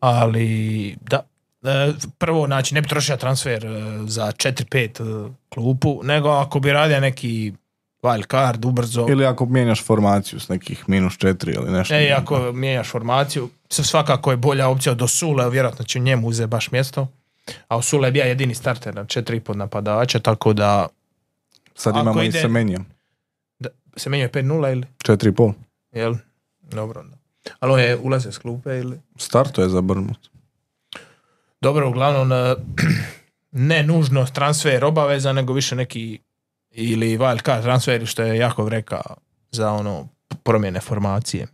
[SPEAKER 2] ali da. E, prvo, znači, ne bi trošio transfer e, za 4-5 e, klupu, nego ako bi radio neki wild card ubrzo,
[SPEAKER 5] Ili ako mijenjaš formaciju s nekih minus četiri ili nešto.
[SPEAKER 2] E, ako mijenjaš formaciju, s- svakako je bolja opcija od Osule, vjerojatno će njemu uzeti baš mjesto. A Osule je bio jedini starter na 4,5 napadača, tako da
[SPEAKER 5] Sad
[SPEAKER 2] ako
[SPEAKER 5] imamo
[SPEAKER 2] ide-
[SPEAKER 5] i Semenija.
[SPEAKER 2] se menjuje 5-0 ili?
[SPEAKER 5] Četiri i pol.
[SPEAKER 2] Jel? Dobro, onda. Ali on je ulazio s klupe ili?
[SPEAKER 5] Starto je za Brmut.
[SPEAKER 2] Dobro, uglavnom, e, ne nužno transfer obaveza, nego više neki ili wild card transfer, što je Jakov rekao za ono promjene formacije.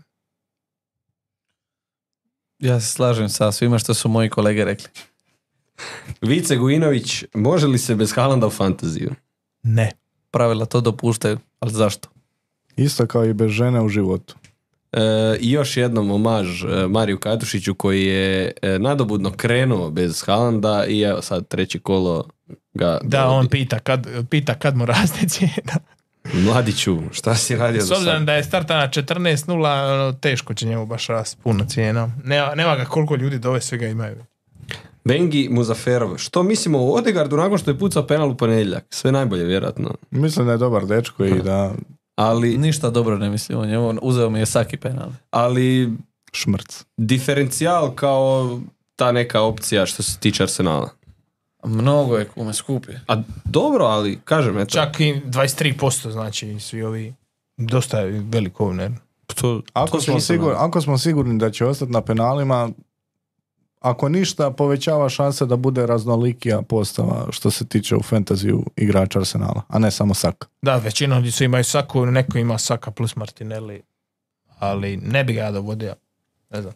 [SPEAKER 3] Ja se slažem sa svima što su moji kolege rekli.
[SPEAKER 1] Vice Gujinović, može li se bez Haalanda u fantaziju?
[SPEAKER 2] Ne.
[SPEAKER 3] Pravila to dopuštaju, ali zašto?
[SPEAKER 5] Isto kao i bez žene u životu.
[SPEAKER 1] E, I još jednom omaž e, Mariju Katušiću koji je e, nadobudno krenuo bez Haalanda i evo sad treće kolo ga
[SPEAKER 2] Da,
[SPEAKER 1] dovodi.
[SPEAKER 2] on pita kad, pita kad mu raste cijena.
[SPEAKER 1] Mladiću, šta si radio
[SPEAKER 2] S
[SPEAKER 1] do sad?
[SPEAKER 2] obzirom da je starta na 14.0, ono, teško će njemu baš rast puno cijena. Nema, nema ga koliko ljudi dove svega imaju.
[SPEAKER 1] Bengi Muzaferov, što mislimo o Odegardu nakon što je pucao penal u ponedjeljak? Sve najbolje, vjerojatno.
[SPEAKER 5] Mislim da je dobar dečko i da
[SPEAKER 1] Ali,
[SPEAKER 3] Ništa dobro ne mislim o njemu, on- uzeo mi je saki penal.
[SPEAKER 1] ali
[SPEAKER 5] šmrc.
[SPEAKER 1] diferencijal kao ta neka opcija što se tiče Arsenala.
[SPEAKER 3] Mnogo je kume skupi.
[SPEAKER 1] A dobro, ali kažem, eto,
[SPEAKER 2] Čak i 23% znači svi ovi. Dosta je veliko, ne?
[SPEAKER 1] to,
[SPEAKER 5] Ako
[SPEAKER 1] to se
[SPEAKER 5] smo,
[SPEAKER 1] nisam
[SPEAKER 5] sigurni,
[SPEAKER 1] nadao.
[SPEAKER 5] ako smo sigurni da će ostati na penalima, ako ništa, povećava šanse da bude raznolikija postava što se tiče u fantaziju igrača Arsenala, a ne samo Saka.
[SPEAKER 2] Da, većina su imaju Saku, neko ima Saka plus Martinelli, ali ne bi ga ja dovodio. Ne znam.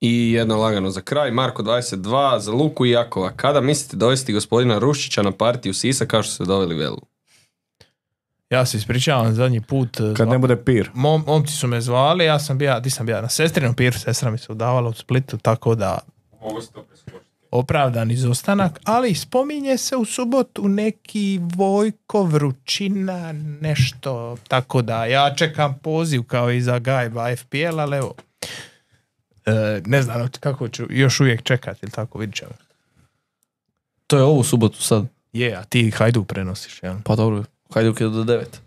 [SPEAKER 1] I jedno lagano za kraj, Marko 22 za Luku i Jakova. Kada mislite dovesti gospodina Rušića na partiju Sisa kao što ste doveli Velu?
[SPEAKER 2] Ja se ispričavam zadnji put. eh,
[SPEAKER 5] Kad ne bude pir.
[SPEAKER 2] mom, momci su me zvali, ja sam bio, di sam bio, na sestrinom piru, sestra mi se udavala u Splitu, tako da
[SPEAKER 4] Mogu se to preskočiti.
[SPEAKER 2] opravdan izostanak, ali spominje se u subotu neki Vojko Vrućina, nešto, tako da ja čekam poziv kao i za Gajba FPL, ali evo, e, ne znam kako ću još uvijek čekati, ili tako, vidit ćemo.
[SPEAKER 3] To je ovu subotu sad.
[SPEAKER 2] Je, a ti Hajdu prenosiš, jel?
[SPEAKER 3] Pa dobro, Hajduk je do devet.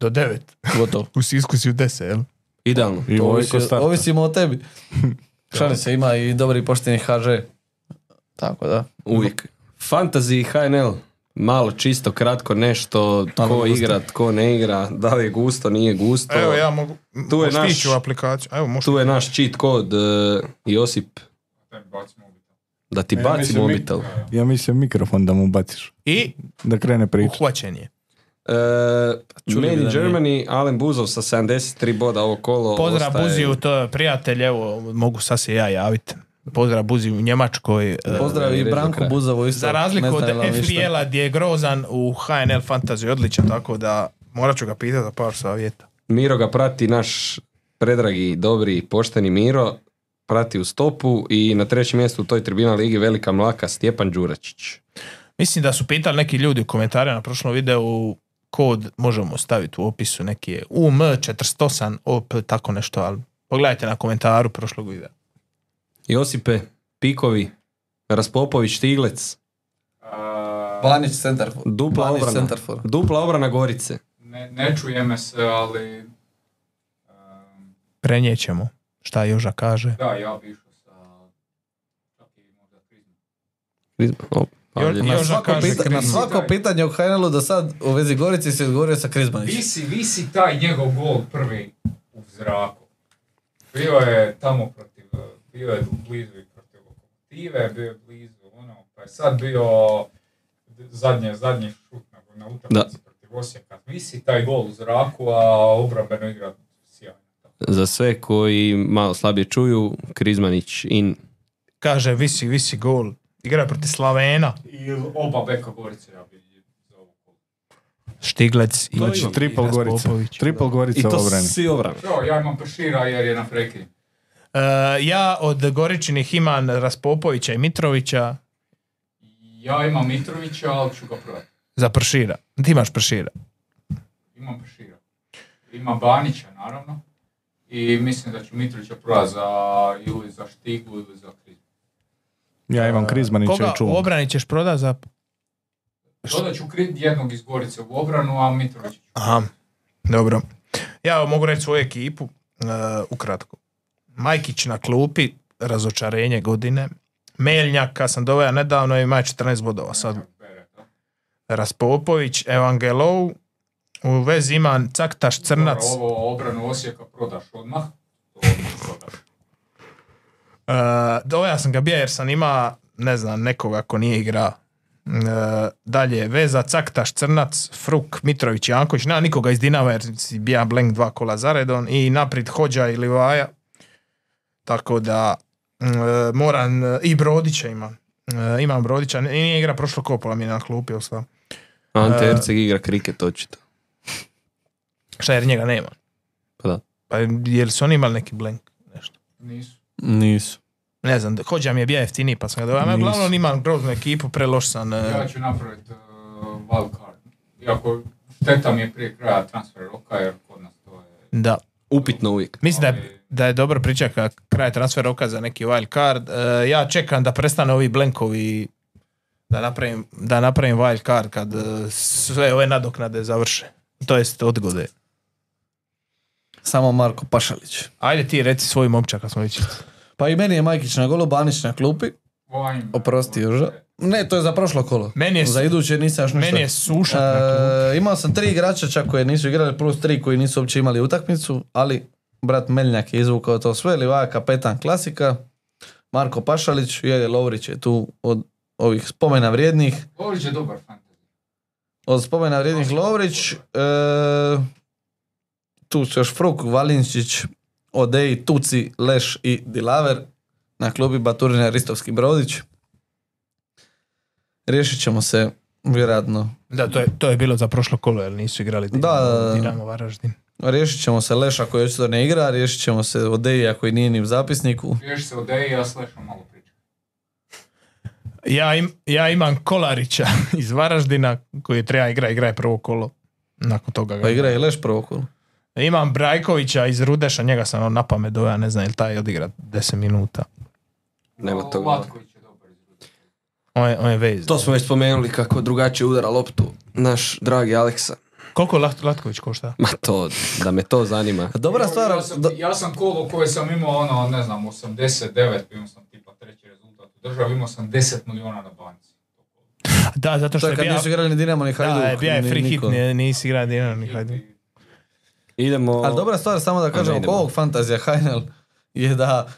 [SPEAKER 2] Do devet.
[SPEAKER 3] Gotovo.
[SPEAKER 2] U Sisku si u deset, jel?
[SPEAKER 1] Idealno.
[SPEAKER 5] I
[SPEAKER 3] To
[SPEAKER 5] Vojko
[SPEAKER 3] ovisi-
[SPEAKER 5] starta.
[SPEAKER 3] Ovisimo o tebi. Šalim se, ima i dobri i pošteni HŽ. Tako da.
[SPEAKER 1] Uvijek. Fantasy i HNL. Malo čisto, kratko nešto, tko
[SPEAKER 3] Malo gusto.
[SPEAKER 1] igra, tko ne igra, da li je gusto, nije gusto.
[SPEAKER 2] Evo, ja mogu,
[SPEAKER 1] Tu je
[SPEAKER 2] možeš
[SPEAKER 1] naš-
[SPEAKER 2] ići u aplikaciju, evo, možeš.
[SPEAKER 1] Tu je naš cheat kod e, Josip,
[SPEAKER 4] Da mi bacimo ubitak.
[SPEAKER 1] da ti baci
[SPEAKER 5] mislim, mi-
[SPEAKER 1] mobitel.
[SPEAKER 5] Ja mislim mikrofon da mu baciš,
[SPEAKER 2] I
[SPEAKER 5] da krene priča.
[SPEAKER 2] uhvaćen je.
[SPEAKER 1] E,
[SPEAKER 2] Pa
[SPEAKER 3] Čuli
[SPEAKER 1] Made
[SPEAKER 3] bi
[SPEAKER 1] in
[SPEAKER 3] da nije.
[SPEAKER 1] Germany, Alen Buzov sa 73 boda ovo kolo.
[SPEAKER 2] Pozdrav
[SPEAKER 1] ostaje-
[SPEAKER 2] Buziju, to je prijatelj, evo, mogu sad se ja javiti. Pozdrav Buziju u Njemačkoj. e,
[SPEAKER 3] Pozdrav
[SPEAKER 1] i
[SPEAKER 3] i
[SPEAKER 1] red do
[SPEAKER 3] Branku
[SPEAKER 1] kraja.
[SPEAKER 3] Buzovu isto.
[SPEAKER 2] Za razliku
[SPEAKER 3] ne
[SPEAKER 2] od
[SPEAKER 3] zna je li on ništa.
[SPEAKER 2] FPL-a gdje je grozan u HNL Fantasy odličan, tako da morat ću ga pitati za par savjeta.
[SPEAKER 1] Miro ga prati naš predragi, dobri, pošteni Miro, prati u stopu i na trećem mjestu u toj tribina ligi Velika Mlaka Stjepan Đuračić.
[SPEAKER 2] Mislim da su pitali neki ljudi u komentarima na prošlom videu kod možemo staviti u opisu neki je UM48 OP, tako nešto, ali pogledajte na komentaru prošlog videa.
[SPEAKER 1] Josipe, Pikovi, Raspopović, Tiglec,
[SPEAKER 4] A,
[SPEAKER 3] Banić centar.
[SPEAKER 1] dupla
[SPEAKER 3] Banić
[SPEAKER 1] obrana,
[SPEAKER 3] centar for.
[SPEAKER 1] dupla obrana Gorice.
[SPEAKER 4] ne, ne čuje se, ali... um,
[SPEAKER 2] Prenijećemo šta Joža kaže.
[SPEAKER 4] da, ja bi išao sa... Čak i možda krizom.
[SPEAKER 2] Jor-
[SPEAKER 1] Na
[SPEAKER 2] Joža
[SPEAKER 1] svako
[SPEAKER 2] kaže
[SPEAKER 1] pita-
[SPEAKER 3] Na
[SPEAKER 1] na svako-
[SPEAKER 3] svako pitanje u Hajnelu do sad u vezi Gorici se odgovorio sa Krizmanićem.
[SPEAKER 4] Visi, visi taj njegov gol prvi u zraku. Bio je tamo protiv, bio je blizu i protiv lokomotive, bio je blizu ono, pa je sad bio zadnje, zadnji šut na, na utakmici protiv Osijeka. Visi taj gol u zraku, a obrambeno igra sjajno.
[SPEAKER 1] Za sve koji malo slabije čuju, Krizmanić in.
[SPEAKER 2] Kaže, visi, visi gol. Igra protiv Slavena.
[SPEAKER 4] I oba beka Gorice ja bi za ovo gol.
[SPEAKER 2] Štiglec i
[SPEAKER 5] Znači, triple Gorica.
[SPEAKER 2] Raspopović.
[SPEAKER 5] Triple
[SPEAKER 1] I
[SPEAKER 5] Gorica u
[SPEAKER 1] to
[SPEAKER 5] obrani.
[SPEAKER 1] svi obrane.
[SPEAKER 4] Evo, ja imam Pršira jer je na prekid.
[SPEAKER 2] E, ja od Goričinih imam Raspopovića i Mitrovića
[SPEAKER 4] Ja imam Mitrovića, ali ću ga prodati.
[SPEAKER 2] za Pršira. Ti imaš Pršira.
[SPEAKER 4] Imam Pršira. Ima Banića, naravno. I mislim da ću Mitrovića prodati za, ili za Štiglu ili za Krizu.
[SPEAKER 5] Ja imam Krizmanića
[SPEAKER 2] Koga
[SPEAKER 5] i
[SPEAKER 2] u
[SPEAKER 5] čuvam.
[SPEAKER 2] obrani ćeš prodat za...
[SPEAKER 4] Dodat ću Kri- jednog iz Gorice u obranu, a Mitrovića ću.
[SPEAKER 2] Aha, dobro. Ja mogu reći svoju ekipu, e, ukratko. Majkić na klupi, razočarenje godine. Meljnjaka sam doveo nedavno i ima 14 bodova sad.
[SPEAKER 4] Bereta.
[SPEAKER 2] Raspopović, Evangelou, u vezi imam Caktaš Crnac,
[SPEAKER 4] Dobro, Ovo obranu Osijeka prodaš odmah. To odmah prodaš.
[SPEAKER 2] E, doveo sam ga bija jer sam ima, ne znam, nekoga ko nije igrao. E, dalje, Veza, Caktaš, Crnac, Fruk, Mitrović, Janković, nema nikoga iz Dinama jer si bija Blank dva kola zaredon i naprijed Hođa i Livaja. Tako da e, moram, e, i Brodića imam. E, imam Brodića, n- nije igra prošlo kopola mi je na klupi ostao.
[SPEAKER 1] Ante
[SPEAKER 2] E,
[SPEAKER 1] Erceg igra kriket očito.
[SPEAKER 2] Šta jer njega nema.
[SPEAKER 1] Pa da.
[SPEAKER 2] Pa jel su oni imali neki Blank?
[SPEAKER 4] Nisu.
[SPEAKER 3] Nisu.
[SPEAKER 2] Ne znam, Hođa mi je bija jeftiniji pa sam ga doveo. Ma,
[SPEAKER 5] Nisu.
[SPEAKER 2] Uglavnom imam groznu ekipu, preloš sam. e,
[SPEAKER 4] Ja ću napraviti uh, wildcard. Iako šteta mi je prije kraja transfer roka, jer kod nas to je...
[SPEAKER 2] da.
[SPEAKER 1] Upitno uvijek.
[SPEAKER 2] Mislim da je,
[SPEAKER 3] Ovaj-
[SPEAKER 4] Ali-
[SPEAKER 2] da je dobro pričeka kraj transfer roka za neki wild card. E, ja čekam da prestane ovi blenkovi da napravim, da napravim wild card kad e, sve ove nadoknade završe. To jest odgode.
[SPEAKER 3] Samo Marko Pašalić.
[SPEAKER 2] Ajde ti reci svoj momčak kad smo već.
[SPEAKER 3] Pa i meni je Majkić na golu, Banić na klupi.
[SPEAKER 4] Vojn-
[SPEAKER 3] Oprosti, Joža. Ne, to je za prošlo kolo.
[SPEAKER 2] Meni je-
[SPEAKER 3] za iduće nisam još ništa.
[SPEAKER 2] Meni je sušak na
[SPEAKER 3] E, imao sam tri igrača čak koji nisu igrali, plus tri koji nisu uopće imali utakmicu, ali brat Melnjak je izvukao to sve, Livaja kapetan klasika, Marko Pašalić, Jelje Lovrić je tu od ovih spomena vrijednih,
[SPEAKER 4] Lovrić je dobar fantasy.
[SPEAKER 3] od spomena vrijednih Lovrić, e, tu su još Fruk, Valinčić, Odeji, Tuci, Leš i Dilaver, na klubi Baturina Ristovski Brodić. Riješit ćemo se vjerojatno
[SPEAKER 2] Da, to je, to je bilo za prošlo kolo, jer nisu igrali Dinamo,
[SPEAKER 3] Da, da, da.
[SPEAKER 2] Dinamo Varaždin.
[SPEAKER 3] Riješit ćemo se Leša koji očito ne igra, riješit ćemo se Odeja koji nije ni u zapisniku.
[SPEAKER 4] Još se odeji, ja slešam malo priču.
[SPEAKER 2] Ja, im, ja imam Kolarića iz Varaždina koji treba igra, igra je prvo kolo. Nakon toga ga
[SPEAKER 3] Pa igra i Leš prvo kolo.
[SPEAKER 2] Imam Brajkovića iz Rudeša, njega sam ono na pamet dojao, ne znam ili taj odigra 10 minuta.
[SPEAKER 6] Nema toga.
[SPEAKER 4] Latković je dobar.
[SPEAKER 2] On je, on je vez.
[SPEAKER 6] To smo već spomenuli kako drugačije udara loptu naš dragi Aleksa.
[SPEAKER 2] Koliko Lat- Latković košta?
[SPEAKER 1] Ma to, da me to zanima.
[SPEAKER 3] A Dobra
[SPEAKER 4] Ja-
[SPEAKER 3] stvar,
[SPEAKER 4] Ja sam,
[SPEAKER 3] do-
[SPEAKER 4] ja sam kolo koje sam imao, ono, ne znam, 89, imao sam tipa treći rezultat u državi, imao sam 10 milijuna na banci.
[SPEAKER 2] Da, zato
[SPEAKER 3] to
[SPEAKER 2] što
[SPEAKER 3] je
[SPEAKER 2] je
[SPEAKER 3] kad
[SPEAKER 2] bija,
[SPEAKER 3] nisu igrali ni Dinamo ni Hajduk.
[SPEAKER 2] da, je bija je
[SPEAKER 3] ni
[SPEAKER 2] free hit,
[SPEAKER 3] niko.
[SPEAKER 2] nije- nisi igrao Dinamo ni Hajduk.
[SPEAKER 1] Idemo...
[SPEAKER 3] Ali dobra stvar, samo da kažem, oko
[SPEAKER 1] idemo.
[SPEAKER 3] ovog fantazija Hajnal je da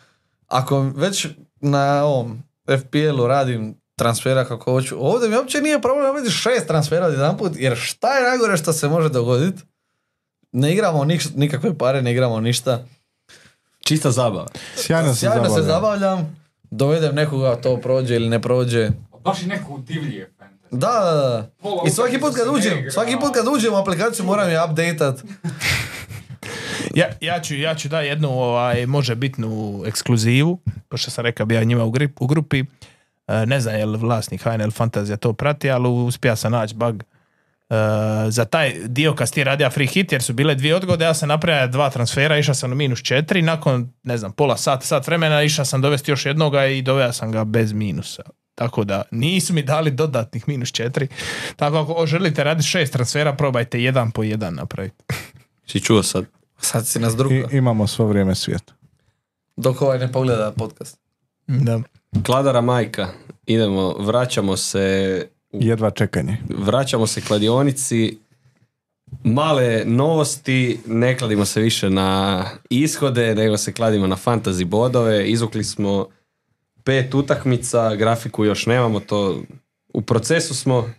[SPEAKER 3] ako već na ovom FPL-u radim transfera kako hoću, ovdje mi uopće nije problem da vidiš šest transfera jedan put, jer šta je najgore što se može dogoditi? Ne igramo niš- nikakve pare, ne igramo ništa.
[SPEAKER 1] Čista zabava.
[SPEAKER 5] Sjajno se
[SPEAKER 3] Sjajno se
[SPEAKER 5] zabavlja.
[SPEAKER 3] zabavljam, dovedem nekoga, to prođe ili ne prođe.
[SPEAKER 4] Pa Baš i neko divlije fantasy.
[SPEAKER 3] Da, da, da.
[SPEAKER 4] Pola
[SPEAKER 3] I svaki
[SPEAKER 4] utakmice
[SPEAKER 3] put kad
[SPEAKER 4] se ne
[SPEAKER 3] uđem,
[SPEAKER 4] igra.
[SPEAKER 3] svaki put kad uđem u aplikaciju moram je updateat.
[SPEAKER 2] Ja, ja, ću, ja ću da jednu ovaj, može bitnu ekskluzivu, pošto sam rekao bija njima u, gri- u grupi. E, ne znam je li vlasnik HNL Fantazija to prati, ali uspija sam naći bug. E, za taj dio kad si ti radija free hit, jer su bile dvije odgode, ja sam napravio dva transfera, išao sam u minus četiri, nakon, ne znam, pola sata, sat vremena, išao sam dovesti još jednoga i doveo sam ga bez minusa. Tako da nisu mi dali dodatnih minus četiri. Tako ako želite raditi šest transfera, probajte jedan po jedan napraviti.
[SPEAKER 1] Si čuo sad.
[SPEAKER 3] Sad si nas druga.
[SPEAKER 5] I, imamo svo vrijeme svijeta.
[SPEAKER 3] Dok ovaj ne pogleda podcast.
[SPEAKER 2] Da.
[SPEAKER 1] Kladara majka. Idemo, vraćamo se... u-
[SPEAKER 5] Jedva čekanje.
[SPEAKER 1] Vraćamo se kladionici. Male novosti, ne kladimo se više na ishode, nego se kladimo na fantasy bodove. Izvukli smo pet utakmica, grafiku još nemamo, to u procesu smo,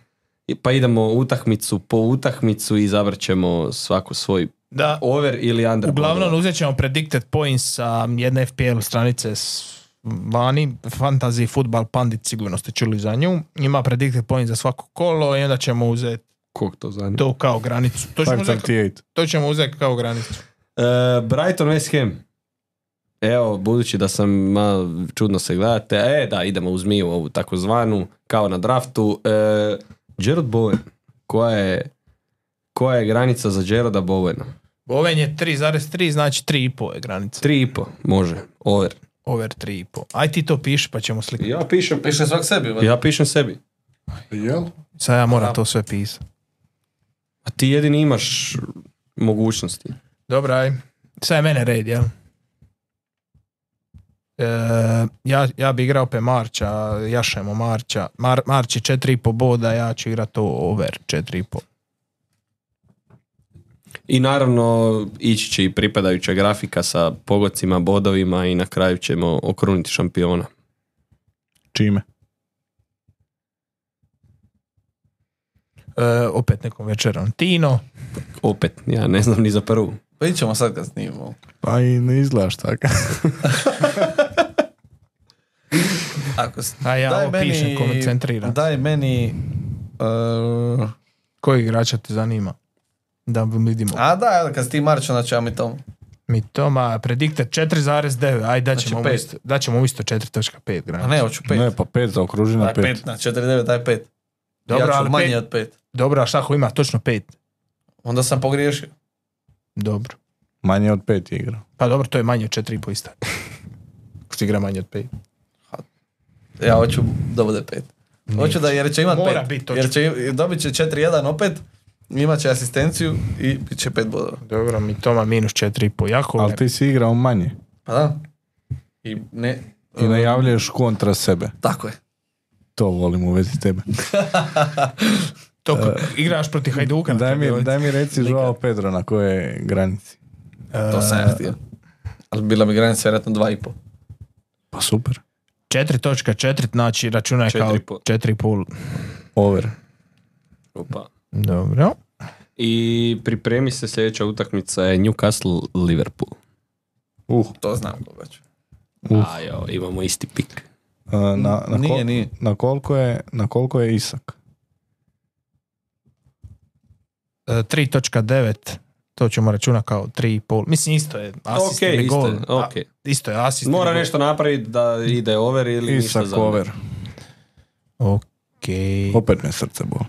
[SPEAKER 1] I- pa idemo utakmicu po utakmicu i izabrat ćemo svaku svoj
[SPEAKER 2] Da,
[SPEAKER 1] over ili under.
[SPEAKER 2] Uglavnom
[SPEAKER 1] bodova.
[SPEAKER 2] uzet ćemo predicted points sa jedne FPL stranice s vani, Fantasy Football Pandit, sigurno ste čuli za nju. Ima predicted points za svako kolo i onda ćemo uzeti
[SPEAKER 1] Kog to zanima?
[SPEAKER 2] to kao granicu. To ćemo uzeti,
[SPEAKER 5] 538.
[SPEAKER 2] to ćemo uzet kao granicu.
[SPEAKER 1] E, Brighton West Ham. Evo, budući da sam malo čudno se gledate, e da, idemo u zmiju ovu takozvanu, kao na draftu. E, Gerard Bowen, koja je, koja je granica za Gerarda Bowena?
[SPEAKER 2] Boven je 3.3, znači 3.5 je granica.
[SPEAKER 1] Tri i po, može, over.
[SPEAKER 2] Over 3.5. Aj ti to piši pa ćemo slikati.
[SPEAKER 1] Ja pišem,
[SPEAKER 3] Piše svak sebi. valjda.
[SPEAKER 1] ja pišem sebi.
[SPEAKER 5] Jel?
[SPEAKER 2] Sad ja moram to sve pisati.
[SPEAKER 1] A ti jedini imaš mogućnosti.
[SPEAKER 2] Dobra, aj. Sad je mene red, jel? E, ja, ja bi igrao pe Marča, jašemo Marča. Mar, Marč je 4,5 boda, ja ću igrat to over 4,5.
[SPEAKER 1] I naravno, ići će i pripadajuća grafika sa pogodcima, bodovima i na kraju ćemo okruniti šampiona.
[SPEAKER 5] Čime?
[SPEAKER 2] E, opet nekom večerom Tino.
[SPEAKER 1] Opet, ja ne znam ni za prvu.
[SPEAKER 3] Vidjet ćemo Pa sad kad snimamo.
[SPEAKER 5] Pa i ne izgledaš tako.
[SPEAKER 3] Ako s-
[SPEAKER 2] A ja ovo pišem, koncentriram.
[SPEAKER 3] Daj meni... e,
[SPEAKER 2] Koji igrača te zanima? Da vidimo.
[SPEAKER 3] a da, evo, kad si ti Marć, onda ću ja mi to.
[SPEAKER 2] Mi Toma, predikte 4,9, aj da ćemo,
[SPEAKER 3] Znači,
[SPEAKER 2] mu isto, da ćemo mu isto 4.5
[SPEAKER 3] A
[SPEAKER 2] granicu.
[SPEAKER 3] ne, hoću pet.
[SPEAKER 5] Ne, pa pet za
[SPEAKER 3] daj
[SPEAKER 5] okružina
[SPEAKER 3] pet.
[SPEAKER 5] pet.
[SPEAKER 3] na 4.9, daj pet.
[SPEAKER 2] Dobro,
[SPEAKER 3] ja
[SPEAKER 2] ali
[SPEAKER 3] ću manje
[SPEAKER 2] pet-
[SPEAKER 3] od pet.
[SPEAKER 2] Dobro, a šta ako ima točno 5?
[SPEAKER 3] Onda sam pogriješio.
[SPEAKER 2] Dobro.
[SPEAKER 5] Manje od pet igra.
[SPEAKER 2] Pa dobro, to je manje od 4,5 isto. Ako si igra manje od 5.
[SPEAKER 3] Ja hoću da bude pet. Hoću da, jer će imat
[SPEAKER 2] Mora
[SPEAKER 3] pet.
[SPEAKER 2] bit točno.
[SPEAKER 3] jer će, dobit će 4-1 opet, imat će asistenciju i bit će pet bodova.
[SPEAKER 2] Dobro, mi Toma minus 4,5. Jako
[SPEAKER 5] Ali ti si igrao manje
[SPEAKER 3] Pa da. I ne...
[SPEAKER 5] i najavljuješ kontra sebe.
[SPEAKER 3] Tako je.
[SPEAKER 5] To volim u vezi tebe.
[SPEAKER 2] To ko- igraš protiv Hajduka. na
[SPEAKER 5] E, Daj
[SPEAKER 2] kraju
[SPEAKER 5] mi,
[SPEAKER 2] dolazi.
[SPEAKER 5] daj mi reci Joao Pedro na koje granici.
[SPEAKER 6] To sam
[SPEAKER 2] E,
[SPEAKER 6] ja htio.
[SPEAKER 3] Ali bila bi granica vjerojatno dva i po.
[SPEAKER 5] Pa super.
[SPEAKER 2] 4.4, znači računaj kao
[SPEAKER 6] 4,5.
[SPEAKER 2] 4,5.
[SPEAKER 5] Over. E,
[SPEAKER 1] Opa.
[SPEAKER 2] Dobro.
[SPEAKER 1] I pripremi se sljedeća utakmica je Newcastle Liverpool.
[SPEAKER 5] Uh,
[SPEAKER 3] To znam koga ću.
[SPEAKER 5] Uf.
[SPEAKER 1] A jo, imamo isti pik.
[SPEAKER 5] na, na, kol-
[SPEAKER 3] Nije, nije.
[SPEAKER 5] na koliko je, na koliko je Isak?
[SPEAKER 2] E, 3.9, to ćemo računati kao 3,5. Mislim isto je
[SPEAKER 1] Ok,
[SPEAKER 2] asist ili
[SPEAKER 1] isto
[SPEAKER 2] gol.
[SPEAKER 1] je, ok.
[SPEAKER 2] A, isto je asist.
[SPEAKER 1] Mora
[SPEAKER 2] ili gol.
[SPEAKER 1] nešto napraviti da ide over ili ništa
[SPEAKER 5] Isak
[SPEAKER 1] za
[SPEAKER 5] over.
[SPEAKER 2] Ok.
[SPEAKER 5] Opet me srce boli.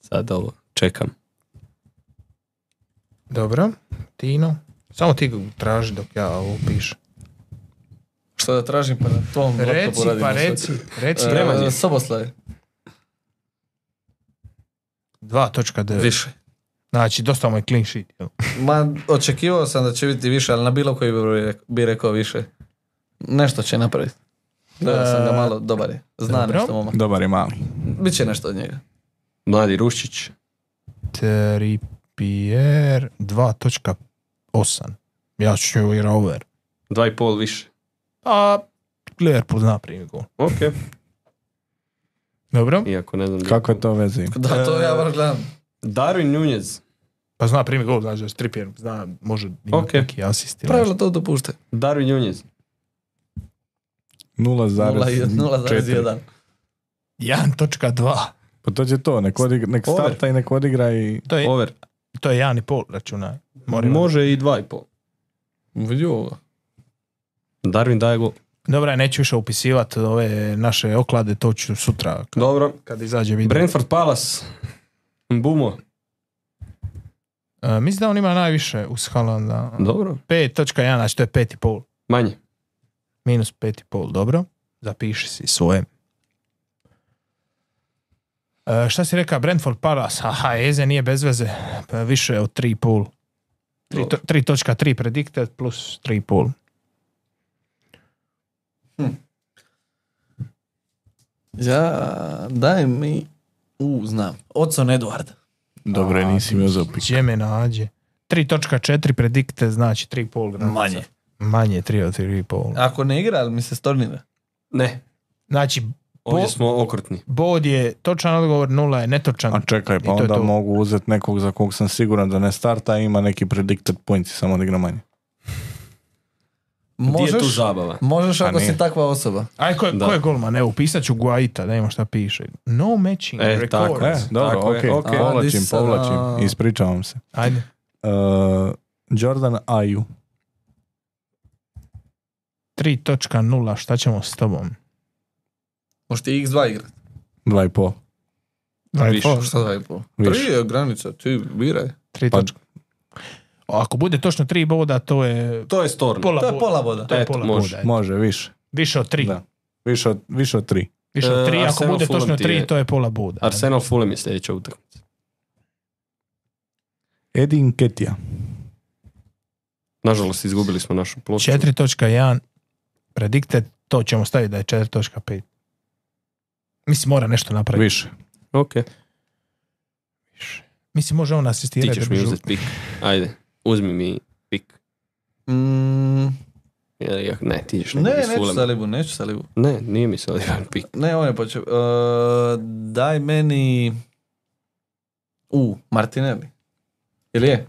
[SPEAKER 1] Sad ovo, čekam.
[SPEAKER 2] Dobro. Tino. Samo ti traži dok ja ovo pišem.
[SPEAKER 3] Što da tražim pa na tom
[SPEAKER 2] Reci,
[SPEAKER 3] laptopu radim
[SPEAKER 2] pa
[SPEAKER 3] sve.
[SPEAKER 2] reci. Reci.
[SPEAKER 3] E,
[SPEAKER 1] Nema nje.
[SPEAKER 3] Soboslaj.
[SPEAKER 2] 2.9.
[SPEAKER 3] Više.
[SPEAKER 2] Znači, dosta moj clean sheet. jel?
[SPEAKER 3] Ma, očekivao sam da će biti više, ali na bilo koji broj bi rekao više. Nešto će napraviti. Gledao sam ga
[SPEAKER 2] E,
[SPEAKER 3] malo, dobar je. Zna
[SPEAKER 2] dobro.
[SPEAKER 3] nešto momak.
[SPEAKER 5] Dobar je mali.
[SPEAKER 3] Biće nešto od njega.
[SPEAKER 1] Mladi Ruščić.
[SPEAKER 2] Trippier 2.8. Ja ću jer over.
[SPEAKER 1] Dva i pol više.
[SPEAKER 2] A Pa, Liverpool zna primjer gol.
[SPEAKER 1] Ok.
[SPEAKER 2] Dobro.
[SPEAKER 1] Iako ne znam. gdje-
[SPEAKER 5] Kakve to veze ima?
[SPEAKER 3] Da, to ja baš gledam.
[SPEAKER 1] Darwin Nunez.
[SPEAKER 2] Pa zna primjer gol, znači da Trippier zna, može imati
[SPEAKER 1] Ok.
[SPEAKER 2] neki asist. ili
[SPEAKER 3] Pravilo to dopušte.
[SPEAKER 1] Darwin Nunez.
[SPEAKER 5] 0,4.
[SPEAKER 3] 0,1.
[SPEAKER 2] nešto. 1.2.
[SPEAKER 5] Pa to će to, nek, odig, nek
[SPEAKER 1] Over.
[SPEAKER 5] starta i nek odigra i...
[SPEAKER 2] To je,
[SPEAKER 1] Over.
[SPEAKER 2] to je 1.5 računa. Moram.
[SPEAKER 1] Može i dva i pol.
[SPEAKER 3] Vidio ovo.
[SPEAKER 1] Darwin daje gol.
[SPEAKER 2] Dobro, ja neću više upisivati ove naše oklade, to ću sutra kad,
[SPEAKER 1] Dobro.
[SPEAKER 2] kad izađe video.
[SPEAKER 1] Brentford Palace. Bumo.
[SPEAKER 2] E, mislim da on ima najviše uz Haalanda.
[SPEAKER 1] Dobro.
[SPEAKER 2] 5.1, znači to je 5.5.
[SPEAKER 1] Manje.
[SPEAKER 2] Minus 5.5, dobro. Zapiši si svoje. E, šta si rekao, Brentford Palace, aha, Eze nije bez veze, Pa više od 3.5. Tri to- 3.3 predicted plus 3.5.
[SPEAKER 3] Ja, daj mi... U, znam. Odson Edward.
[SPEAKER 5] Dobro, nisi mi uzeo pik.
[SPEAKER 2] Gdje me nađe? 3.4 predicted znači 3.5 granica.
[SPEAKER 3] Manje.
[SPEAKER 2] Manje 3 od 3.5.
[SPEAKER 3] Ako ne igra, ali mi se stornira.
[SPEAKER 1] Ne.
[SPEAKER 2] Znači,
[SPEAKER 1] Ovdje
[SPEAKER 2] Bo-
[SPEAKER 1] smo okrutni.
[SPEAKER 2] bod je točan odgovor, nula je netočan.
[SPEAKER 5] A čekaj,
[SPEAKER 2] I
[SPEAKER 5] pa
[SPEAKER 2] to je
[SPEAKER 5] onda
[SPEAKER 2] to.
[SPEAKER 5] mogu uzeti nekog za kog sam siguran da ne starta, a ima neki predicted points i samo odigra manje.
[SPEAKER 1] Gdje je tu
[SPEAKER 3] Možeš,
[SPEAKER 1] zabava?
[SPEAKER 3] možeš
[SPEAKER 5] Pa
[SPEAKER 3] ako
[SPEAKER 5] nije.
[SPEAKER 3] si takva osoba.
[SPEAKER 2] Aj, ko, je-
[SPEAKER 1] Da.
[SPEAKER 2] ko je golman? Evo, pisat ću Guaita, da ima šta piše. No matching
[SPEAKER 1] E,
[SPEAKER 2] record.
[SPEAKER 1] tako
[SPEAKER 5] E,
[SPEAKER 1] je.
[SPEAKER 5] dobro,
[SPEAKER 1] Tako
[SPEAKER 5] ok,
[SPEAKER 1] je, ok.
[SPEAKER 3] A, di
[SPEAKER 5] povlačim,
[SPEAKER 3] si sada?
[SPEAKER 5] povlačim, ispričavam se.
[SPEAKER 2] Ajde.
[SPEAKER 5] Uh, Jordan Aju,
[SPEAKER 2] 3.0, šta ćemo s tobom?
[SPEAKER 3] Možeš ti x2 igrat.
[SPEAKER 5] dva i pol.
[SPEAKER 1] Više.
[SPEAKER 3] O, Pa šta dva i pol?
[SPEAKER 5] Više.
[SPEAKER 3] Tri je granica, ti biraj.
[SPEAKER 2] Tri
[SPEAKER 5] Pa-
[SPEAKER 2] točka. Ako bude točno tri boda, to je
[SPEAKER 1] To je Storm.
[SPEAKER 2] pola
[SPEAKER 3] To je
[SPEAKER 2] boda.
[SPEAKER 3] pola boda.
[SPEAKER 2] To je
[SPEAKER 1] Eto,
[SPEAKER 2] pola
[SPEAKER 1] može.
[SPEAKER 2] boda. eto.
[SPEAKER 5] Može, više.
[SPEAKER 2] Više od tri.
[SPEAKER 5] Da. Više od, više od tri.
[SPEAKER 2] Više od
[SPEAKER 1] E,
[SPEAKER 2] tri. Ako
[SPEAKER 1] Arsenal
[SPEAKER 2] bude
[SPEAKER 1] Fulham
[SPEAKER 2] točno
[SPEAKER 1] ti
[SPEAKER 2] tri,
[SPEAKER 1] je.
[SPEAKER 2] to je pola boda.
[SPEAKER 1] Arsenal Fulham je sljedeća utakmica.
[SPEAKER 5] Edin Ketija,
[SPEAKER 1] Nažalost, izgubili smo našu ploču.
[SPEAKER 2] 4.1 predicted, to ćemo staviti da je 4.5. Mislim, mora nešto napraviti.
[SPEAKER 5] više.
[SPEAKER 1] Ok.
[SPEAKER 2] Mislim, može on
[SPEAKER 1] Ti
[SPEAKER 2] asistirati.
[SPEAKER 1] ćeš
[SPEAKER 2] da bi
[SPEAKER 1] mi
[SPEAKER 2] žu-
[SPEAKER 1] uzeti pik. Ajde, uzmi mi pik.
[SPEAKER 3] Mm,
[SPEAKER 1] Ili ja- Ne, ti ćeš
[SPEAKER 3] ne,
[SPEAKER 1] nekog iz
[SPEAKER 3] neću
[SPEAKER 1] Fulhama.
[SPEAKER 3] Salibu, neću Salibu.
[SPEAKER 1] Ne, nije mi se odivan pik.
[SPEAKER 3] Ne, on je počeo. E, daj meni... U, Martinelli. Ili je?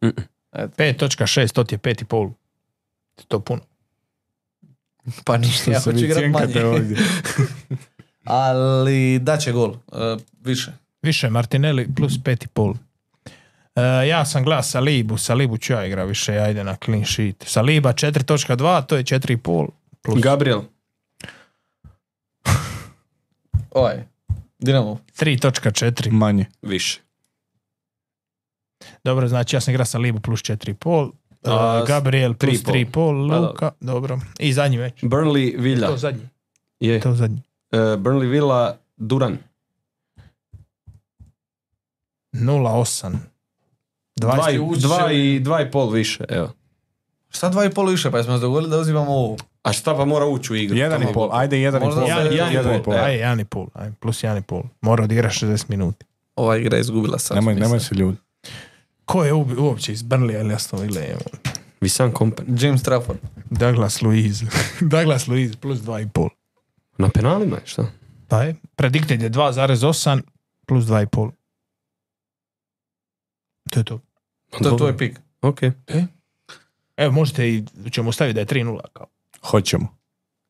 [SPEAKER 2] 5.6, to ti je 5.5. To je puno.
[SPEAKER 3] Pa ništa, ja
[SPEAKER 5] se
[SPEAKER 3] hoću
[SPEAKER 5] vi
[SPEAKER 3] igrat
[SPEAKER 5] cjenkate
[SPEAKER 3] manje.
[SPEAKER 5] ovdje.
[SPEAKER 3] Ali da će gol. E, više.
[SPEAKER 2] Više Martinelli plus 5.5. E, ja sam glas Salibu, Salibu ću ja igra više, ajde na clean sheet. Saliba 4.2, to je 4.5 plus
[SPEAKER 1] Gabriel.
[SPEAKER 3] Ovaj. Dinamo.
[SPEAKER 2] 3.4.
[SPEAKER 5] Manje.
[SPEAKER 1] Više.
[SPEAKER 2] Dobro, znači ja sam igra Salibu plus 4.5, e,
[SPEAKER 1] A, s-
[SPEAKER 2] Gabriel plus
[SPEAKER 1] 3,5.
[SPEAKER 2] 3.5,
[SPEAKER 1] Pa,
[SPEAKER 2] Luka, dobro. I zadnji već.
[SPEAKER 1] Burnley Villa.
[SPEAKER 2] To zadnji.
[SPEAKER 1] Je.
[SPEAKER 2] To zadnji.
[SPEAKER 1] E, Burnley Villa Duran.
[SPEAKER 2] 0.8.
[SPEAKER 1] 2 i,
[SPEAKER 2] Dvadeset-
[SPEAKER 1] dva i, dva i pol više, evo.
[SPEAKER 3] Šta dva i pol više? Pa smo se dogovorili da uzimamo ovo.
[SPEAKER 1] A šta pa mora ući u igru?
[SPEAKER 5] Jedan i
[SPEAKER 1] Tamo.
[SPEAKER 5] pol, ajde jedan i
[SPEAKER 3] Možda
[SPEAKER 5] pol.
[SPEAKER 3] se-
[SPEAKER 5] Jedan,
[SPEAKER 1] jedan i
[SPEAKER 5] jedan i
[SPEAKER 1] pol,
[SPEAKER 5] pol.
[SPEAKER 2] Aj, jedan i pol, aj, plus jedan i pol. Mora odigraš 60 minuti.
[SPEAKER 3] Ova igra je izgubila sad.
[SPEAKER 5] Nemoj, nemoj se ljudi.
[SPEAKER 2] Ko je ubi- uopće iz Burnley ili Aston Villa? evo?
[SPEAKER 1] Visan Kompany.
[SPEAKER 3] James Trafford.
[SPEAKER 2] Douglas Luiz. Douglas Luiz plus 2,5.
[SPEAKER 1] Na penalima je, šta?
[SPEAKER 2] Pa je, predicted je 2,8 plus 2,5. To je to.
[SPEAKER 3] To je
[SPEAKER 1] Dobro.
[SPEAKER 3] tvoj pik.
[SPEAKER 1] Ok.
[SPEAKER 2] Evo, možete i, ćemo staviti da je 3,0 kao.
[SPEAKER 5] Hoćemo.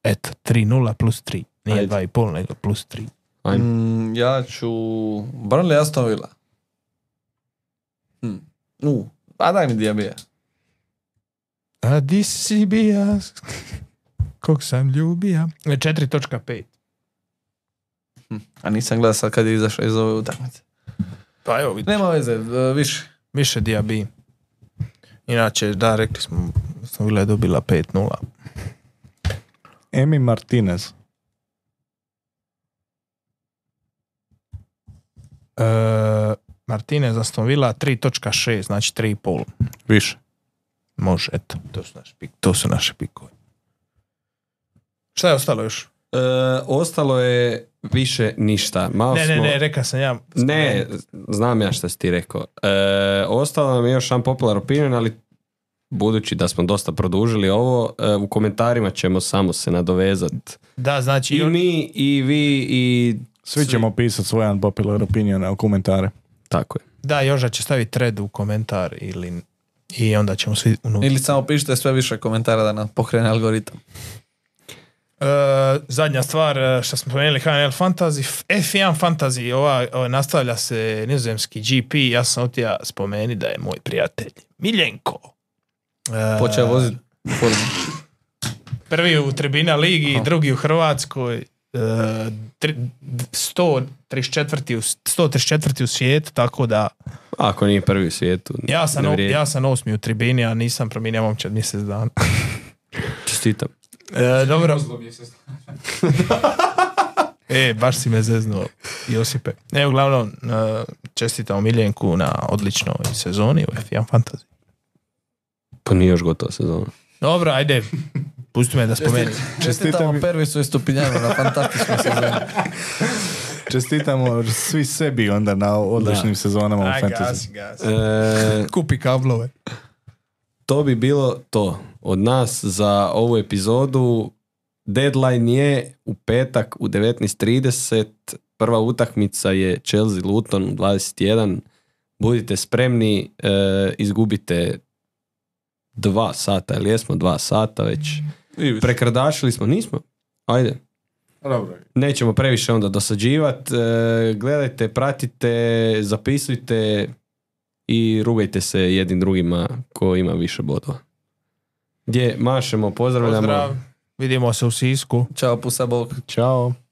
[SPEAKER 2] Eto, 3,0 plus 3. Nije
[SPEAKER 1] Ajde.
[SPEAKER 2] 2,5, nego plus 3.
[SPEAKER 1] Ajme.
[SPEAKER 3] Mm, ja ću... Burnley Aston Villa. Hmm. U, a daj mi Diabija.
[SPEAKER 2] A di si bija, kog sam ljubija. E, 4.5.
[SPEAKER 3] A nisam gledao sad kad je izašao iz ove utakmice.
[SPEAKER 2] Pa evo, vidi.
[SPEAKER 3] Nema veze, e, više.
[SPEAKER 2] Više Diaby. Inače, da, rekli smo, Aston Villa je dobila 5-0.
[SPEAKER 5] Emi Martinez.
[SPEAKER 2] E, Martinez Aston Villa 3.6, znači 3,5.
[SPEAKER 5] Više.
[SPEAKER 2] Može, eto. To su naši pik. To su naši pikovi. Šta je ostalo još?
[SPEAKER 1] E, ostalo je više ništa. Malo
[SPEAKER 2] Ne, ne,
[SPEAKER 1] smo...
[SPEAKER 2] ne, reka sam ja.
[SPEAKER 1] Ne, znam ja šta si ti rekao. E, ostalo nam je još jedan popular opinion, ali budući da smo dosta produžili ovo, e, u komentarima ćemo samo se nadovezati.
[SPEAKER 2] Da, znači,
[SPEAKER 1] I
[SPEAKER 2] i
[SPEAKER 1] mi, i vi, i...
[SPEAKER 5] Svi ćemo pisati svoje unpopular opinion u komentare.
[SPEAKER 1] Tako je.
[SPEAKER 2] da, Joža će staviti thread u komentar ili i onda ćemo svi unutra.
[SPEAKER 3] Ili samo pišite sve više komentara da nam pokrene algoritam.
[SPEAKER 2] E, zadnja stvar e, što smo spomenuli HNL Fantasy, F- F1 Fantasy, ova, ova nastavlja se nizozemski GP, ja sam otija spomeni da je moj prijatelj Miljenko. e,
[SPEAKER 3] Počeo voziti.
[SPEAKER 2] Prvi u Tribina Ligi, drugi u Hrvatskoj, e, tri- d- 134. u, 134. u svijetu, tako da
[SPEAKER 1] Ako nije prvi u svijetu,
[SPEAKER 2] ja sam,
[SPEAKER 1] ne
[SPEAKER 2] o-
[SPEAKER 1] vrijedi.
[SPEAKER 2] ja sam osmi u Tribini, a nisam promijenio momčad mjesec dana.
[SPEAKER 1] Čestitam.
[SPEAKER 2] E, dobro,
[SPEAKER 4] Kozlom je se
[SPEAKER 2] E, baš si me zeznuo, Josipe. E, uglavnom, e, čestitamo Miljenku na odličnoj sezoni u F1 Fantasy.
[SPEAKER 1] Pa nije još gotova sezona.
[SPEAKER 2] Dobro, ajde, pusti me da spomenem.
[SPEAKER 3] Čestitamo Pervisu i Stupinjanu na fantastičnoj sezoni.
[SPEAKER 5] Čestitamo svi sebi onda na odličnim sezonama u fantasy.
[SPEAKER 1] E,
[SPEAKER 2] Kupi kablove.
[SPEAKER 1] to bi bilo to od nas za ovu epizodu. Deadline je u petak u 19.30. Prva utakmica je Chelsea Luton u 21. Budite spremni, e, izgubite dva sata, ili jesmo dva sata već. Prekrdašili smo, nismo? Ajde.
[SPEAKER 5] Dobro.
[SPEAKER 1] Nećemo previše onda dosađivat. E, gledajte, pratite, zapisujte i rugajte se jednim drugima ko ima više bodova. Gdje mašemo, pozdravljamo.
[SPEAKER 2] Pozdrav, vidimo se u Sisku.
[SPEAKER 3] Ćao, pusa bok.
[SPEAKER 5] Ćao.